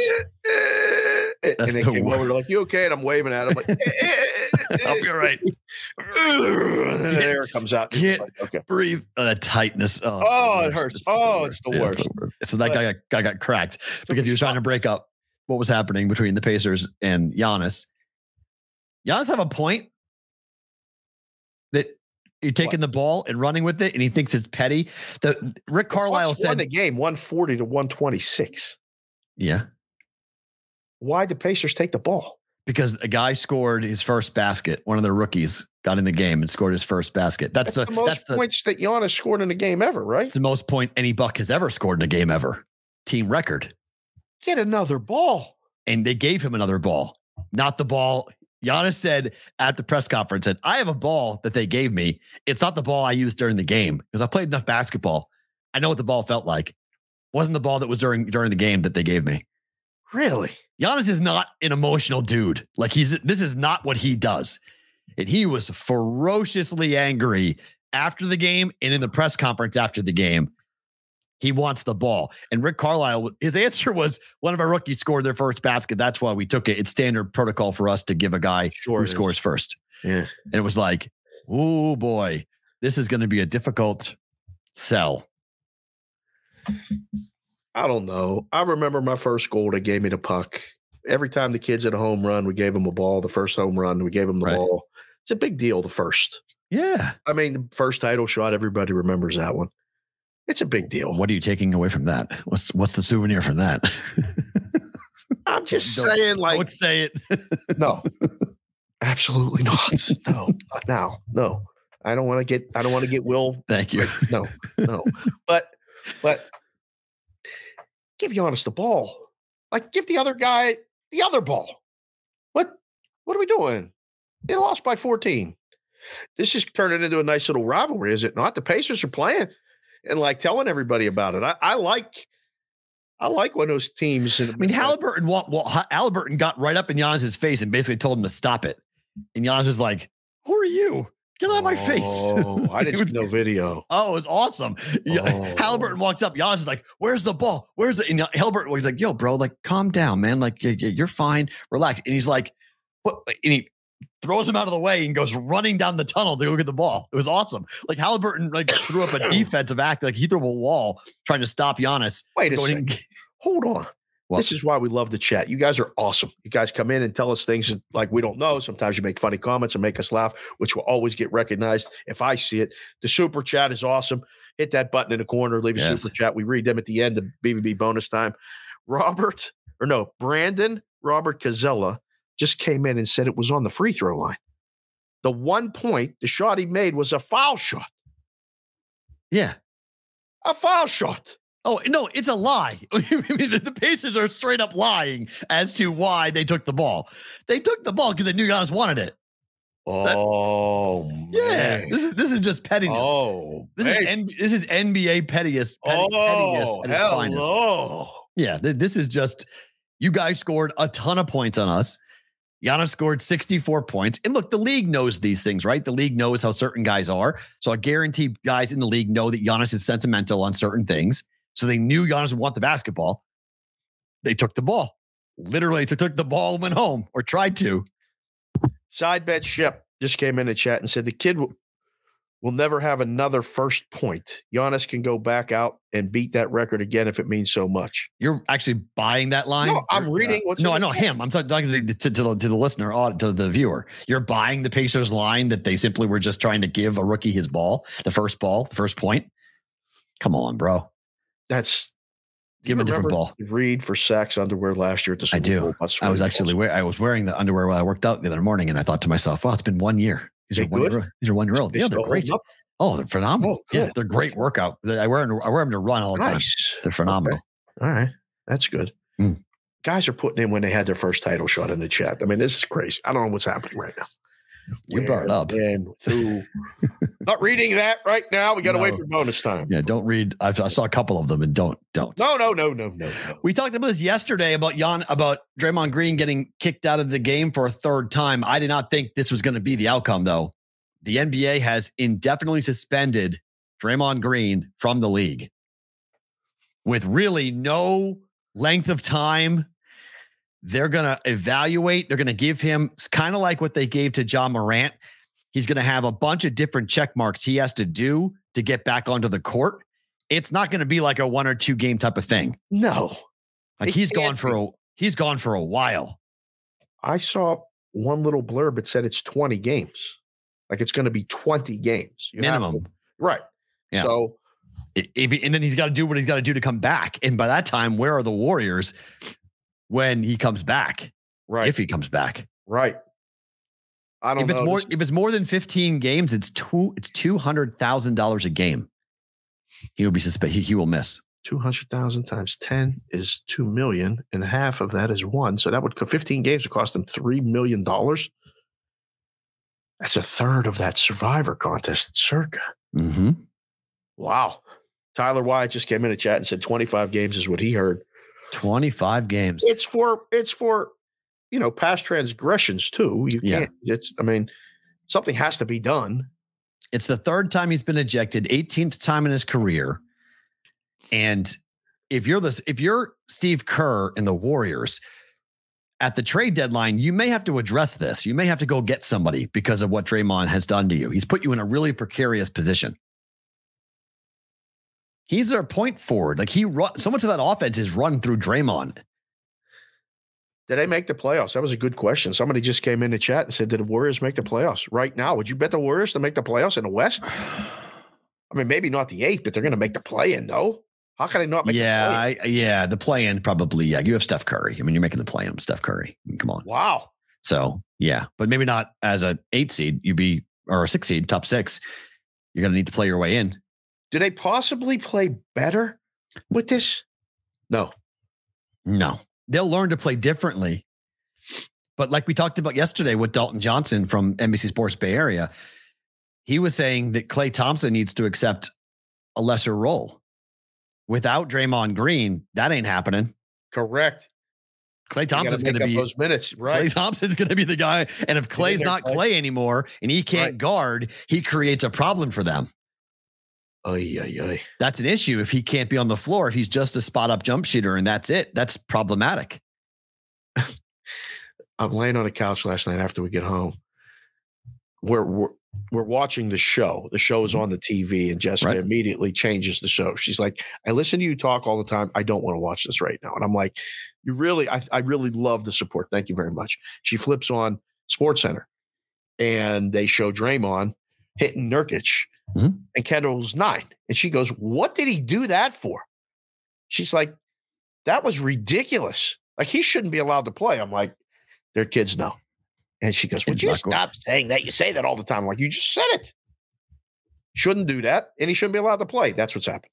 S6: And
S5: That's
S6: they
S5: the
S6: came over,
S5: worst.
S6: they're like, "You okay?" And I'm waving at him, like, "Eh,
S5: I'll be all right.
S6: And then air comes out.
S5: Yeah.
S6: Like, okay.
S5: breathe. Oh, the tightness. Oh,
S6: Oh,
S5: the
S6: it
S5: worst.
S6: hurts. Oh, it's the
S5: Yeah, So that guy got, guy got cracked because he was trying to break up what was happening between the Pacers and Giannis. Giannis have a point that you're taking the ball and running with it, and he thinks it's petty. The Rick Carlisle
S6: Bucks won the
S5: said,
S6: game 140 to 126.
S5: "Yeah,
S6: Why the Pacers take the ball?
S5: because a guy scored his first basket. One of their rookies got in the game and scored his first basket. That's,
S6: That's the,
S5: the, that's
S6: most
S5: the,
S6: points that Giannis scored in a game ever, right?
S5: it's the most point any buck has ever scored in a game ever. Team record.
S6: Get another ball.
S5: And they gave him another ball, not the ball. Giannis said at the press conference, "said I have a ball that they gave me. It's not the ball I used during the game because I played enough basketball. I know what the ball felt like. Wasn't the ball that was during during the game that they gave me."
S6: Really?
S5: Giannis is not an emotional dude. Like he's this is not what he does. And he was ferociously angry after the game and in the press conference after the game. He wants the ball. And Rick Carlisle, his answer was one of our rookies scored their first basket. That's why we took it. It's standard protocol for us to give a guy
S6: Sure.
S5: who scores first.
S6: Yeah.
S5: And it was like, oh boy, this is going to be a difficult sell.
S6: I don't know. I remember my first goal. They gave me the puck. Every time the kids had a home run, we gave them a ball. The first home run, we gave them the
S5: Right.
S6: ball. It's a big deal. The first.
S5: Yeah.
S6: I mean, the first title shot. Everybody remembers that one. It's a big deal.
S5: What are you taking away from that? What's what's the souvenir from that?
S6: I'm just
S5: Don't-
S6: saying,
S5: I
S6: like,
S5: would say it.
S6: no, absolutely not. No, not now. No, I don't want to get. I don't want to get Will.
S5: Thank you.
S6: No, no. But, but give Giannis the ball. Like, give the other guy the other ball. What? What are we doing? They lost by 14. This is turning into a nice little rivalry, is it not? The Pacers are playing and like telling everybody about it. I, I like. I like when those teams. In
S5: I mean, Halliburton, wa- wa- Ha- Halliburton got right up in Giannis's face and basically told him to stop it. And Giannis was like, "Who are you? Get out of my face!"
S6: Oh, I
S5: It
S6: didn't
S5: was-
S6: see no video.
S5: Oh, it's awesome. Yeah,
S6: Oh.
S5: Halliburton walks up. Giannis is like, "Where's the ball? Where's the?" And Halliburton was like, "Yo, bro, like, calm down, man. Like, y- y- you're fine. Relax." And he's like, "What?" And he throws him out of the way and goes running down the tunnel to go get the ball. It was awesome. Like Halliburton like threw up a defensive act. Like he threw up a wall trying to stop Giannis.
S6: Wait a
S5: Going
S6: second.
S5: and-
S6: Hold on.
S5: What?
S6: This is why we love the chat. You guys are awesome. You guys come in and tell us things that, like we don't know. Sometimes you make funny comments and make us laugh, which will always get recognized if I see it. The super chat is awesome. Hit that button in the corner, leave a
S5: Yes.
S6: super chat. We read them at the end of BBB bonus time. Robert, or no, Brandon Robert Cazella just came in and said it was on the free throw line. The one point, the shot he made was a foul shot.
S5: yeah.
S6: A foul shot.
S5: Oh no, it's a lie. I mean, the, the Pacers are straight up lying as to why they took the ball. They took the ball because they knew Giannis wanted it.
S6: Oh,
S5: Yeah,
S6: man.
S5: this is this is just pettiness.
S6: Oh,
S5: this
S6: hey, Oh,
S5: is N, this is NBA pettiest petty, pettiness at its finest.
S6: hello.
S5: Yeah, th- this is just you guys scored a ton of points on us. Giannis scored 64 points. And look, the league knows these things, right? The league knows how certain guys are. So I guarantee guys in the league know that Giannis is sentimental on certain things. So they knew Giannis would want the basketball. They took the ball. Literally they took the ball and went home or tried to.
S6: Side bet Shep just came in the chat and said the kid will, will never have another first point. Giannis can go back out and beat that record again if it means so much.
S5: You're actually buying that line.
S6: No, I'm
S5: You're- uh,
S6: reading what's
S5: no,
S6: in
S5: I
S6: the
S5: know
S6: chat.
S5: him. I'm talking talking to the, to, to the, to the listener, aud- to the viewer. You're buying the Pacers line that they simply were just trying to give a rookie his ball, the first ball, the first point. Come on, bro.
S6: That's
S5: Give him a different ball.
S6: Reed for sacks underwear last year at the Super
S5: I do.
S6: Bowl. swear
S5: I was
S6: to God.
S5: actually wear, I was wearing the underwear while I worked out the other morning, and I thought to myself, "Wow, it's been one year. These
S6: They
S5: are one
S6: good?
S5: year, these are one year old.
S6: They
S5: Yeah,
S6: still
S5: they're great.
S6: holding up?
S5: Oh, they're phenomenal.
S6: Oh,
S5: yeah,
S6: good.
S5: they're great workout. They- I wear 'em- I wear them to run all the time.
S6: Nice.
S5: They're phenomenal.
S6: All right. That's good.
S5: Mm.
S6: Guys are putting in when they had their first title shot in the chat. I mean, this is crazy. I don't know what's happening right now.
S5: You brought it up.
S6: And who? Not reading that right now. We got to wait
S5: No.
S6: for bonus time.
S5: Yeah, don't read. I, I saw a couple of them, and don't don't.
S6: No, no, no, no, no, no.
S5: We talked about this yesterday about Jan about Draymond Green getting kicked out of the game for a third time. I did not think this was going to be the outcome, though. The NBA has indefinitely suspended Draymond Green from the league with really no length of time. They're going to evaluate. They're going to give him it's kind of like what they gave to John Morant. He's going to have a bunch of different check marks he has to do to get back onto the court. It's not going to be like a one or two game type of thing.
S6: No.
S5: Like
S6: It
S5: he's gone
S6: can't
S5: for a he's gone for a while.
S6: I saw one little blurb that said it's 20 games. Like it's going to be 20 games. You have to-
S5: minimum.
S6: right.
S5: Yeah.
S6: So
S5: I- if he- and then he's got to do what he's got to do to come back. And by that time, where are the Warriors when he comes back?
S6: right.
S5: If he comes back.
S6: Right. I don't
S5: If it's
S6: know.
S5: more
S6: Just-
S5: if it's more than 15 games, it's two it's two hundred thousand dollars a game. He will be suspect he, he will miss.
S6: 200,000 times 10 is 2 million, and half of that is one. So that would co- 15 games would cost them $3 million. That's a third of that survivor contest, circa.
S5: Mm-hmm.
S6: Wow. Tyler Wyatt just came in a chat and said 25 games is what he heard.
S5: 25 games.
S6: It's for, it's for, you know, past transgressions too. You
S5: Yeah.
S6: can't, it's, I mean, something has to be done.
S5: It's the third time he's been ejected, 18th time in his career. And if you're this, if you're Steve Kerr and the Warriors at the trade deadline, you may have to address this. You may have to go get somebody because of what Draymond has done to you. He's put you in a really precarious position. He's their point forward. Like he run so much of that offense is run through Draymond.
S6: Did they make the playoffs? That was a good question. Somebody just came in the chat and said, Did the Warriors make the playoffs right now? Would you bet the Warriors to make the playoffs in the West? I mean, maybe not the eighth, but they're going to make the play in, no? How can they not make
S5: yeah,
S6: the play
S5: I, yeah. The play in probably, yeah. You have Steph Curry. I mean, you're making the play in with Steph Curry. I mean, Come on.
S6: Wow.
S5: So yeah, but maybe not as a eight seed. You'd be or a six seed, top six. You're gonna need to play your way in.
S6: Do they possibly play better with this? No.
S5: No, they'll learn to play differently. But like we talked about yesterday with Dalton Johnson from NBC Sports Bay Area, he was saying that Clay Thompson needs to accept a lesser role. Without Draymond Green, that ain't happening.
S6: Correct.
S5: Clay
S6: You gotta
S5: Thompson's
S6: make
S5: gonna
S6: up
S5: be
S6: those minutes,
S5: Clay
S6: right?
S5: Thompson's going to be the guy. And if Clay's
S6: there,
S5: not
S6: Clay.
S5: Clay anymore and he can't
S6: Right.
S5: guard, he creates a problem for them.
S6: Ay, ay, ay.
S5: That's an issue if he can't be on the floor, if he's just a spot up jump shooter and that's it. That's problematic.
S6: I'm laying on a couch last night after we get home. We're, we're we're watching the show. The show is on the TV, and Jessica
S5: Right.
S6: immediately changes the show. She's like, "I listen to you talk all the time. I don't want to watch this right now." And I'm like, "You really? I, I really love the support. Thank you very much." She flips on Sports Center, and they show Draymond hitting Nurkic,
S5: Mhm.
S6: and Kendall's nine, and she goes, "What did he do that for?" She's like, "That was ridiculous. Like he shouldn't be allowed to play." I'm like, "Their kids know." And she goes, "Would
S5: It's
S6: you
S5: not cool."
S6: stop saying that? You say that all the time." I'm like, "You just said it. Shouldn't do that, and he shouldn't be allowed to play." That's what's happened.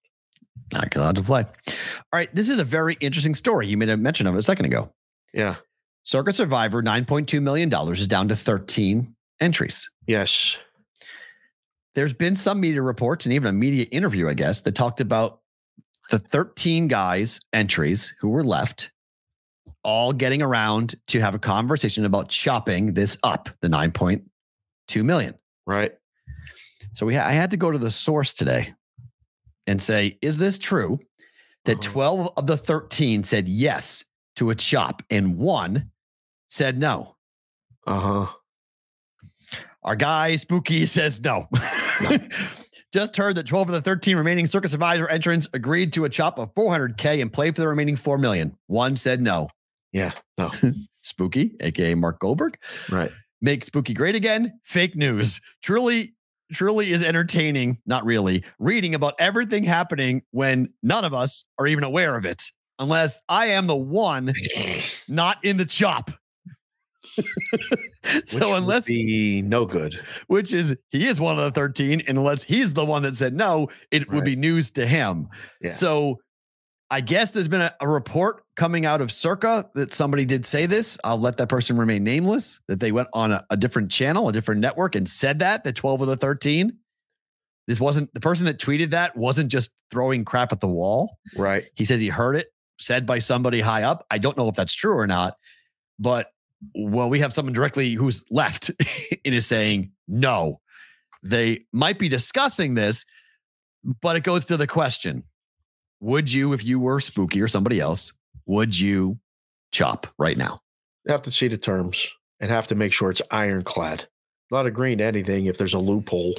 S5: Not allowed to play. All right. This is a very interesting story. You made a mention of it a second ago.
S6: Yeah.
S5: Circuit Survivor, $9.2 million is down to 13 entries.
S6: Yes.
S5: There's been some media reports and even a media interview, I guess, that talked about the 13 guys' entries who were left all getting around to have a conversation about chopping this up, the 9.2 million.
S6: Right.
S5: So we ha- I had to go to the source today and say, is this true that
S6: Uh-huh.
S5: 12 of the 13 said yes to a chop and one said no?
S6: Uh huh.
S5: Our guy Spooky says no. Just heard that 12 of the 13 remaining Circus Advisor entrants agreed to a chop of 400K and play for the remaining 4 million. One said no.
S6: Yeah, no.
S5: Spooky, aka Mark Goldberg,
S6: Right.
S5: make Spooky great again. Fake news. Truly, truly is entertaining, not really, reading about everything happening when none of us are even aware of it, unless I am the one not in the chop. so,
S6: Which
S5: unless
S6: would be no good.
S5: which is he is one of the 13 and unless he's the one that said no it would
S6: Right.
S5: be news to him
S6: Yeah.
S5: so i guess there's been a, a report coming out of circa that somebody did say this i'll let that person remain nameless that they went on a, a different channel a different network and said that the 12 of the 13 this wasn't the person that tweeted that wasn't just throwing crap at the wall
S6: Right.
S5: he says he heard it said by somebody high up. I don't know if that's true or not, but well, we have someone directly who's left and is saying no. They might be discussing this, but it goes to the question: Would you, if you were spooky or somebody else, would you chop right now?
S6: have to see the terms and have to make sure it's ironclad. Not agreeing to anything if there's a loophole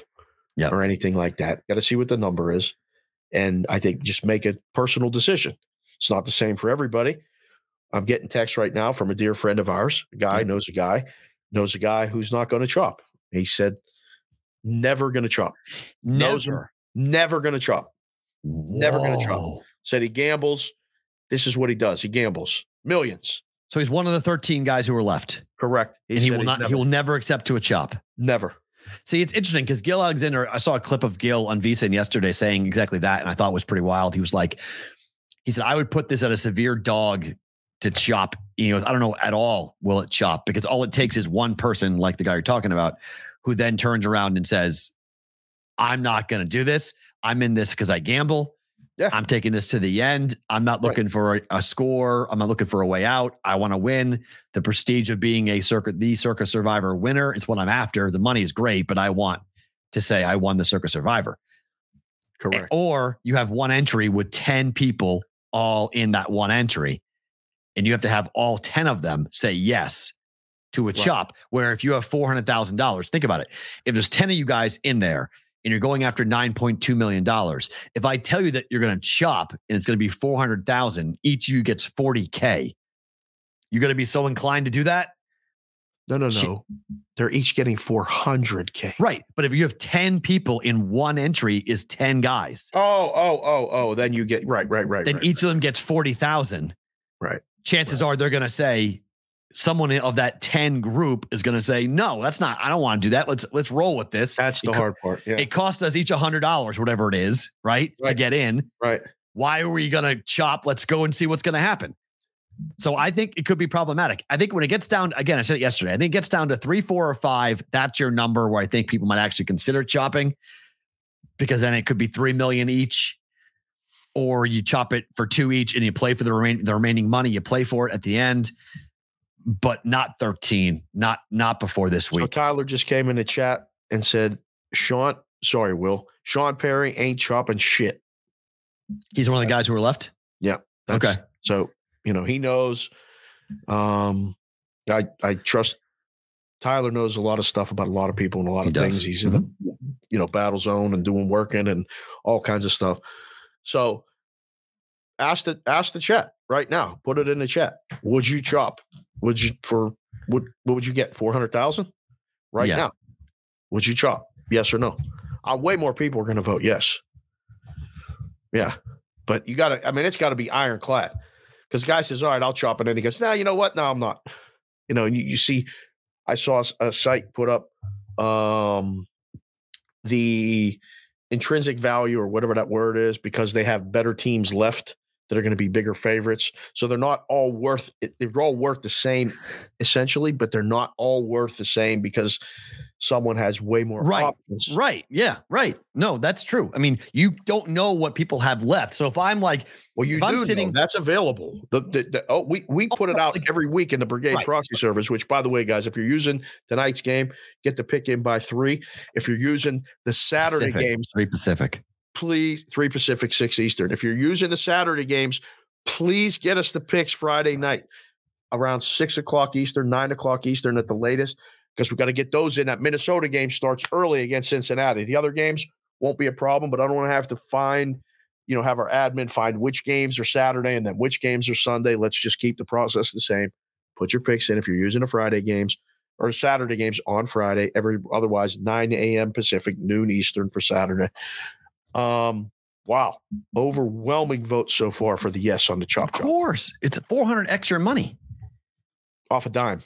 S5: Yeah.
S6: or anything like that. Got to see what the number is. And I think just make a personal decision. It's not the same for everybody. I'm getting text right now from a dear friend of ours, a guy
S5: Yeah.
S6: knows a guy, knows a guy who's not going to chop. He said, never going to chop, Knows him. never going to chop. Never gonna chop.
S5: Whoa.
S6: Said he gambles. This is what he does. He gambles millions.
S5: So he's one of the 13 guys who were left.
S6: Correct.
S5: and he
S6: said
S5: will
S6: he's
S5: not.
S6: Never,
S5: He will never accept to a chop.
S6: never.
S5: See, it's interesting because Gil Alexander, I saw a clip of Gil on Visa yesterday saying exactly that, and I thought it was pretty wild. He was like, he said, I would put this at a severe dog to chop. You know, I don't know at all will it chop because all it takes is one person, like the guy you're talking about, who then turns around and says, I'm not going to do this. I'm in this because I gamble.
S6: Yeah.
S5: I'm taking this to the end. I'm not
S6: Right.
S5: looking for a, a score. I'm not looking for a way out. I want to win. The prestige of being a circuit, the circus survivor winner is what I'm after. The money is great, but I want to say I won the circus survivor.
S6: Correct.
S5: Or you have one entry with 10 people all in that one entry. And you have to have all 10 of them say yes to a chop. Where if you have $400,000, think about it. If there's 10 of you guys in there and you're going after $9.2 million, if I tell you that you're going to chop and it's going to be 400,000, each of you gets 40K. You're going to be so inclined to do that?
S6: No, no,
S5: She-
S6: no. They're each getting 400K.
S5: Right. But if you have 10 people in one entry is 10 guys.
S6: Oh, oh, oh, oh. Then you get right, right, right.
S5: then
S6: right.
S5: each of them gets 40,000.
S6: Right.
S5: Chances are they're going to say someone of that 10 group is going to say, "No, that's not I don't want to do that. Let's let's roll with this."
S6: That's the
S5: it co-
S6: hard part. Yeah.
S5: It cost us each $100, whatever it is, right? To
S6: Right.
S5: get in.
S6: right.
S5: Why are we going to chop? Let's go and see what's going to happen. So I think it could be problematic. I think when it gets down again, I said it yesterday. I think it gets down to 3, 4 or 5, that's your number where I think people might actually consider chopping because then it could be 3 million each or you chop it for two each and you play for the remain the remaining money. You play for it at the end, but not thirteen, not not before this
S6: So
S5: week.
S6: Tyler just came in the chat and said, Sean, sorry, Will, Sean Perry ain't chopping shit.
S5: He's one of the guys who were left.
S6: okay. So, you know, he knows. Um, I I trust Tyler knows a lot of stuff about a lot of people and a lot
S5: He
S6: of
S5: does. Mm-hmm.
S6: things. He's in the you know battle zone and doing working and all kinds of stuff. So ask the ask the chat right now. Put it in the chat. Would you chop? Would you for what what would you get? Four hundred thousand? Right
S5: Yeah.
S6: now. Would you chop? Yes or no? Uh, way more people are gonna vote yes. Yeah. But you gotta, I mean, it's gotta be ironclad. Because the guy says, All right, I'll chop it. And he goes, Nah, you know what? No, I'm not. You know, and you, you see, I saw s- a site put up um the intrinsic value or whatever that word is, because they have better teams left that are going to be bigger favorites. So they're not all worth it- they're all worth the same essentially, but they're not all worth the same because someone has way more
S5: Right.
S6: options.
S5: Right. Yeah. Right. No, that's true. I mean, you don't know what people have left. So if I'm like,
S6: Well, you
S5: If I'm
S6: do
S5: sitting-
S6: know that's available. The, the, the oh, we we put it out
S5: like-
S6: every week in the Brigade
S5: Right.
S6: Proxy Service. Which, by the way, guys, if you're using tonight's game, get the pick in by three. If you're using the Saturday
S5: Pacific.
S6: games,
S5: three Pacific,
S6: please three Pacific, six Eastern. If you're using the Saturday games, please get us the picks Friday night around six o'clock Eastern, nine o'clock Eastern at the latest, because we've got to get those in. That Minnesota game starts early against Cincinnati. The other games won't be a problem, but I don't want to have to find, you know, have our admin find which games are Saturday and then which games are Sunday. Let's just keep the process the same. Put your picks in if you're using the Friday games or Saturday games on Friday. Every otherwise 9 a.m. Pacific, noon Eastern for Saturday. Um, wow, overwhelming vote so far for the yes on the
S5: of
S6: chop chop
S5: course, it's 400 x your money.
S6: off a dime.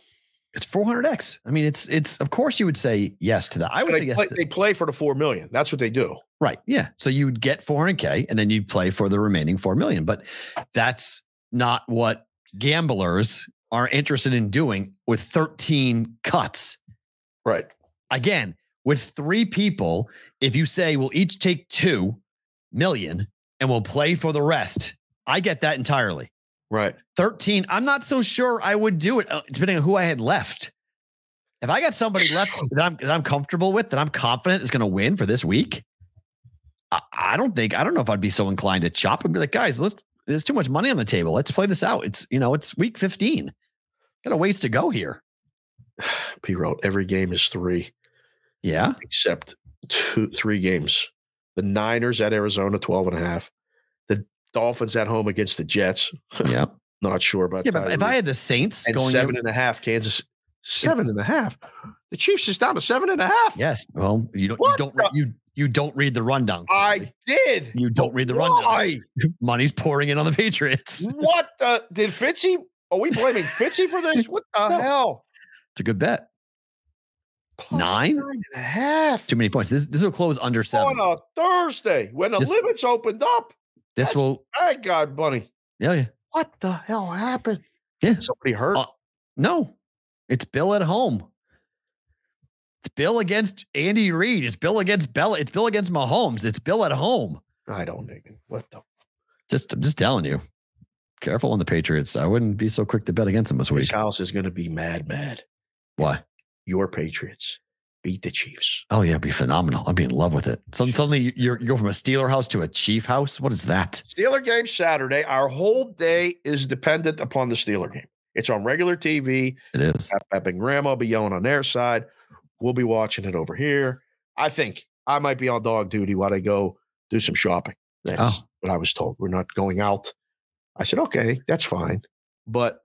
S5: It's 400 x. I mean, it's it's of course you would say yes to that. I would
S6: they
S5: say yes.
S6: play,
S5: to-
S6: they play for the four million. That's what they do.
S5: Right. Yeah. So you would get 400K and then you'd play for the remaining 4 million. But that's not what gamblers are interested in doing with 13 cuts.
S6: Right.
S5: Again, with three people, if you say we'll each take 2 million and we'll play for the rest, I get that entirely.
S6: Right.
S5: 13 i'm not so sure i would do it uh, depending on who i had left if i got somebody left that i'm, that I'm comfortable with that i'm confident is going to win for this week I, I don't think i don't know if i'd be so inclined to chop and be like guys let's there's too much money on the table let's play this out it's you know it's week 15 got a ways to go here
S6: P wrote every game is three
S5: yeah
S6: except two three games. The Niners at Arizona, 12 and a half. The Dolphins at home against the Jets.
S5: yeah
S6: Not sure about
S5: yeah but if i
S6: Tyreek.
S5: had the saints
S6: uh, and
S5: going in-
S6: seven and a half, Kansas seven and a half. The Chiefs is down to seven and a half.
S5: yes well you don't you
S6: What
S5: don't
S6: the-
S5: re- you you don't read the rundown
S6: I
S5: clearly.
S6: did.
S5: you don't read the rundown
S6: Why?
S5: money's pouring in on the patriots
S6: What the, did Fitzy? Are we blaming Fitzy for this? What the
S5: No.
S6: hell?
S5: It's a good bet.
S6: Plus
S5: Nine?
S6: nine and a half
S5: Too many points. This, this will close under seven.
S6: on a Thursday when the
S5: This-
S6: limits opened up.
S5: This
S6: that's-
S5: will,
S6: My God, Bunny,
S5: yeah, yeah.
S6: what the hell happened?
S5: Yeah.
S6: somebody hurt.
S5: Uh, No, it's Bill at home. It's Bill against Andy Reid. It's Bill against Bella. It's Bill against Mahomes. It's Bill at home.
S6: I don't even. What the
S5: Just, I'm just telling you. Careful on the Patriots. I wouldn't be so quick to bet against them this week.
S6: This house is going to be mad, mad.
S5: Why?
S6: Your Patriots beat the Chiefs.
S5: Oh yeah, it'd be phenomenal. I'd be in love with it. So, suddenly you- you're, you go from a Steeler house to a Chief house. What is that?
S6: Steeler game Saturday. Our whole day is dependent upon the Steeler game. It's on regular TV.
S5: It is.
S6: Pap Pap and Grandma be yelling on their side. We'll be watching it over here. I think I might be on dog duty while I go do some shopping. That's
S5: Oh.
S6: what I was told. We're not going out. I said, okay, that's fine. But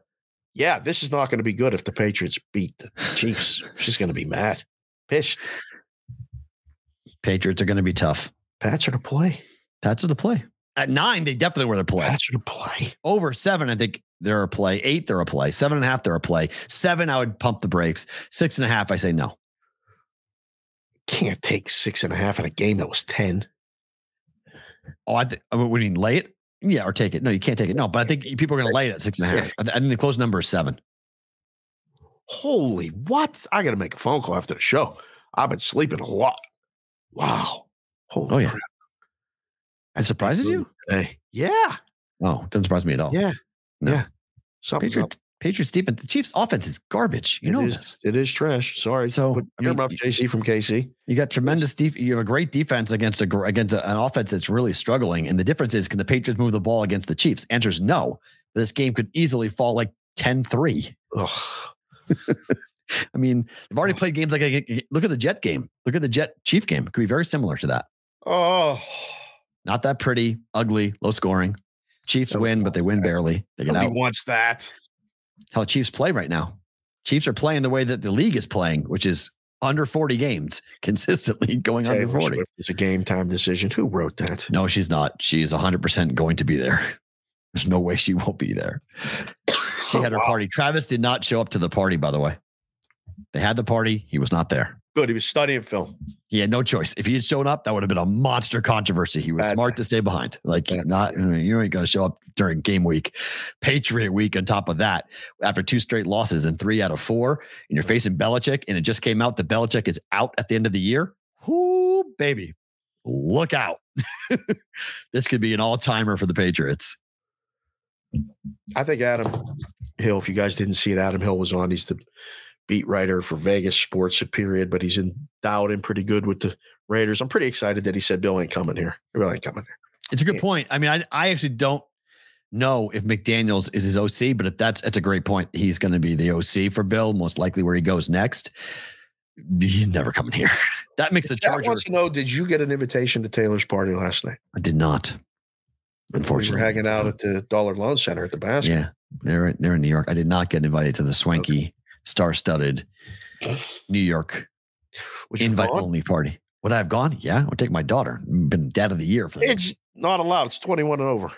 S6: yeah, this is not going to be good if the Patriots beat the Chiefs. She's going to be mad, pissed.
S5: Patriots are going to be tough.
S6: Pats are to play.
S5: That's what the play. At nine, they definitely were the play.
S6: Pats are to play.
S5: Over seven, I think they're a play. Eight, they're a play. Seven and a half, they're a play. Seven, I would pump the brakes. Six and a half, I say no.
S6: Can't take six and a half in a game that was 10.
S5: Oh, I th- I mean, what do you mean, lay it? Yeah, or take it. No, you can't take it. No, but I think people are going to lay it at six and a half. I th- I think the close number is seven.
S6: Holy what? I got to make a phone call after the show. I've been sleeping a lot. Wow. Holy
S5: Oh, yeah.
S6: crap.
S5: It surprises you?
S6: Hey, yeah.
S5: Oh, doesn't surprise me at all.
S6: Yeah.
S5: No.
S6: Yeah. Something's up.
S5: Patriots, Patriots defense. The Chiefs offense is garbage. You
S6: It
S5: know
S6: is-
S5: this.
S6: It is trash. Sorry.
S5: So,
S6: Put
S5: I
S6: your
S5: mean,
S6: mouth,
S5: you-
S6: JC from KC.
S5: You got tremendous def- you have a great defense against a gr- against a- an offense that's really struggling. And the difference is can the Patriots move the ball against the Chiefs? Answer is no. This game could easily fall like 10-3.
S6: Ugh.
S5: I mean, they've already played games like look at the Jet game. Look at the Jet Chief game. It could be very similar to that.
S6: Oh,
S5: Not that pretty, ugly, low scoring. Chiefs
S6: Nobody
S5: win, but they
S6: wants
S5: win
S6: that.
S5: barely. They get
S6: nobody
S5: out.
S6: wants that.
S5: How Chiefs play right now. Chiefs are playing the way that the league is playing, which is under 40 games consistently going
S6: Taylor
S5: under 40.
S6: Swift is a game time decision. Who wrote that?
S5: No, she's not. She's 100% going to be there. There's no way she won't be there. She had her
S6: Wow.
S5: party. Travis did not show up to the party, by the way. They had the party. He was not there.
S6: Good. He was studying film.
S5: He had no choice. If he had shown up, that would have been a monster controversy. He was
S6: Bad
S5: smart to stay behind. Like
S6: Bad
S5: not you ain't gonna show up during game week, Patriot week. On top of that, after two straight losses and three out of four, and you're facing Belichick, and it just came out that Belichick is out at the end of the year. Whoo, baby, look out! this could be an all timer for the Patriots.
S6: I think Adam Hill, if you guys didn't see it, Adam Hill was on. He's the beat writer for Vegas sports, a period, but he's endowed in pretty good with the Raiders. I'm pretty excited that he said Bill ain't coming here. Bill ain't coming here.
S5: It's a good
S6: Yeah.
S5: point. I mean, I, I actually don't know if McDaniels is his OC, but if that's that's a great point. He's going to be the OC for Bill, most likely where he goes next. He's never coming here. That makes the
S6: Chad
S5: Charger.
S6: wants to know, did you get an invitation to Taylor's party last night?
S5: I did not. Unfortunately,
S6: we were hanging out at the Dollar Loan Center at the basket.
S5: yeah, they're they're in New York. I did not get invited to the swanky, star-studded New York
S6: Was you
S5: invite
S6: gone?
S5: only party. Would I have gone? Yeah, I would take my daughter. Been dad of the year for this.
S6: It's not allowed. It's 21 and over.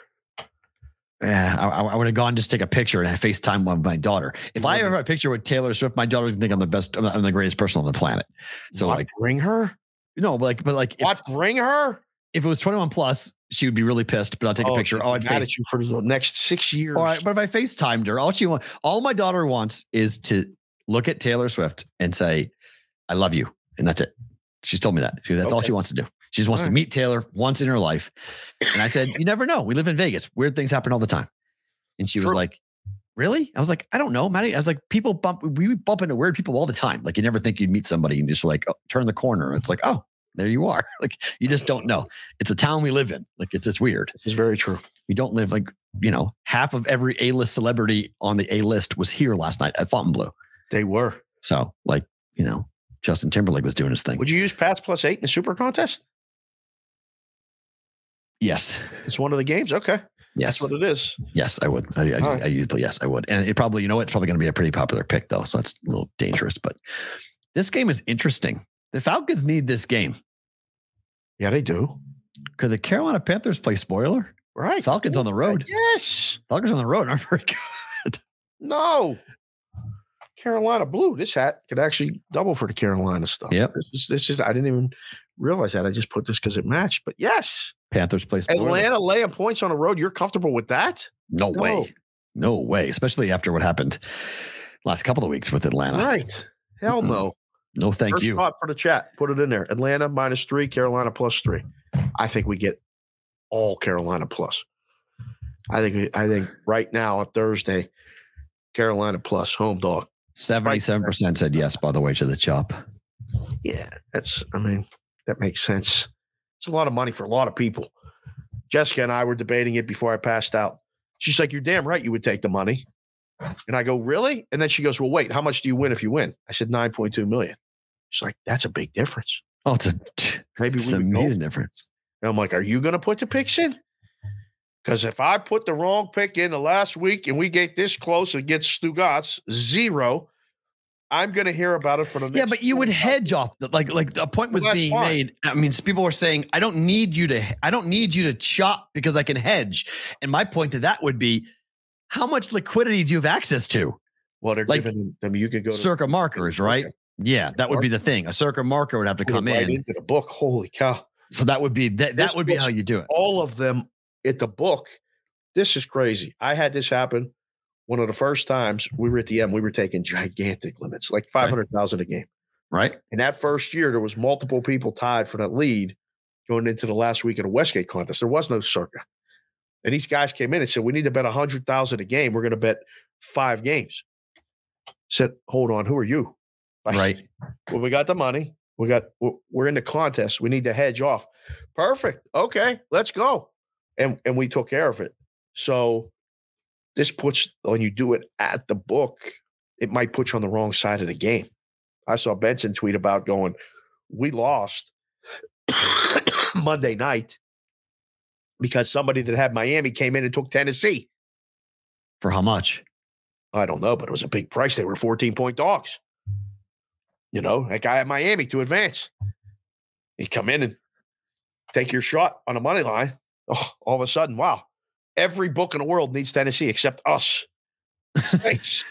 S5: Yeah, I, I would have gone just take a picture and I FaceTime with my daughter. If I ever had a picture with Taylor Swift, my daughter's gonna think I'm the best, I'm the- I'm the greatest person on the planet. So
S6: Not
S5: like,
S6: bring her?
S5: no, but like, but like, if,
S6: What bring her?
S5: if it was 21 plus, she would be really pissed. But I'll take a picture.
S6: she's
S5: Oh, I'd
S6: mad
S5: face.
S6: at you for the next six years.
S5: All right, but if I FaceTimed her, all she wants, all my daughter wants is to look at Taylor Swift and say, "I love you," and that's it. She's told me that. She, that's all
S6: Okay.
S5: she wants to do. She just wants
S6: All
S5: to
S6: right.
S5: meet Taylor once in her life. And I said, "You never know. We live in Vegas. Weird things happen all the time." And she was
S6: True.
S5: like, "Really?" I was like, "I don't know, Maddie." I was like, "People bump. We bump into weird people all the time. Like you never think you'd meet somebody and just like oh, turn the corner. It's like, oh, there you are. Like you just don't know. It's a town we live in. Like it's just weird."
S6: It's very true.
S5: We don't live like, you know, half of every A list celebrity on the A list was here last night at Fontainebleau.
S6: They were.
S5: So, like, you know, Justin Timberlake was doing his thing.
S6: Would you use Pats plus eight in the super contest?
S5: yes.
S6: It's one of the games. Okay.
S5: Yes.
S6: That's what it is.
S5: Yes, I would. I, I,
S6: All right.
S5: I usually, yes, I would. And it probably, you know, what, it's probably going to be a pretty popular pick, though. So that's a little dangerous. But this game is interesting. The Falcons need this game.
S6: Yeah, they do.
S5: Could the Carolina Panthers play spoiler?
S6: Right.
S5: Falcons on the road.
S6: Yes.
S5: Falcons on the road aren't very good.
S6: No. Carolina blue. This hat could actually double for the Carolina stuff.
S5: Yep.
S6: This is this is I didn't even realize that. I just put this because it matched. But yes,
S5: Panthers place Florida.
S6: Atlanta laying points on the road. You're comfortable with that?
S5: No,
S6: No.
S5: way. No way. Especially after what happened last couple of weeks with Atlanta.
S6: Right. Hell no.
S5: No, thank
S6: First
S5: you.
S6: spot for the chat. Put it in there. Atlanta minus three, Carolina plus three. I think we get all Carolina plus. I think we, I think right now on Thursday, Carolina plus home dog.
S5: Seventy-seven percent said yes. By the way, to the chop.
S6: Yeah, that's I mean, that makes sense. It's a lot of money for a lot of people. Jessica and I were debating it before I passed out. She's like, You're damn right you would take the money. And I go, Really? And then she goes, Well, wait, how much do you win if you win? I said, 9.2 million. She's like, That's a big difference.
S5: Oh, it's a
S6: Maybe
S5: it's
S6: we
S5: an
S6: would go
S5: amazing difference.
S6: and I'm like, are you going to put the picks in? Because if I put the wrong pick in the last week and we get this close against Stugatz, zero, I'm going to hear about it for the next.
S5: Yeah, but you would
S6: 45
S5: hedge off. The, like, like the point was
S6: Well, that's
S5: being
S6: fine.
S5: made. I mean, people were saying, "I don't need you to. I don't need you to chop because I can hedge." And my point to that would be, how much liquidity do you have access to?
S6: Well, they're
S5: like,
S6: giving them. You could go to,
S5: Circa markers, right? Yeah, that would be the thing. A circa marker would have to
S6: put it
S5: come
S6: right
S5: in.
S6: into the book. Holy cow!
S5: So that would be that. That
S6: This
S5: would be
S6: was-
S5: how you do it.
S6: All of them at the book. This is crazy. I had this happen. One of the first times we were at the M, we were taking gigantic limits, like five hundred thousand a game.
S5: Right?
S6: And that first year, there was multiple people tied for that lead going into the last week of the Westgate contest. There was no circa. And these guys came in and said, "We need to bet a hundred thousand a game. We're going to bet five games." Said, "Hold on, who are you?" Like,
S5: Right.
S6: Well, we got the money. We got. we're- We're in the contest. We need to hedge off. Perfect. Okay, let's go. And and we took care of it. So this puts when you do it at the book, it might put you on the wrong side of the game. I saw Benson tweet about going, we lost Monday night because somebody that had Miami came in and took Tennessee.
S5: For how much?
S6: I don't know, but it was a big price. They were 14 point dogs. You know, that guy at Miami to advance. You come in and take your shot on a money line. Oh, all of a sudden, wow. Every book in the world needs Tennessee except us. Thanks.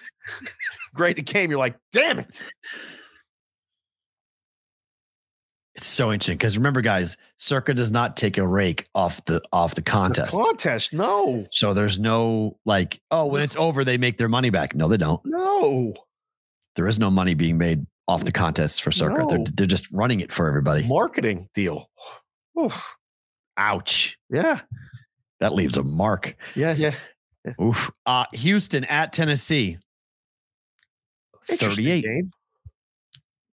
S6: Great the game. You're like, damn it.
S5: It's so interesting because remember, guys, circa does not take a rake off the off the contest.
S6: The contest. No.
S5: So there's no like, oh, when it's over, they make their money back. No, they don't.
S6: No.
S5: There is no money being made off the contests for Circa. They're,
S6: No.
S5: they're just running it for everybody.
S6: Marketing deal. Oof.
S5: Ouch.
S6: Yeah.
S5: That leaves a mark.
S6: Yeah. Yeah.
S5: Oof. Uh, Houston at Tennessee.
S6: Interesting
S5: 38.
S6: game.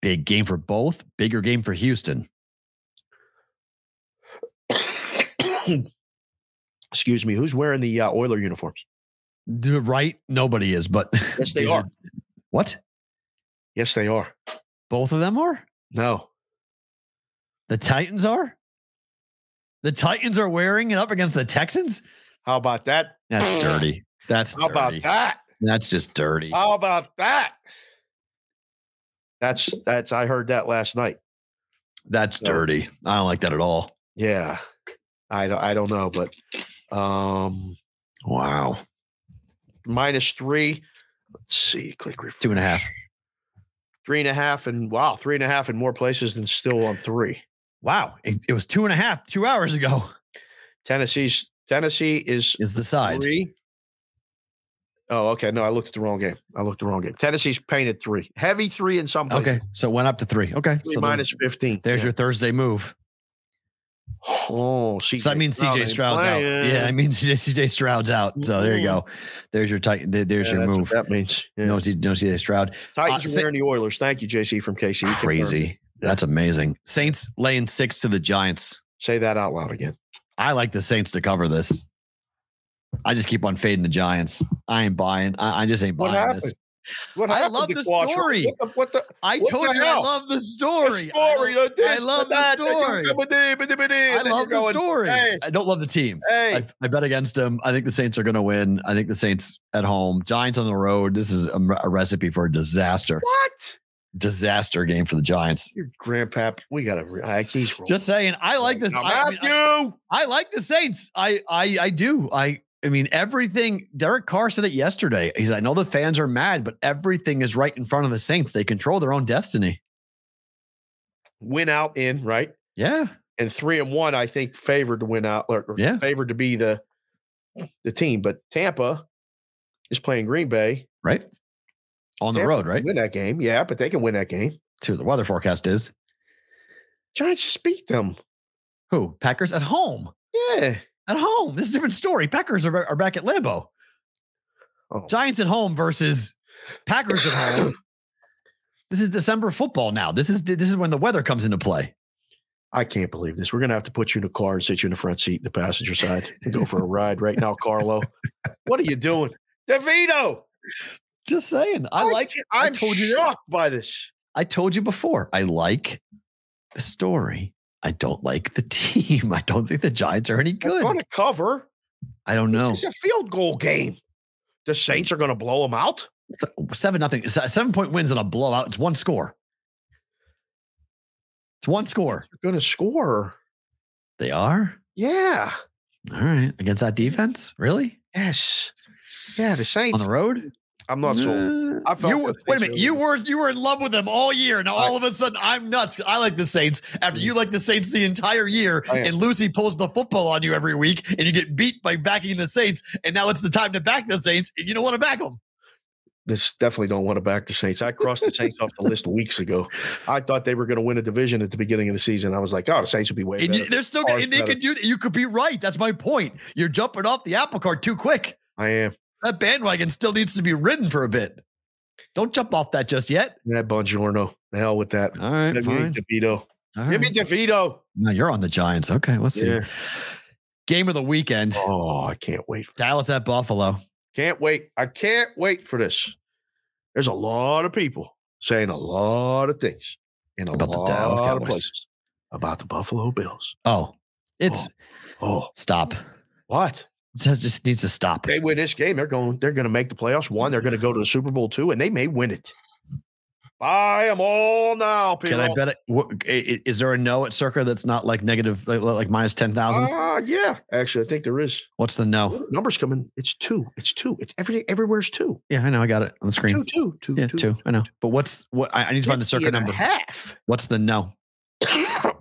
S5: Big game for both. Bigger game for Houston.
S6: Excuse me. Who's wearing the uh, Oiler uniforms?
S5: D- Right? Nobody is, but
S6: Yes, they
S5: these
S6: are.
S5: What?
S6: Yes, they are.
S5: Both of them are?
S6: No.
S5: The Titans are? The Titans are wearing it up against the Texans?
S6: How about that?
S5: That's dirty. That's
S6: How about
S5: dirty.
S6: that?
S5: That's just dirty.
S6: How about that? That's that's I heard that last night.
S5: That's
S6: So-
S5: dirty. I don't like that at all.
S6: Yeah. I don't I don't know, but um
S5: Wow.
S6: minus three. Let's see, click refresh.
S5: Two and a half.
S6: Three and a half and wow, three and a half in more places than still on three.
S5: Wow. It, it was two and a half, two hours ago.
S6: Tennessee's Tennessee is
S5: Is the side.
S6: three. Oh, okay. No, I looked at the wrong game. I looked at the wrong game. Tennessee's painted three. Heavy three in some places.
S5: Okay. So it went up to three. Okay.
S6: Three
S5: so
S6: minus
S5: minus,
S6: 15.
S5: there's
S6: Yeah.
S5: your Thursday move.
S6: Oh, CJ.
S5: so that means
S6: Stroud
S5: CJ
S6: ain't
S5: Stroud's out.
S6: playing. Mm.
S5: Yeah, I mean CJ, CJ Stroud's out. So there you go. There's your tight. there- There's
S6: Yeah,
S5: your
S6: that's what
S5: move.
S6: that means. Yeah.
S5: No, C- no CJ Stroud.
S6: Titans
S5: uh,
S6: are
S5: Sa-
S6: wearing the Oilers. Thank you, JC from KC. You confirmed.
S5: Crazy. That's amazing. Saints laying six to the Giants.
S6: Say that out loud again.
S5: I like the Saints to cover this. I just keep on fading the Giants. I ain't buying. I, I just ain't
S6: What
S5: buying
S6: happened?
S5: this.
S6: What
S5: I
S6: happened
S5: love
S6: to
S5: the
S6: Quattro?
S5: story.
S6: What the, what the,
S5: I
S6: What
S5: told
S6: the
S5: you I
S6: hell?
S5: love the
S6: the
S5: story. I
S6: story?
S5: love-
S6: the this,
S5: love the
S6: that, then you
S5: story.
S6: come with the- with the- with the-
S5: I
S6: and then
S5: love
S6: you're
S5: the
S6: going,
S5: story.
S6: Hey,
S5: I don't love the team.
S6: hey.
S5: I, I bet against them. I think the Saints are going to win. I think the Saints at home, Giants on the road. This is a, a recipe for a disaster,
S6: what?
S5: disaster game for the Giants.
S6: Your grandpap. We got to. I he's wrong.
S5: Just saying, I like this.
S6: Now,
S5: I, I mean,
S6: Matthew.
S5: I- I like the Saints. I I I do. I I mean, everything. Derek Carr said it yesterday. He's, I know the fans are mad, but everything is right in front of the Saints. They control their own destiny.
S6: Win out in, right?
S5: Yeah.
S6: And three and one, I think, favored to win out or or
S5: Yeah.
S6: favored to be the the team. But Tampa is playing Green Bay.
S5: Right. On the
S6: Tampa
S5: road,
S6: can
S5: right?
S6: Win that game. Yeah, but they can win that game.
S5: To the weather forecast is
S6: Giants just beat them.
S5: who? Packers at home.
S6: Yeah.
S5: At home. This is a different story. Packers are, are back at Lambeau.
S6: Oh.
S5: Giants at home versus Packers at home. This is December football now. This is this is when the weather comes into play.
S6: I can't believe this. We're gonna have to put you in a car and sit you in the front seat in the passenger side and go for a ride right now, Carlo. what are you doing? DeVito.
S5: Just saying. I like
S6: can't-
S5: I
S6: I'm
S5: told you that.
S6: shocked by this.
S5: I told you before. I like the story. I don't like the team. I don't think the Giants are any
S6: They're
S5: good.
S6: gonna cover.
S5: I don't know.
S6: It's a field goal game. The Saints are gonna blow them out.
S5: Se- oh, Seven nothing. Se- Seven point wins and a blowout. It's one score. It's one score.
S6: They're gonna score.
S5: They are.
S6: Yeah.
S5: All right. Against that defense? Really?
S6: Yes. Yeah, the
S5: On
S6: Saints.
S5: the road?
S6: I'm not sold.
S5: Uh,
S6: I felt
S5: you
S6: for
S5: were-
S6: the
S5: wait a
S6: Saints
S5: minute.
S6: earlier.
S5: You were you were in love with them all year, and all of a sudden I'm nuts. I like the Saints after you like the Saints the entire year,
S6: I am.
S5: and Lucy pulls the football on you every week, and you get beat by backing the Saints, and now it's the time to back the Saints, and you don't want to back them.
S6: This definitely don't want to back the Saints. I crossed the Saints off the list weeks ago. I thought they were going to win a division at the beginning of the season. I was like, oh, the Saints would be way
S5: And
S6: better.
S5: you, they're still
S6: Ours
S5: and they
S6: better.
S5: could do that. You could be right. That's my point. You're jumping off the apple cart too quick.
S6: I am.
S5: That bandwagon still needs to be ridden for a bit. Don't jump off that just yet.
S6: That Bongiorno. The hell with that.
S5: All right,
S6: Give me DeVito.
S5: All
S6: Give me
S5: right.
S6: DeVito.
S5: No, you're on the Giants. Okay, let's
S6: Yeah.
S5: see. Game of the weekend.
S6: Oh, I can't wait.
S5: Dallas at Buffalo.
S6: Can't wait. I can't wait for this. There's a lot of people saying a lot of things in a
S5: About the
S6: lot
S5: Dallas
S6: of
S5: Cowboys.
S6: places about the Buffalo Bills.
S5: Oh, it's
S6: Oh,
S5: stop.
S6: what?
S5: It says just needs to stop.
S6: They win this game. They're going. They're going to make the playoffs. One, they're going to go to the Super Bowl. Two, and they may win it. Buy them all now, people.
S5: Can I bet it? wha- i- i- Is there a no at Circa that's not like negative, like, like minus 10,000?
S6: Ah, yeah. Actually, I think there is.
S5: What's the no?
S6: Numbers coming. It's two. It's two. It's everything. Everywhere's two.
S5: Yeah, I know. I got it on the
S6: Two,
S5: screen.
S6: two, two,
S5: Yeah, two. I know. But what's what? I, I need to find the
S6: 50
S5: Circa
S6: and a
S5: number.
S6: half
S5: What's the no?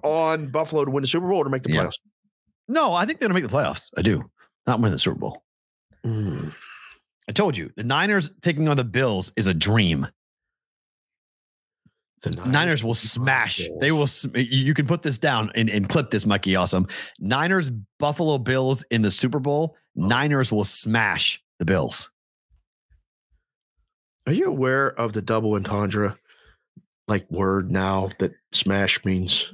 S6: on Buffalo to win the Super Bowl or to make the
S5: Yeah.
S6: playoffs.
S5: No, I think they're going to make the playoffs. I do. Not win the Super Bowl.
S6: Mm.
S5: I told you the Niners taking on the Bills is a dream.
S6: The
S5: Niners will smash. They will. sm- You you can put this down and, and clip this, Mikey. Awesome. Niners, Buffalo Bills in the Super Bowl. Niners will smash the Bills.
S6: Are you aware of the double entendre, like word now that smash means?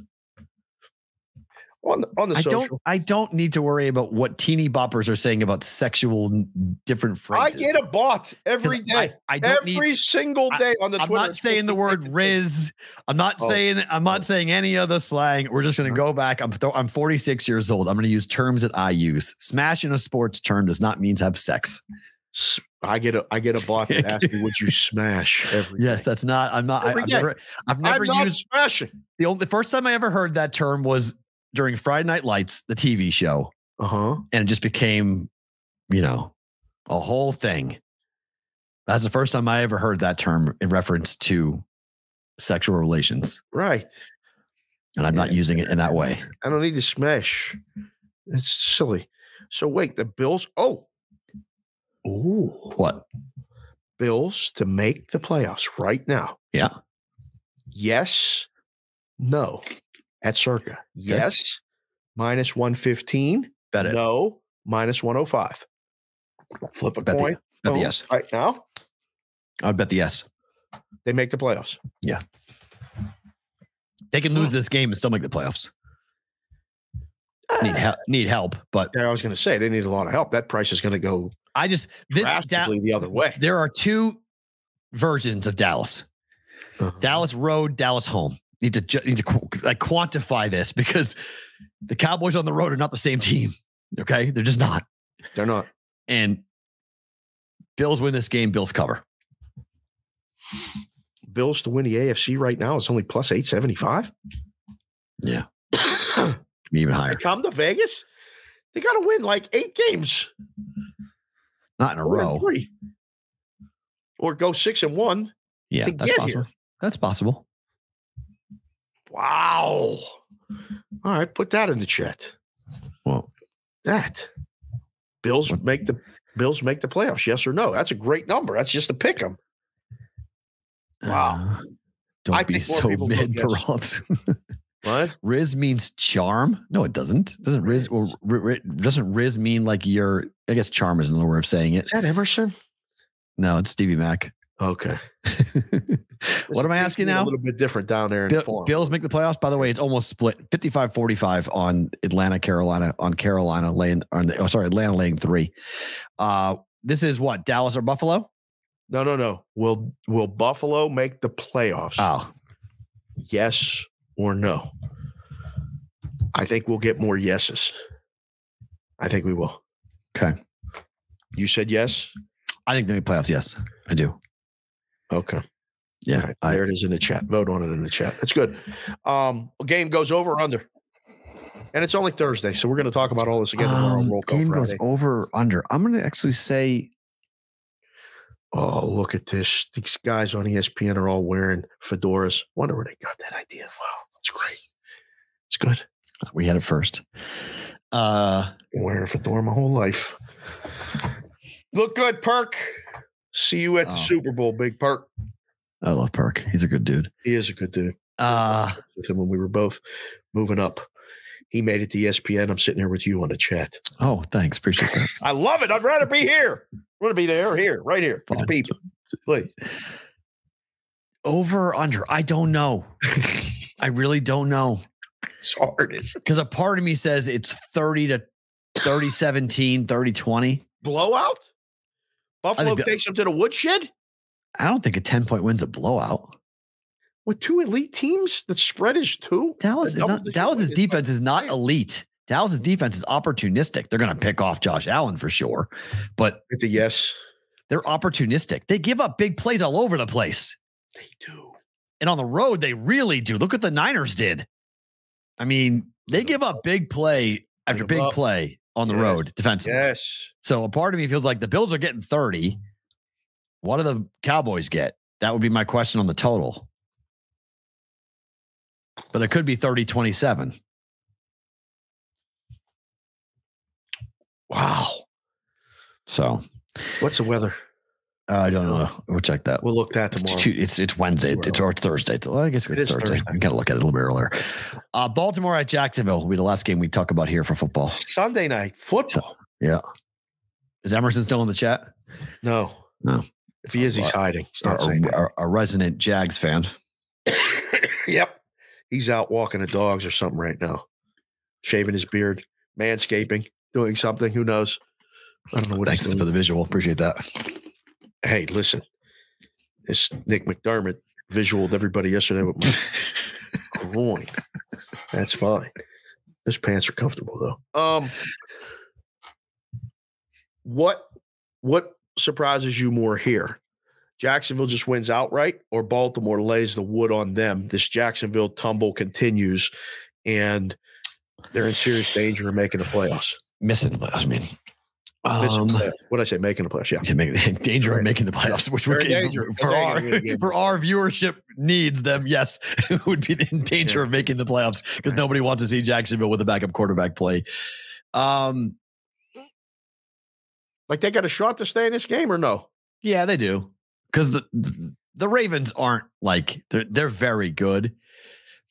S6: On the, on the
S5: I
S6: social,
S5: don't. I don't need to worry about what teeny boppers are saying about sexual n- different
S6: I
S5: phrases.
S6: get a bot every
S5: 'Cause
S6: day.
S5: I, I don't
S6: every
S5: need.
S6: single
S5: I-
S6: day on the
S5: I'm
S6: Twitter.
S5: not saying the word "riz." I'm not
S6: Oh. Uh-huh.
S5: saying. I'm not saying any other slang. We're just going to go back. I'm. Th- I'm 46 years old. I'm going to use terms that I use. Smashing a sports term does not mean to have sex.
S6: S- I get a I get a bot that asks me, "Would you smash every
S5: Yes,
S6: day?"
S5: that's not. I'm not. I,
S6: Every
S5: have
S6: day.
S5: never. I've never
S6: I'm not
S5: used
S6: smashing.
S5: the only the first time I ever heard that term was during Friday Night Lights, the TV show,
S6: Uh huh.
S5: and it just became, you know, a whole thing. That's the first time I ever heard that term in reference to sexual relations,
S6: Right.
S5: and I'm not
S6: Yeah.
S5: using it in that way.
S6: I don't need to smash. It's silly. So wait, the Bills. Oh, ooh,
S5: What?
S6: Bills to make the playoffs right now.
S5: Yeah.
S6: Yes. No. At circa. Yes. Minus one fifteen.
S5: Bet it.
S6: No. Minus one hundred five. Flip a
S5: Bet the-
S6: coin.
S5: bet the
S6: boom,
S5: yes.
S6: Right now,
S5: I would bet the yes.
S6: they make the playoffs.
S5: They can lose this game and still make the playoffs.
S6: Ah.
S5: Need help. Need help, but
S6: Yeah, I was going to say they need a lot of help. That price is going to go
S5: I just this da-
S6: drastically the other way.
S5: there are two versions of Dallas. Uh-huh. Dallas road, Dallas home. Need to ju- need to qu- like quantify this because the Cowboys on the road are not the same team. Okay, they're just not.
S6: They're not.
S5: And Bills win this game. Bills cover.
S6: Bills to win the AFC right now is only plus eight seventy five.
S5: Yeah,
S6: they
S5: even higher.
S6: come to Vegas. They got to win like eight games.
S5: Not in a
S6: Four and
S5: row.
S6: three. Or go six and one.
S5: Yeah,
S6: to
S5: that's
S6: get
S5: possible. That's possible.
S6: Wow. All right, put that in the chat.
S5: Well,
S6: That Bills make the Bills make the playoffs. Yes or no? That's a great number. That's just a pick 'em. Wow.
S5: uh, don't
S6: I
S5: be
S6: think more
S5: so
S6: people
S5: mid,
S6: vote yes.
S5: Peralta.
S6: What?
S5: Riz means charm. No, it doesn't. Doesn't Riz or ri- ri- doesn't Riz mean like your? I guess charm is another way of saying it.
S6: Is that Emerson?
S5: No, it's Stevie Mac.
S6: Okay.
S5: what am I
S6: Things
S5: asking
S6: mean A
S5: now?
S6: little bit different down there. In
S5: Bill-
S6: form.
S5: Bills make the playoffs. By the way, it's almost split 55 45 on Atlanta, Carolina, on Carolina laying on the, oh, sorry, Atlanta laying three. Uh, this is what Dallas or Buffalo?
S6: No, no, no. Will Will Buffalo make the playoffs?
S5: Oh,
S6: yes or no? I think we'll get more yeses. I think we will.
S5: Okay.
S6: You said yes.
S5: I think they make playoffs. Yes, I do.
S6: Okay.
S5: Yeah,
S6: All right.
S5: I,
S6: there it is in the chat. Vote on it in the chat. That's good. Um, game goes over or under, and it's only Thursday, so we're going to talk about all this again tomorrow. on
S5: Um,
S6: roll call
S5: game
S6: Friday.
S5: goes over or under. I'm going to actually say
S6: Oh, look at this. These guys on E ESPN are all wearing fedoras. Wonder where they got that idea. Wow, that's great. It's good.
S5: we had it first. Uh,
S6: Been wearing a fedora my whole life. Look good, Perk. See you at the
S5: Oh.
S6: Super Bowl, Big Perk.
S5: I love Perk. He's a good dude.
S6: He is a good dude.
S5: Uh,
S6: With him when we were both moving up. He made it to E ESPN. I'm sitting here with you on the chat.
S5: oh, thanks. Appreciate that.
S6: I love it. I'd rather be here. I'd rather be there, here, right here, with
S5: Fine.
S6: the people. Please.
S5: Over or under? I don't know. I really don't know.
S6: It's hard. It's
S5: because a part of me says it's 30 to 30 17 30 20
S6: blowout. Buffalo
S5: that-
S6: takes him to the woodshed.
S5: i don't think a 10 point win's a blowout
S6: with two elite teams. The spread is two.
S5: dallas
S6: The
S5: is
S6: double
S5: not
S6: digit
S5: dallas's
S6: win is
S5: defense is not elite dallas's defense is opportunistic they're going to pick off josh allen for sure but
S6: With the yes,
S5: they're opportunistic they give up big plays all over the place
S6: they do.
S5: and on the road they really do look what the niners did i mean they give up big play after
S6: give
S5: big
S6: up.
S5: play on the
S6: Yes.
S5: road defensively
S6: Yes,
S5: So a part of me feels like the Bills are getting 30. What do the Cowboys get? That would be my question on the total. But it could be 30 27. Wow. So
S6: what's the weather?
S5: uh, I don't know. We'll check that.
S6: We'll look that
S5: It's,
S6: tomorrow.
S5: Tu- it's it's Wednesday. It's, or it's Thursday. Well, I guess
S6: It
S5: it's
S6: is
S5: Thursday.
S6: Thursday.
S5: I got to look at it a little bit earlier. Uh, Baltimore at Jacksonville will be the last game we talk about here for football.
S6: Sunday night football.
S5: Is Emerson still in the chat?
S6: No,
S5: No.
S6: If he is, he's
S5: Well,
S6: hiding. He's
S5: Our,
S6: not saying. that.
S5: our- our resident Jags fan.
S6: yep, he's out walking the dogs or something right now, shaving his beard, manscaping, doing something. Who knows? I don't know what he's
S5: Thanks
S6: doing.
S5: for the visual. Appreciate that.
S6: hey, listen, it's Nick McDermott visualed everybody yesterday with my groin. That's fine. Those pants are comfortable though. Um, what what surprises you more here? Jacksonville just wins outright, or Baltimore lays the wood on them. This Jacksonville tumble continues, and they're in serious danger of making the playoffs.
S5: missing the playoffs. I mean,
S6: Missing
S5: um,
S6: the playoffs. What I say, making the playoffs? Yeah,
S5: to make danger
S6: Right.
S5: of making the playoffs, which
S6: They're
S5: we're
S6: in danger.
S5: for
S6: They're
S5: our
S6: gonna win the game.
S5: for our viewership needs them. Yes, would be in danger
S6: Yeah.
S5: of making the playoffs because
S6: Right.
S5: nobody wants to see Jacksonville with a backup quarterback play. Um,
S6: like they got a shot to stay in this game, or no?
S5: yeah, they do because the the Ravens aren't like they're they're very good,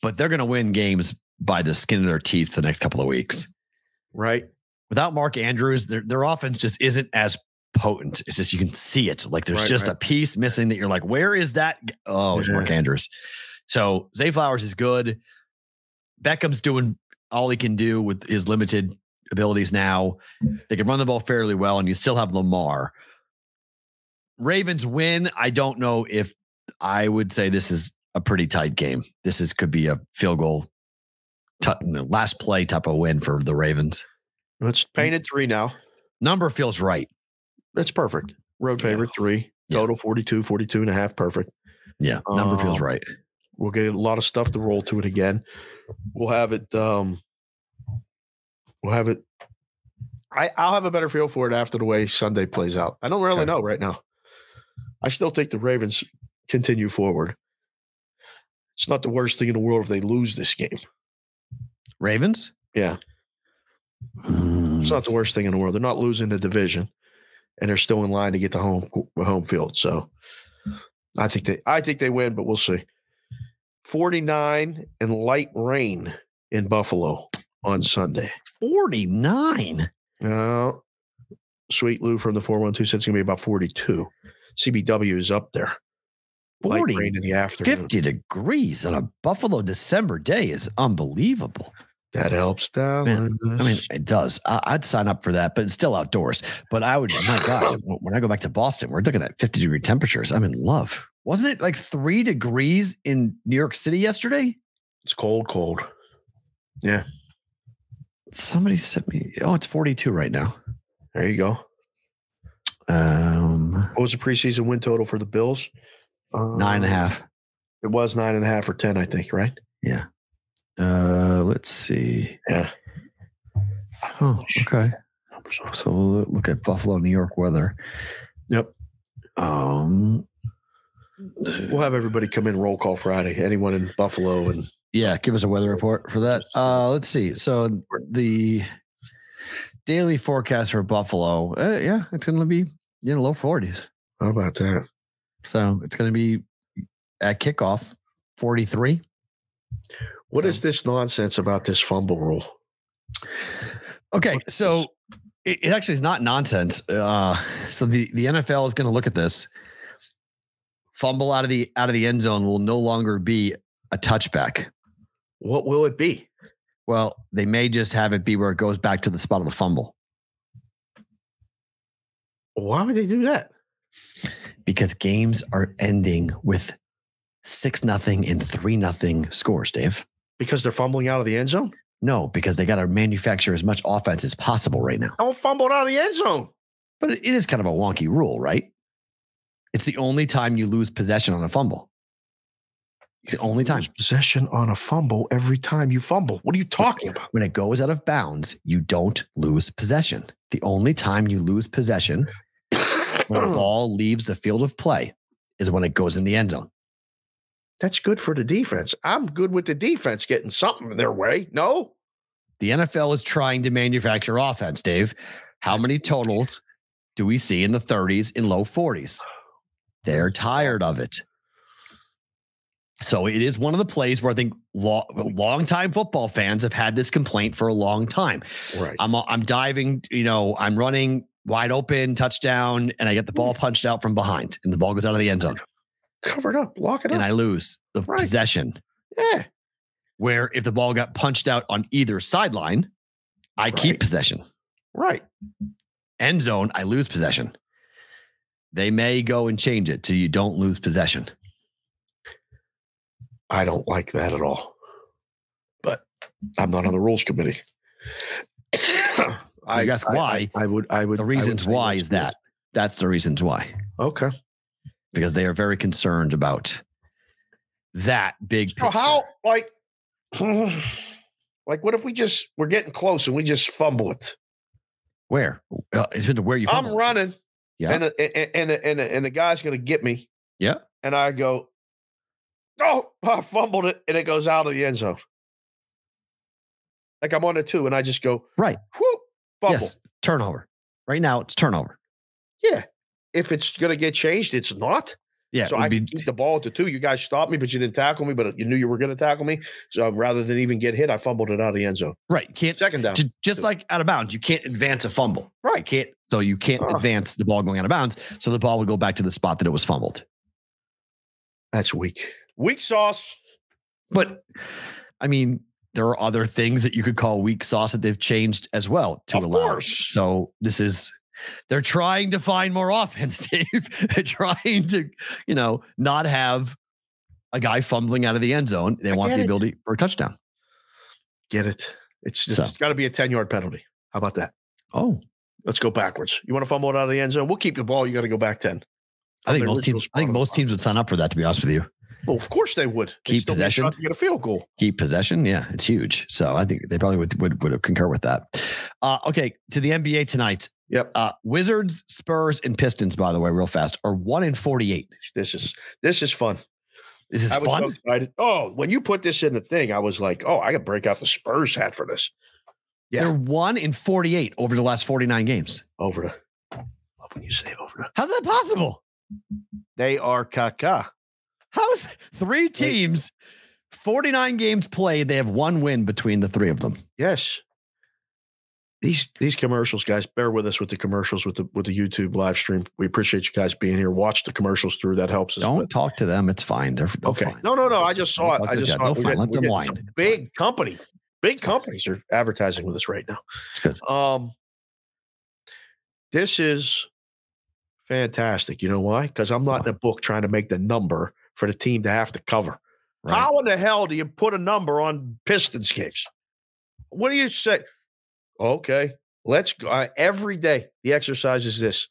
S5: but they're going to win games by the skin of their teeth the next couple of weeks.
S6: Right?
S5: without Mark Andrews, their their offense just isn't as potent. It's just you can see it. Like there's
S6: Right,
S5: just
S6: right.
S5: a piece missing that you're like, where is that? g- Oh, it's Mark Andrews. So Zay Flowers is good. Beckham's doing all he can do with his limited abilities now. They can run the ball fairly well, and you still have Lamar. Ravens win. I don't know if I would say this is a pretty tight game. This is could be a field goal, tou- you know, last play type of win for the Ravens.
S6: It's painted three now.
S5: number feels right.
S6: That's perfect. Road
S5: Yeah.
S6: favorite three.
S5: Yeah.
S6: Total 42, 42 and a half. Perfect.
S5: Yeah, number feels
S6: Um,
S5: right.
S6: We'll get a lot of stuff to roll to it again. We'll have it um we'll have it I, I'll have a better feel for it after the way Sunday plays out. I don't really
S5: Okay.
S6: know right now. I still think the Ravens continue forward. It's not the worst thing in the world if they lose this game.
S5: Ravens?
S6: Yeah.
S5: Mm.
S6: It's not the worst thing in the world. They're not losing the division, and they're still in line to get the home home field. So, I think they I think they win, but we'll see. Forty nine and light rain in Buffalo on Sunday.
S5: 49.
S6: Uh, Sweet Lou from the four one two said it's going to be about forty two. CBW is up there. Light
S5: 40.
S6: rain in the afternoon.
S5: 50 degrees on a Buffalo December day is unbelievable.
S6: That helps. Down.
S5: I mean, it does. I, I'd sign up for that, but it's still outdoors. But I would, my gosh, w- when I go back to Boston, we're looking at 50 degree temperatures. I'm in love. Wasn't it like three degrees in New York City yesterday?
S6: it's cold, cold.
S5: Somebody sent me, oh, it's 42 right now.
S6: There you go.
S5: Um,
S6: What was the preseason win total for the Bills? Uh,
S5: nine and a half.
S6: It was nine and a half or ten, I think, right?
S5: Yeah. Uh, let's see.
S6: Yeah.
S5: Oh, okay. So we'll look at Buffalo, New York weather.
S6: Yep.
S5: Um,
S6: We'll have everybody come in roll call Friday. Anyone in Buffalo and
S5: Yeah, give us a weather report for that. Uh, let's see. So the daily forecast for Buffalo, uh, yeah, it's going to be you know low forties.
S6: how about that?
S5: So it's going to be at kickoff forty three.
S6: What is this nonsense about this fumble rule?
S5: Okay, so it, it actually is not nonsense. Uh, so the the NFL is going to look at this. Fumble out of the out of the end zone will no longer be a touchback.
S6: What will it be?
S5: Well, they may just have it be where it goes back to the spot of the fumble
S6: Why would they do that?
S5: because games are ending with six nothing and three nothing scores, Dave.
S6: Because they're fumbling out of the end zone?
S5: No, because they got to manufacture as much offense as possible right now.
S6: Don't fumble out of the end zone.
S5: But it is kind of a wonky rule, right? It's the only time you lose possession on a fumble. It's the only time.
S6: Lose possession on a fumble every time you fumble. What are you talking about?
S5: When it goes out of bounds, you don't lose possession. The only time you lose possession when a
S6: Mm.
S5: ball leaves the field of play is when it goes in the end zone.
S6: That's good for the defense. I'm good with the defense getting something in their way. No,
S5: The NFL is trying to manufacture offense, Dave. How many totals do we see in the 30s and low 40s? They're tired of it. So it is one of the plays where I think lo- longtime football fans have had this complaint for a long time.
S6: right.
S5: I'm uh, I'm diving, you know, I'm running wide open, touchdown, and I get the
S6: Mm.
S5: ball punched out from behind, and the ball goes out of the end zone,
S6: Covered up. Lock it
S5: and
S6: up.
S5: I lose the
S6: Right.
S5: possession.
S6: yeah.
S5: Where if the ball got punched out on either sideline, I
S6: Right.
S5: keep possession.
S6: Right.
S5: end zone, I lose possession. They may go and change it so you don't lose possession.
S6: I don't like that at all. But I'm not on the rules committee. I
S5: ask why,
S6: I, would. I would. I
S5: The
S6: would
S5: reasons
S6: say
S5: why
S6: let's
S5: is
S6: do it.
S5: that. That's the reasons why,
S6: Okay.
S5: because they are very concerned about that big
S6: So
S5: picture.
S6: how like like what if we just we're getting close and we just fumble it?
S5: Where? Uh, it's been to where you
S6: I'm
S5: fumbled.
S6: running.
S5: Yeah.
S6: And a, and a, and a, and, a, and the guy's gonna get me.
S5: Yeah.
S6: And I go, oh, I fumbled it, and it goes out of the end zone. Like I'm on a two, and I just go
S5: Right.
S6: Whoo, fumble.
S5: Yes, turnover. Right now, it's turnover.
S6: Yeah. If it's gonna get changed, it's not.
S5: Yeah,
S6: so
S5: it would
S6: I
S5: be-
S6: can keep the ball at the two. You guys stopped me, but you didn't tackle me. But you knew you were gonna tackle me. So rather than even get hit, I fumbled it out of the end zone.
S5: right. You can't
S6: Second down.
S5: ju- just like out of bounds. You can't advance a fumble.
S6: Right. Uh-huh.
S5: You can't. So you can't
S6: Huh.
S5: advance the ball going out of bounds. So the ball would go back to the spot that it was fumbled.
S6: That's weak. Weak sauce.
S5: But I mean, there are other things that you could call weak sauce that they've changed as well to
S6: Of
S5: allow.
S6: course.
S5: So this is they're trying to find more offense, Dave. they're trying to, you know, not have a guy fumbling out of the end zone. They
S6: I
S5: want
S6: get
S5: the
S6: it.
S5: ability for a touchdown.
S6: Get it. It's,
S5: So-
S6: it's got to be a 10 yard penalty. How about that?
S5: Oh,
S6: Let's go backwards. You want to fumble it out of the end zone? We'll keep the ball. You got to go back 10.
S5: I think
S6: the
S5: most
S6: original
S5: teams. I think
S6: spot.
S5: most teams would sign up for that. To be honest with you,
S6: Well, of course they would. They
S5: Keep
S6: still need a
S5: possession.
S6: shot to get a field goal.
S5: keep possession. Yeah, it's huge. So I think they probably would would, would concur with that. Uh, okay, to the NBA tonight.
S6: Yep.
S5: Uh, Wizards, Spurs, and Pistons. By the way, real fast are one in forty eight.
S6: This is this is fun.
S5: This is
S6: I was so
S5: fun.
S6: excited. Oh, when you put this in the thing, I was like, oh, I could break out the Spurs hat for this. yeah.
S5: They're one in forty eight over the last forty nine games.
S6: Over the love when you say over the
S5: How's that possible?
S6: they are caca.
S5: How's three teams, forty nine games played? They have one win between the three of them.
S6: Yes. These these commercials, guys, bear with us with the commercials with the with the YouTube live stream. We appreciate you guys being here. Watch the commercials through. That helps us.
S5: Don't
S6: but-
S5: talk to them. It's fine. They're, they're
S6: okay.
S5: fine.
S6: No, no, no. I just saw it.
S5: Don't
S6: I
S5: touch that.
S6: just saw
S5: No,
S6: it. We
S5: fine.
S6: got-
S5: Let
S6: we
S5: them
S6: got
S5: whine.
S6: some
S5: It's
S6: Big company. Big companies are advertising with us right now.
S5: It's good.
S6: Um, this is fantastic. You know why? Because I'm not in a book trying to make the number for the team to have to cover.
S5: Right.
S6: How in the hell do you put a number on Pistons games? What do you say? Okay, let's go. Uh, every day, the exercise is this.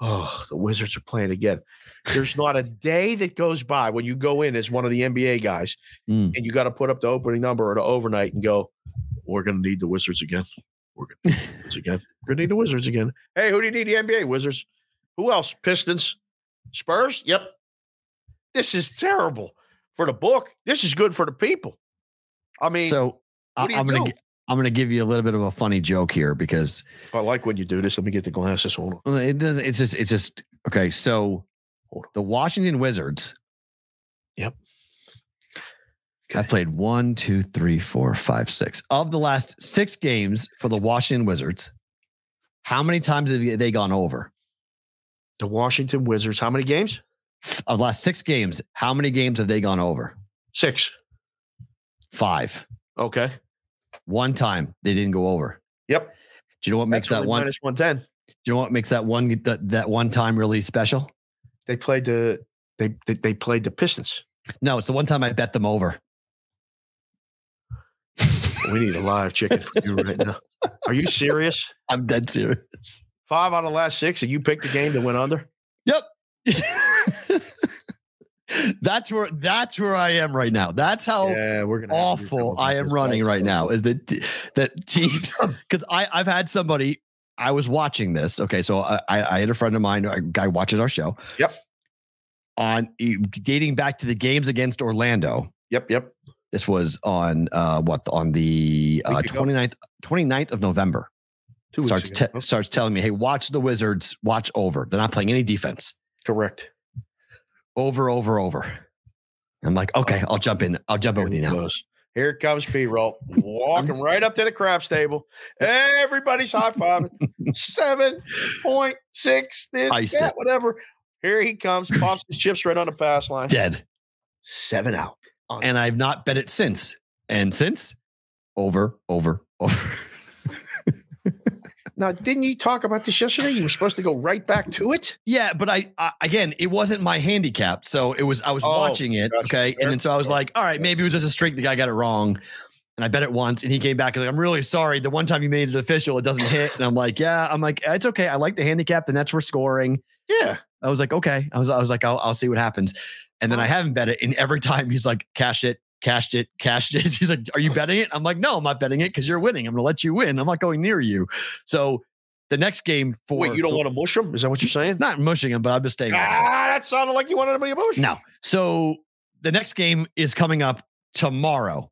S6: Oh, the Wizards are playing again. There's not a day that goes by when you go in as one of the NBA guys
S5: Mm.
S6: and you got to put up the opening number or the overnight and go, we're going to need the Wizards again. We're going to need the Wizards again. We're going to need the Wizards again. Hey, who do you need? The NBA Wizards. Who else? Pistons, Spurs. Yep. This is terrible for the book. This is good for the people. I mean,
S5: So I,
S6: what do you
S5: I'm gonna
S6: do?
S5: gi- I'm gonna give you a little bit of a funny joke here because
S6: I like when you do this. Let me get the glasses on.
S5: Well, it does. It's just. It's just okay. So,
S6: Hold on.
S5: the Washington Wizards.
S6: Yep.
S5: I've played one, two, three, four, five, six of the last six games for the Washington Wizards. How many times have they gone over?
S6: The Washington Wizards. How many games?
S5: Of the last six games, how many games have they gone over?
S6: Six.
S5: Five.
S6: Okay.
S5: One time they didn't go over.
S6: Yep.
S5: Do you know what makes
S6: That's
S5: that
S6: only
S5: one?
S6: minus 110.
S5: do you know what makes that one that, that one time really special?
S6: They played the they they, they played the Pistons.
S5: No, it's the one time I bet them over.
S6: We need a live chicken for you right now. Are you serious?
S5: I'm dead serious.
S6: Five out of the last six, and you picked the game that went under.
S5: that's where that's where I am right now. That's how
S6: yeah, we're gonna have to do
S5: Oh, awful
S6: something
S5: I
S6: like
S5: am
S6: this,
S5: running
S6: guys.
S5: right now. Is that t- that teams? Because I I've had somebody. I was watching this. Okay, so I I I had a friend of mine. A guy watches our show.
S6: Yep.
S5: On e, dating back to the games against Orlando.
S6: Yep, yep.
S5: This was on uh what on the
S6: Week
S5: uh,
S6: ago.
S5: 29th 29th of November.
S6: Two weeks
S5: starts
S6: ago.
S5: te- starts telling me, hey, watch the Wizards. Watch over. They're not playing any defense
S6: correct.
S5: over, over, over. I'm like, okay, I'll jump in. I'll jump in with you
S6: Here it
S5: now.
S6: goes. Here comes P roll walking right up to the craps table. Everybody's high fiving. Seven point six. This
S5: Iced
S6: that, whatever. Here he comes. Pops his chips right on the pass line.
S5: Dead.
S6: Seven out.
S5: And I've not bet it since. And since over, over, over.
S6: Now, didn't you talk about this yesterday? You were supposed to go right back to it.
S5: Yeah, but I, I again, it wasn't my handicap, so it was I was
S6: Oh,
S5: watching it,
S6: gotcha.
S5: okay, and then so I was
S6: Fair.
S5: like, all right, maybe it was just a streak. The guy got it wrong, and I bet it once, and he came back and like, I'm really sorry. The one time you made it official, it doesn't hit, and I'm like, yeah, I'm like, it's okay. I like the handicap, and that's where scoring.
S6: Yeah.
S5: I was like, okay. I was, I was like, I'll, I'll see what happens. And then I haven't bet it. And every time he's like, cash it, cashed it, cashed it. He's like, are you betting it? I'm like, no, I'm not betting it because you're winning. I'm going to let you win. I'm not going near you. So the next game for
S6: Wait, you don't want to mush him? Is that what you're saying?
S5: not mushing him, but I'm just staying. away from him.
S6: Ah, that sounded like you wanted to be a mush.
S5: No. So the next game is coming up tomorrow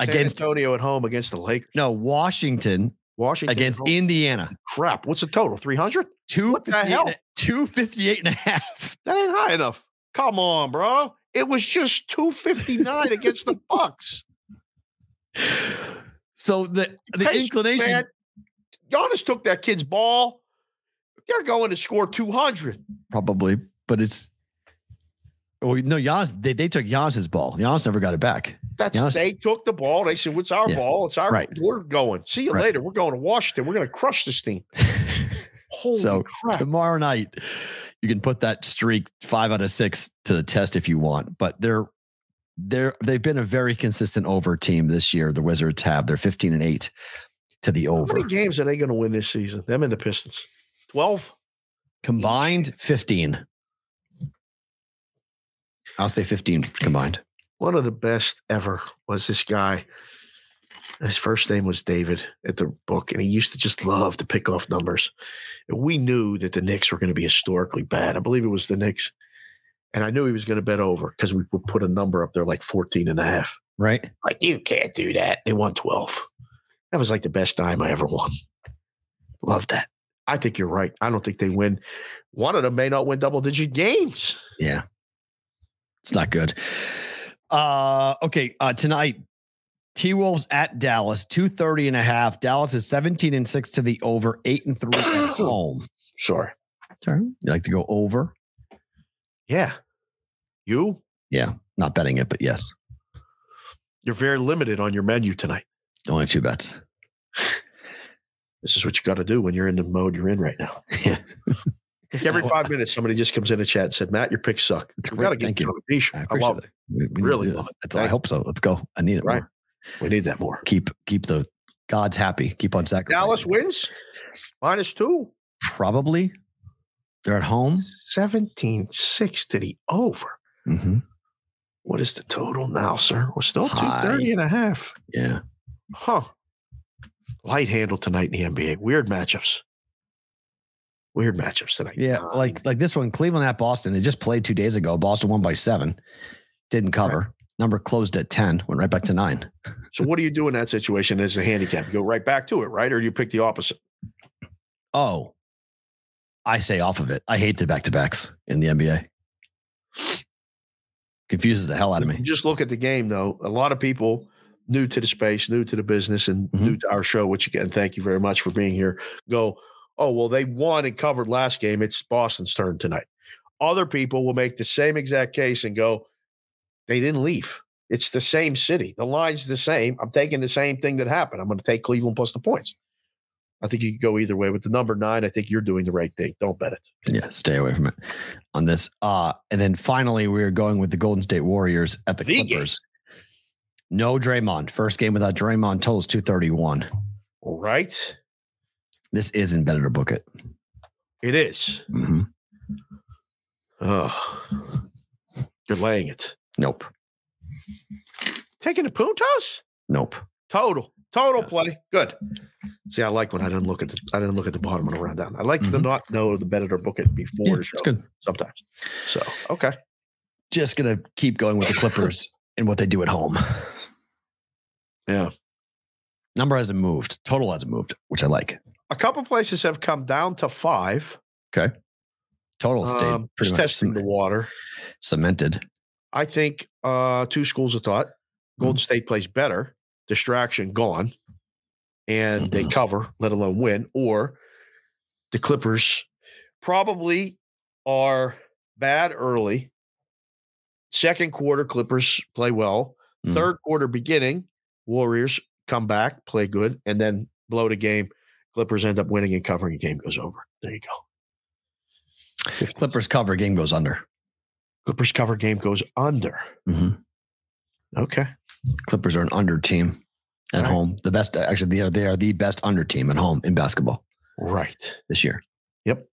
S6: San
S5: against
S6: Antonio at home against the Lakers.
S5: no Washington
S6: Washington
S5: against E
S6: at home.
S5: Indiana.
S6: crap. What's the total? 300? What the
S5: 258
S6: hell?
S5: and a- 258 and a half.
S6: That ain't high enough. Come on, bro. It was just 259 against the Bucks.
S5: So the the
S6: Patience,
S5: inclination
S6: man. Giannis took that kid's ball. They're going to score 200.
S5: probably, but it's. Oh no, Giannis. They, they took Giannis's ball. Giannis never got it back.
S6: That's
S5: Giannis-
S6: they took the ball. They said, "What's our
S5: Yeah.
S6: ball? It's our.
S5: Right.
S6: We're going. See you
S5: Right.
S6: later. We're going to Washington. We're going to crush this team." Holy
S5: So,
S6: crap!
S5: Tomorrow night, you can put that streak five out of six to the test if you want. But they're they're they've been a very consistent over team this year. The Wizards have they're fifteen and eight to the
S6: How
S5: over
S6: many games are they going to win this season? Them and the Pistons. 12.
S5: combined fifteen. I'll say 15 combined.
S6: One of the best ever was this guy. His first name was David at the book, and he used to just love to pick off numbers. And we knew that the Knicks were going to be historically bad. I believe it was the Knicks. And I knew he was going to bet over because we would put a number up there like 14 and a half.
S5: Right.
S6: Like, you can't do that. They won 12. That was like the best time I ever won. Love that. I think you're right. I don't think they win. One of them may not win double digit games.
S5: Yeah. It's not good. Uh okay. Uh tonight, T Wolves at Dallas, 230 and a half. Dallas is 17 and 6 to the over, eight and three at home.
S6: Sure.
S5: Sorry. You like to go over?
S6: Yeah. You,
S5: Yeah. Not betting it, but yes.
S6: you're very limited on your menu tonight.
S5: Only two bets.
S6: This is what you got to do when you're in the mode you're in right now.
S5: Yeah.
S6: Like every five minutes, somebody just comes in a chat and said, Matt, your picks suck.
S5: It's
S6: We
S5: great.
S6: got to get
S5: Thank
S6: you
S5: you.
S6: on a t-shirt. I, love it. Really love it.
S5: That's, I hope so. Let's go. I need it.
S6: Right.
S5: more.
S6: We need that more.
S5: Keep keep the gods happy. Keep on sacrificing.
S6: Dallas wins minus two.
S5: Probably. They're at home.
S6: 17 6 to the over.
S5: Mm-hmm.
S6: What is the total now, sir? We're still
S5: High.
S6: 230 and a half.
S5: Yeah.
S6: Huh. Light handle tonight in the NBA. Weird matchups. Weird matchups tonight.
S5: Yeah,
S6: Nine.
S5: like like this one, Cleveland at Boston. They just played two days ago. Boston won by seven, didn't cover. Number closed at ten, went right back to nine.
S6: so what do you do in that situation as a handicap? You go right back to it, right? Or you pick the opposite.
S5: Oh, I say off of it. I hate the back to backs in the NBA. Confuses the hell out of me.
S6: Just look at the game though. A lot of people new to the space, new to the business, and
S5: Mhm.
S6: new to our show, which again, thank you very much for being here. Go, oh well, they won and covered last game. It's Boston's turn tonight. Other people will make the same exact case and go, they didn't leave. It's the same city. The line's the same. I'm taking the same thing that happened. I'm going to take Cleveland plus the points. I think you could go either way. With the number nine, I think you're doing the right thing. Don't bet it.
S5: Yeah, stay away from it on this. Uh, and then finally, we are going with the Golden State Warriors at the,
S6: The game.
S5: Clippers. No Draymond. First game without Draymond. Totals two thirty one.
S6: All right.
S5: This is in better to book it.
S6: It is.
S5: Mhm.
S6: Oh, you're laying it.
S5: Nope.
S6: Taking the puntos?
S5: Nope.
S6: Total. Total play. Good. See, I like when I didn't look at the I didn't look at the bottom when I round down. I like to
S5: Mhm.
S6: not know the better book it before
S5: Yeah,
S6: the
S5: it's
S6: show
S5: good.
S6: sometimes. So okay.
S5: just gonna keep going with the Clippers and what they do at home.
S6: Yeah.
S5: Number hasn't moved. Total hasn't moved, which I like.
S6: A couple places have come down to five.
S5: Total stayed
S6: Um,
S5: pretty
S6: just
S5: much
S6: testing the
S5: cem-
S6: water.
S5: cemented.
S6: I think uh two schools of thought. Golden State plays better, distraction gone, and they cover, let alone win, or the Clippers probably are bad early. Second quarter, Clippers play well.
S5: Mhm.
S6: Third quarter beginning, Warriors come back, play good, and then blow the game. Clippers end up winning and covering. The game goes over. There you go.
S5: Clippers cover game goes under.
S6: Clippers cover game goes under. Okay.
S5: Clippers are an under team at
S6: Right.
S5: home. The best, actually, they are they are the best under team at home in basketball
S6: Right.
S5: this year.
S6: Yep.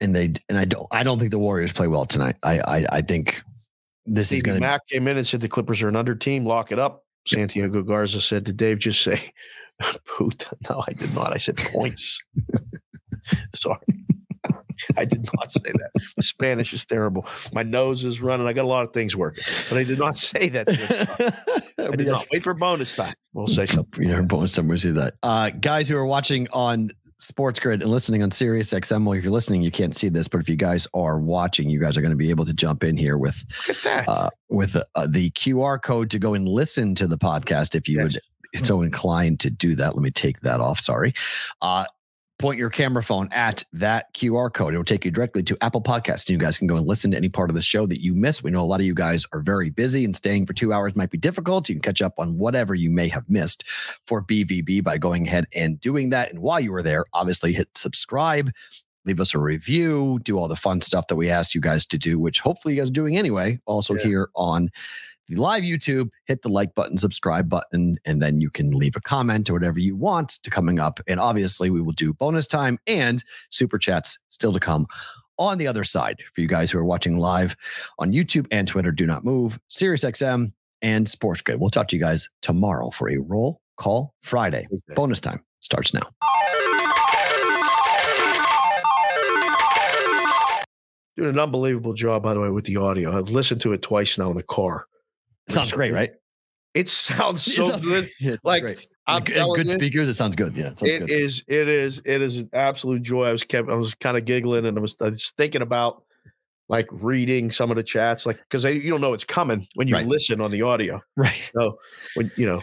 S5: And they and I don't I don't think the Warriors play well tonight. I I, I think this is
S6: Stevie
S5: going to
S6: Mack came in and said the Clippers are an under team. Lock it up. Santiago Garza said, "Did Dave just say poot?" No, I did not. I said points. Sorry, I did not say that. The Spanish is terrible. My nose is running. I got a lot of things working, but I did not say that. Santiago. I did not. Wait for bonus time. We'll say something.
S5: Yeah, bonus numbers see that. Uh, guys who are watching on Sports Grid and listening on Sirius XM, well, if you're listening, you can't see this, but if you guys are watching, you guys are going to be able to jump in here with
S6: Look at that.
S5: uh, with uh, the QR code to go and listen to the podcast if you
S6: Yes.
S5: would if so inclined to do that. Let me take that off. Sorry. Uh, point your camera phone at that QR code. It will take you directly to Apple Podcasts. You guys can go and listen to any part of the show that you miss. We know a lot of you guys are very busy and staying for two hours might be difficult. You can catch up on whatever you may have missed for BVB by going ahead and doing that. And while you were there, obviously hit subscribe. Leave us a review, do all the fun stuff that we asked you guys to do, which hopefully you guys are doing anyway. Also,
S6: Yeah.
S5: here on the live YouTube, hit the like button, subscribe button, and then you can leave a comment or whatever you want to coming up. And obviously, we will do bonus time and super chats still to come on the other side. For you guys who are watching live on YouTube and Twitter, do not move. SiriusXM and Sports Grid. We'll talk to you guys tomorrow for a roll call Friday. Bonus time starts now.
S6: Doing an unbelievable job, by the way, with the audio. I've listened to it twice now in the car.
S5: Sounds great, right?
S6: It sounds so
S5: It sounds-
S6: good.
S5: Yeah, it sounds
S6: Like,
S5: great.
S6: I'm
S5: And good, and
S6: telling
S5: good
S6: you.
S5: speakers. It sounds good. Yeah, it sounds
S6: It
S5: good.
S6: is. It is. It is an absolute joy. I was kept. I was kind of giggling, and I was, I was thinking about like reading some of the chats, like because you don't know it's coming when you
S5: Right.
S6: listen on the audio.
S5: Right.
S6: So when you know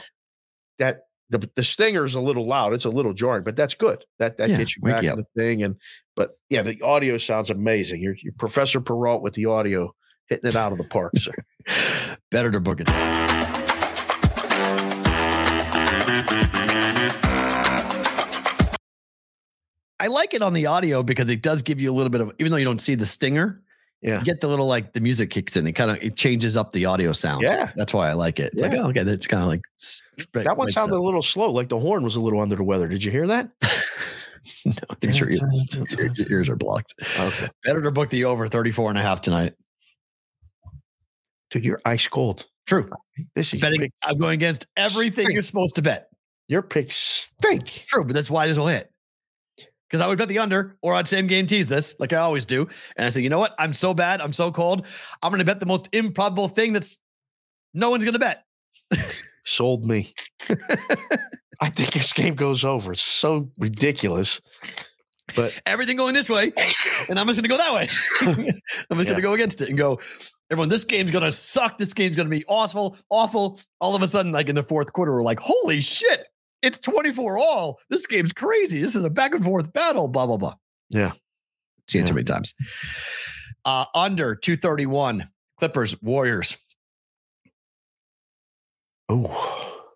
S6: that the the stinger's a little loud, it's a little jarring, but that's good. That that
S5: Yeah,
S6: gets you
S5: wake
S6: back
S5: you
S6: in the thing. And but yeah, the audio sounds amazing. You're, you're Professor Peralt with the audio hitting it out of the park, sir.
S5: Better to book it. I like it on the audio because it does give you a little bit of, even though you don't see the stinger,
S6: Yeah.
S5: you get the little like the music kicks in. It kind of it changes up the audio sound.
S6: Yeah.
S5: that's why I like it. It's like
S6: Yeah.
S5: oh, okay, that's kind of like s-
S6: That one
S5: makes
S6: sounded a little slow, like the horn was a little under the weather. Did you hear that?
S5: sense. no, it's your, ear- your, your ears are blocked.
S6: Okay.
S5: Better to book the over 34 and a half tonight.
S6: Dude, you're ice cold.
S5: True.
S6: This is
S5: Betting, I'm going against everything
S6: Stink.
S5: you're supposed to bet.
S6: Your picks stink.
S5: True, but that's why this will hit. Because I would bet the under or on same game tease this, like I always do. And I say, you know what? I'm so bad. I'm so cold. I'm going to bet the most improbable thing that's no one's going to bet.
S6: Sold me. I think this game goes over. It's so ridiculous. But
S5: Everything going this way. And I'm just going to go that way. I'm just going
S6: Yeah.
S5: to go against it and go, everyone, this game's going to suck. This game's going to be awful, awful. All of a sudden, like in the fourth quarter, we're like, holy shit, it's 24 all. This game's crazy. This is a back and forth battle, blah, blah, blah.
S6: yeah,
S5: Seen it too
S6: Yeah.
S5: many times. Uh, under 231, Clippers, Warriors.
S6: Oh.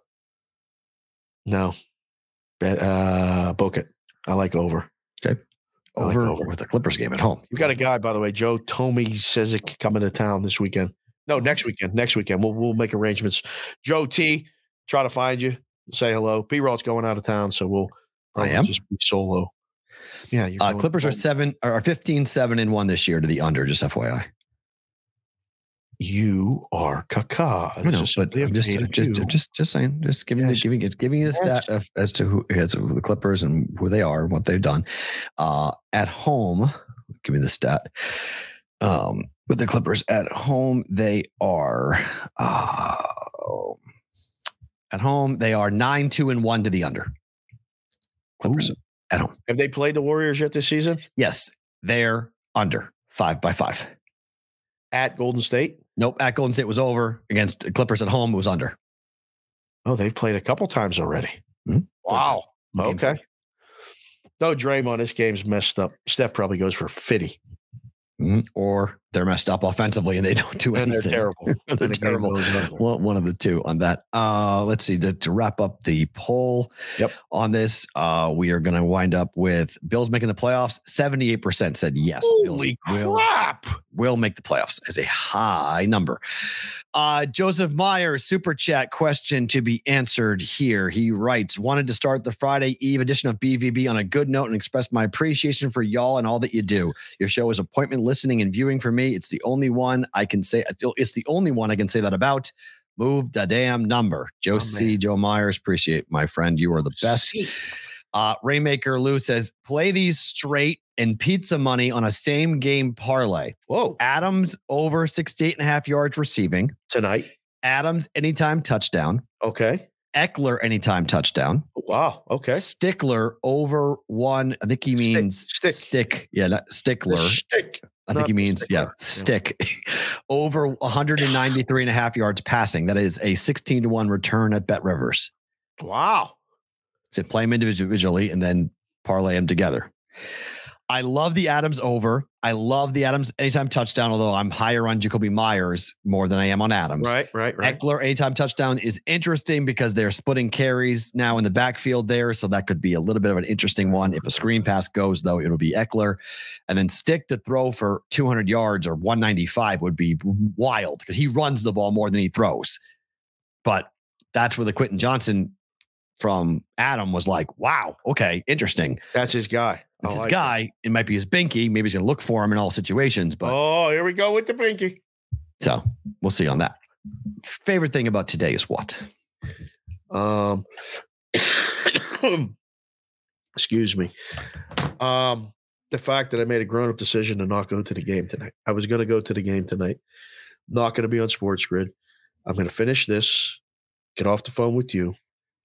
S6: No. Bet uh book it. I like over. I like
S5: Over,
S6: over.
S5: with the Clippers game at home.
S6: We got a guy, by the way, Joe Tomey Sizik coming to town this weekend. No, next weekend. Next weekend. We'll we'll make arrangements. Joe T, try to find you. Say hello. P Rod's going out of town, so we'll
S5: I
S6: probably
S5: am.
S6: just be solo. Yeah, you're
S5: Uh,
S6: going-
S5: Clippers are seven or are 15, seven and one this year to the under, just FYI.
S6: you are caca.
S5: I know, but I'm just, I'm just, I'm just, just saying, just giving,
S6: Yes.
S5: the, giving, it's giving you the
S6: Yes.
S5: stat of, as to who, as to who the Clippers and who they are and what they've done. Uh, at home, give me the stat. Um, with the Clippers at home, they are, uh, at home they are nine, two, and one to the under. Clippers at home.
S6: have they played the Warriors yet this season?
S5: Yes, they're under five by five.
S6: At Golden State?
S5: Nope, at Golden State was over against the Clippers at home. It was under.
S6: Oh, they've played a couple times already. Hmm?
S5: Mhm.
S6: Wow.
S5: Game
S6: Okay. No, Draymond, this game's messed up. Steph probably goes for 50.
S5: Mhm. or they're messed up offensively and they don't do
S6: Mm-hmm. And
S5: anything.
S6: they're terrible.
S5: They're
S6: And the game
S5: terrible.
S6: goes under.
S5: Well, one of the two on that. Uh, let's see. To, to wrap up the poll
S6: Yep.
S5: on this, uh, we are going to wind up with Bills making the playoffs. 78% said yes.
S6: Holy
S5: Bills will,
S6: crap.
S5: will make the playoffs as a high number. Uh, Joseph Meyer, super chat question to be answered here. He writes, wanted to start the Friday Eve edition of BVB on a good note and express my appreciation for y'all and all that you do. Your show is appointment listening and viewing for me. It's the only one I can say. It's the only one I can say that about. Move the damn number. Joe
S6: Oh,
S5: C.
S6: man.
S5: Joe Myers, appreciate my friend. You are the best. Uh, Rainmaker Lou says, play these straight and pizza money on a same game parlay.
S6: Whoa.
S5: Adams over 68 and a half yards receiving.
S6: Tonight.
S5: Adams anytime touchdown.
S6: Okay.
S5: Eckler anytime touchdown.
S6: Wow. Okay.
S5: Stickler over one. I think he
S6: Stick,
S5: means stick.
S6: stick.
S5: Yeah, not Stickler.
S6: Stick.
S5: I think
S6: not
S5: he means,
S6: Stickler.
S5: yeah,
S6: Yeah.
S5: stick over 193 and a half yards passing. That is a 16 to 1 return at Bet Rivers.
S6: Wow.
S5: So play them individually and then parlay them together. I love the Adams over. I love the Adams anytime touchdown, although I'm higher on Jacoby Myers more than I am on Adams.
S6: Right, right, right.
S5: Eckler anytime touchdown is interesting because they're splitting carries now in the backfield there. So that could be a little bit of an interesting one. If a screen pass goes, though, it'll be Eckler. And then stick to throw for 200 yards or 195 would be wild because he runs the ball more than he throws. But that's where the Quentin Johnson from Adam was like, wow, okay, interesting.
S6: That's his guy. I
S5: It's his
S6: like
S5: guy. It might be his binky. Maybe he's gonna look for him in all situations. But
S6: oh, here we go with the pinky.
S5: so we'll see on that. Favorite thing about today is what?
S6: Um, excuse me. Um, the fact that I made a grown up decision to not go to the game tonight. I was going to go to the game tonight. Not going to be on Sports Grid. I'm going to finish this. Get off the phone with you.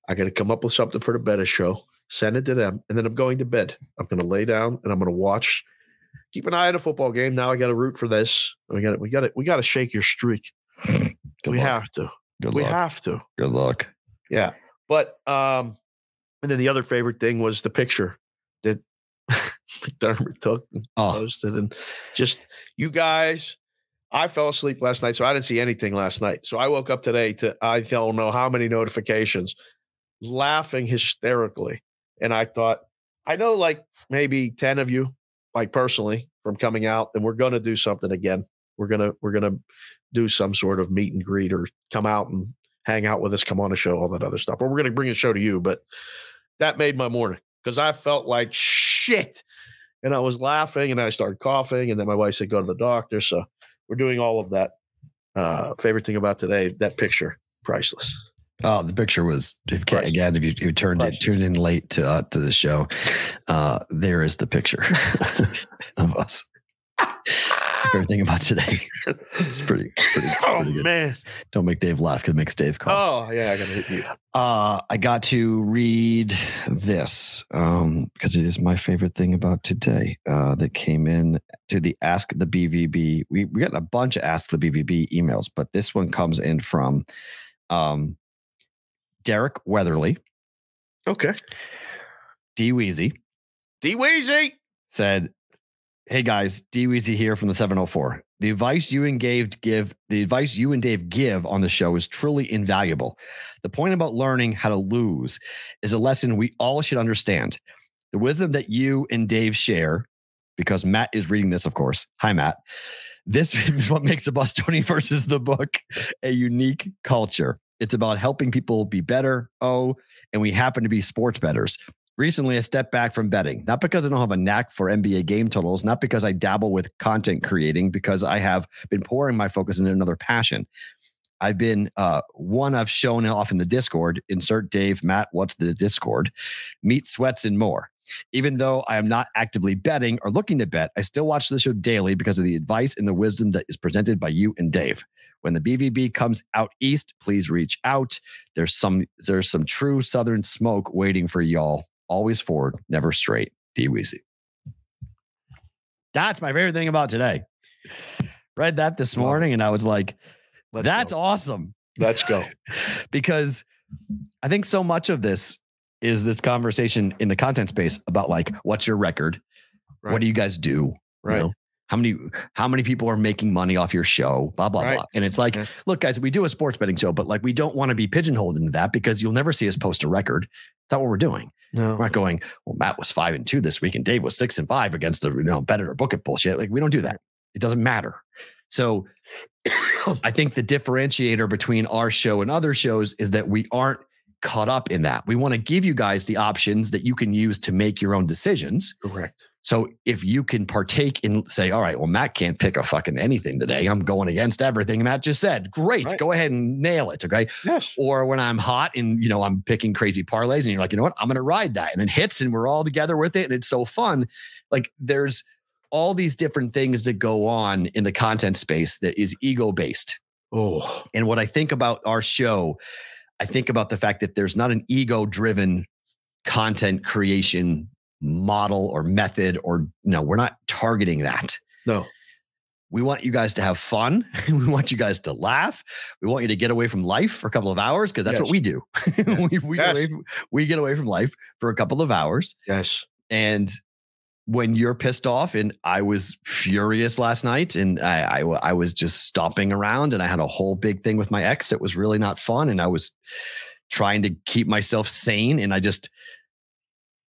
S6: I got to come up with something for the better show. Send it to them, and then I'm going to bed. I'm going to lay down and I'm going to watch. Keep an eye on the football game. Now I got to root for this. We got to We got to We got to shake your streak.
S5: Good
S6: we
S5: luck.
S6: have to.
S5: Good
S6: we
S5: luck.
S6: have to.
S5: Good luck.
S6: Yeah. But um and then the other favorite thing was the picture that McDermott took and
S5: Oh,
S6: posted and just you guys. I fell asleep last night, so I didn't see anything last night. So I woke up today to I don't know how many notifications, laughing hysterically. And I thought, I know like maybe 10 of you, like personally, from coming out, and we're gonna do something again. We're gonna we're gonna do some sort of meet and greet or come out and hang out with us, come on a show, all that other stuff. Or we're gonna bring a show to you. But that made my morning because I felt like shit. And I was laughing and I started coughing. And then my wife said, go to the doctor. So we're doing all of that. Uh, favorite thing about today, that picture, priceless.
S5: oh, the picture was if,
S6: Precious.
S5: again. If you, if you turned it,
S6: Precious.
S5: tuned in late to uh, to the show, uh, there is the picture of us. Favorite thing about today. It's pretty. pretty,
S6: Oh,
S5: pretty good.
S6: man.
S5: Don't make Dave laugh because it makes Dave cough.
S6: Oh, yeah. I got to hit you.
S5: uh, I got to read this um, because it is my favorite thing about today uh, that came in to the Ask the BVB. We, we got a bunch of Ask the BVB emails, but this one comes in from um, Derek Weatherly,
S6: Okay.
S5: D Weezy,
S6: D Weezy.
S5: said, Hey guys, D Weezy here from the 704. The advice you and Dave give, the advice you and Dave give on the show is truly invaluable. The point about learning how to lose is a lesson we all should understand. The wisdom that you and Dave share, because Matt is reading this, of course. Hi, Matt. This is what makes the Bostonian versus the book a unique culture. It's about helping people be better. Oh, and we happen to be sports betters recently a step back from betting. Not because I don't have a knack for NBA game totals, not because I dabble with content creating, because I have been pouring my focus into another passion. I've been uh, one I've shown off in the Discord. Insert Dave, Matt, what's the Discord? Meet sweats and more. Even though I am not actively betting or looking to bet, I still watch the show daily because of the advice and the wisdom that is presented by you and Dave. When the BVB comes out east, please reach out. There's some there's some true southern smoke waiting for y'all always forward, never straight. D Weezy. That's my favorite thing about today. Read that this
S6: Love it.
S5: morning and I was like,
S6: Let's
S5: that's
S6: go.
S5: awesome
S6: Let's go.
S5: because I think so much of this is this conversation in the content space about like, what's your record? What
S6: Right.
S5: do you guys do? You
S6: Right.
S5: know, how many how many people are making money off your show? Blah blah
S6: Right.
S5: blah. And it's like,
S6: Yeah.
S5: look, guys, we do a sports betting show, but like we don't want to be pigeonholed into that because you'll never see us post a record. That's not what we're doing.
S6: No.
S5: We're not going, well, Matt was five and two this week and Dave was six and five against the you know better or book it bullshit. Like we don't do that. It doesn't matter. So I think the differentiator between our show and other shows is that we aren't caught up in that. We want to give you guys the options that you can use to make your own decisions.
S6: Correct.
S5: So if you can partake in say, all right, well, Matt can't pick a fucking anything today. I'm going against everything Matt just said. Great.
S6: Right.
S5: Go ahead and nail it. Okay
S6: Yes.
S5: or when I'm hot and you know I'm picking crazy parlays and you're like, you know what, I'm gonna ride that, and it hits, and we're all together with it, and it's so fun. Like there's all these different things that go on in the content space that is ego based.
S6: Oh,
S5: And what I think about our show, I think about the fact that there's not an ego driven content creation model or method, or no, we're not targeting that.
S6: no.
S5: We want you guys to have fun. we want you guys to laugh. We want you to get away from life for a couple of hours because that's what
S6: Yes.
S5: we do. we, we, get
S6: Yes.
S5: away from, we get away from life for a couple of hours.
S6: Yes.
S5: And when you're pissed off, and I was furious last night, and I, I w- I was just stomping around, and I had a whole big thing with my ex that was really not fun, and I was trying to keep myself sane, and I just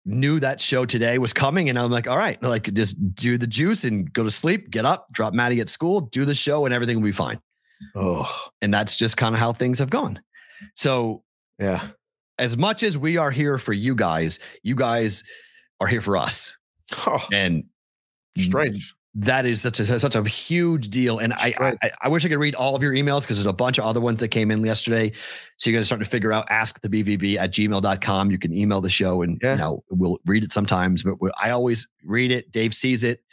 S5: knew that show today was coming, and I'm like, all right, like just do the juice and go to sleep, get up, drop Maddie at school, do the show, and everything will be fine.
S6: Oh,
S5: And that's just kind of how things have gone. So
S6: yeah.
S5: as much as we are here for you guys, you guys are here for us.
S6: Oh,
S5: and Mm.
S6: strange.
S5: that is such a such a huge deal. And I,
S6: Right.
S5: I I wish I could read all of your emails because there's a bunch of other ones that came in yesterday. So you're gonna start to figure out ask the BVB at gmail.com. You can email the show and
S6: Yeah.
S5: you know we'll read it sometimes, but we- I always read it. Dave sees it.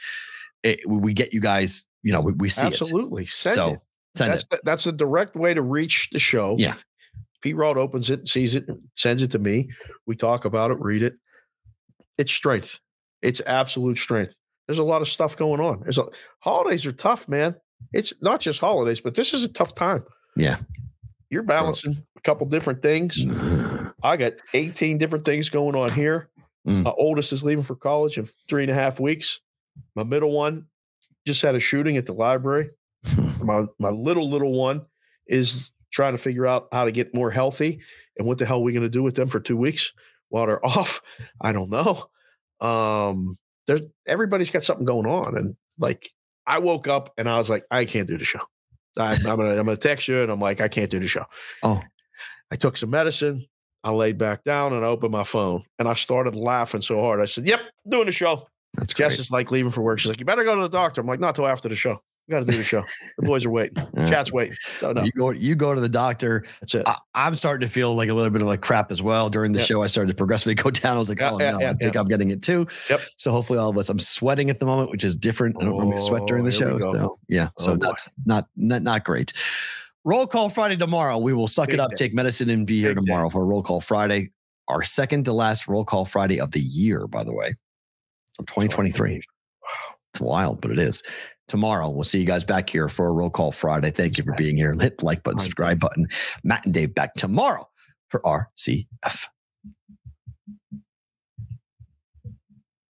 S5: It- we get you guys, you know, we, we see it.
S6: Absolutely. Send
S5: so
S6: it.
S5: send
S6: that's
S5: it.
S6: The, that's a direct way to reach the show.
S5: Yeah.
S6: Pete Rod opens it, sees it, sends it to me. We talk about it, read it. It's strength. It's absolute strength. There's a lot of stuff going on. There's a holidays are tough, man. It's not just holidays, but this is a tough time.
S5: Yeah.
S6: You're balancing a couple different things. I got 18 different things going on here.
S5: Mm.
S6: My oldest is leaving for college in three and a half weeks. My middle one just had a shooting at the library. my my little little one is trying to figure out how to get more healthy and what the hell are we going to do with them for two weeks while they're off. I don't know. Um, there's everybody's got something going on, and like I woke up and I was like, I can't do the show. I, I'm gonna I'm gonna text you, and I'm like, I can't do the show.
S5: Oh.
S6: I took some medicine. I laid back down and I opened my phone and I started laughing so hard. I said, Yep, doing the show.
S5: That's
S6: Jess is like leaving for work. She's like, You better go to the doctor. I'm like, Not till after the show. We got to do the show. The boys are waiting.
S5: Yeah.
S6: Chat's waiting. No, no,
S5: You go you go to the doctor.
S6: that's it.
S5: I, I'm starting to feel like a little bit of like crap as well. During the
S6: Yeah.
S5: show, I started to progressively go down. I was like,
S6: Yeah,
S5: oh
S6: yeah,
S5: no,
S6: yeah,
S5: I think I'm getting it too.
S6: Yep.
S5: So hopefully all of us, I'm sweating at the moment, which is different. I don't normally sweat during the
S6: Oh, here
S5: show.
S6: we go.
S5: So yeah. So
S6: Oh, boy.
S5: that's not not not great. Roll call Friday tomorrow. We will suck
S6: Big
S5: it up,
S6: day.
S5: take medicine, and be here
S6: Big day.
S5: tomorrow for roll call Friday. Our second to last roll call Friday of the year, by the way, of 2023. It's wild, but it is. Tomorrow, we'll see you guys back here for a roll call Friday. Thank you for being here. Hit the like button, subscribe button. Matt and Dave back tomorrow for RCF.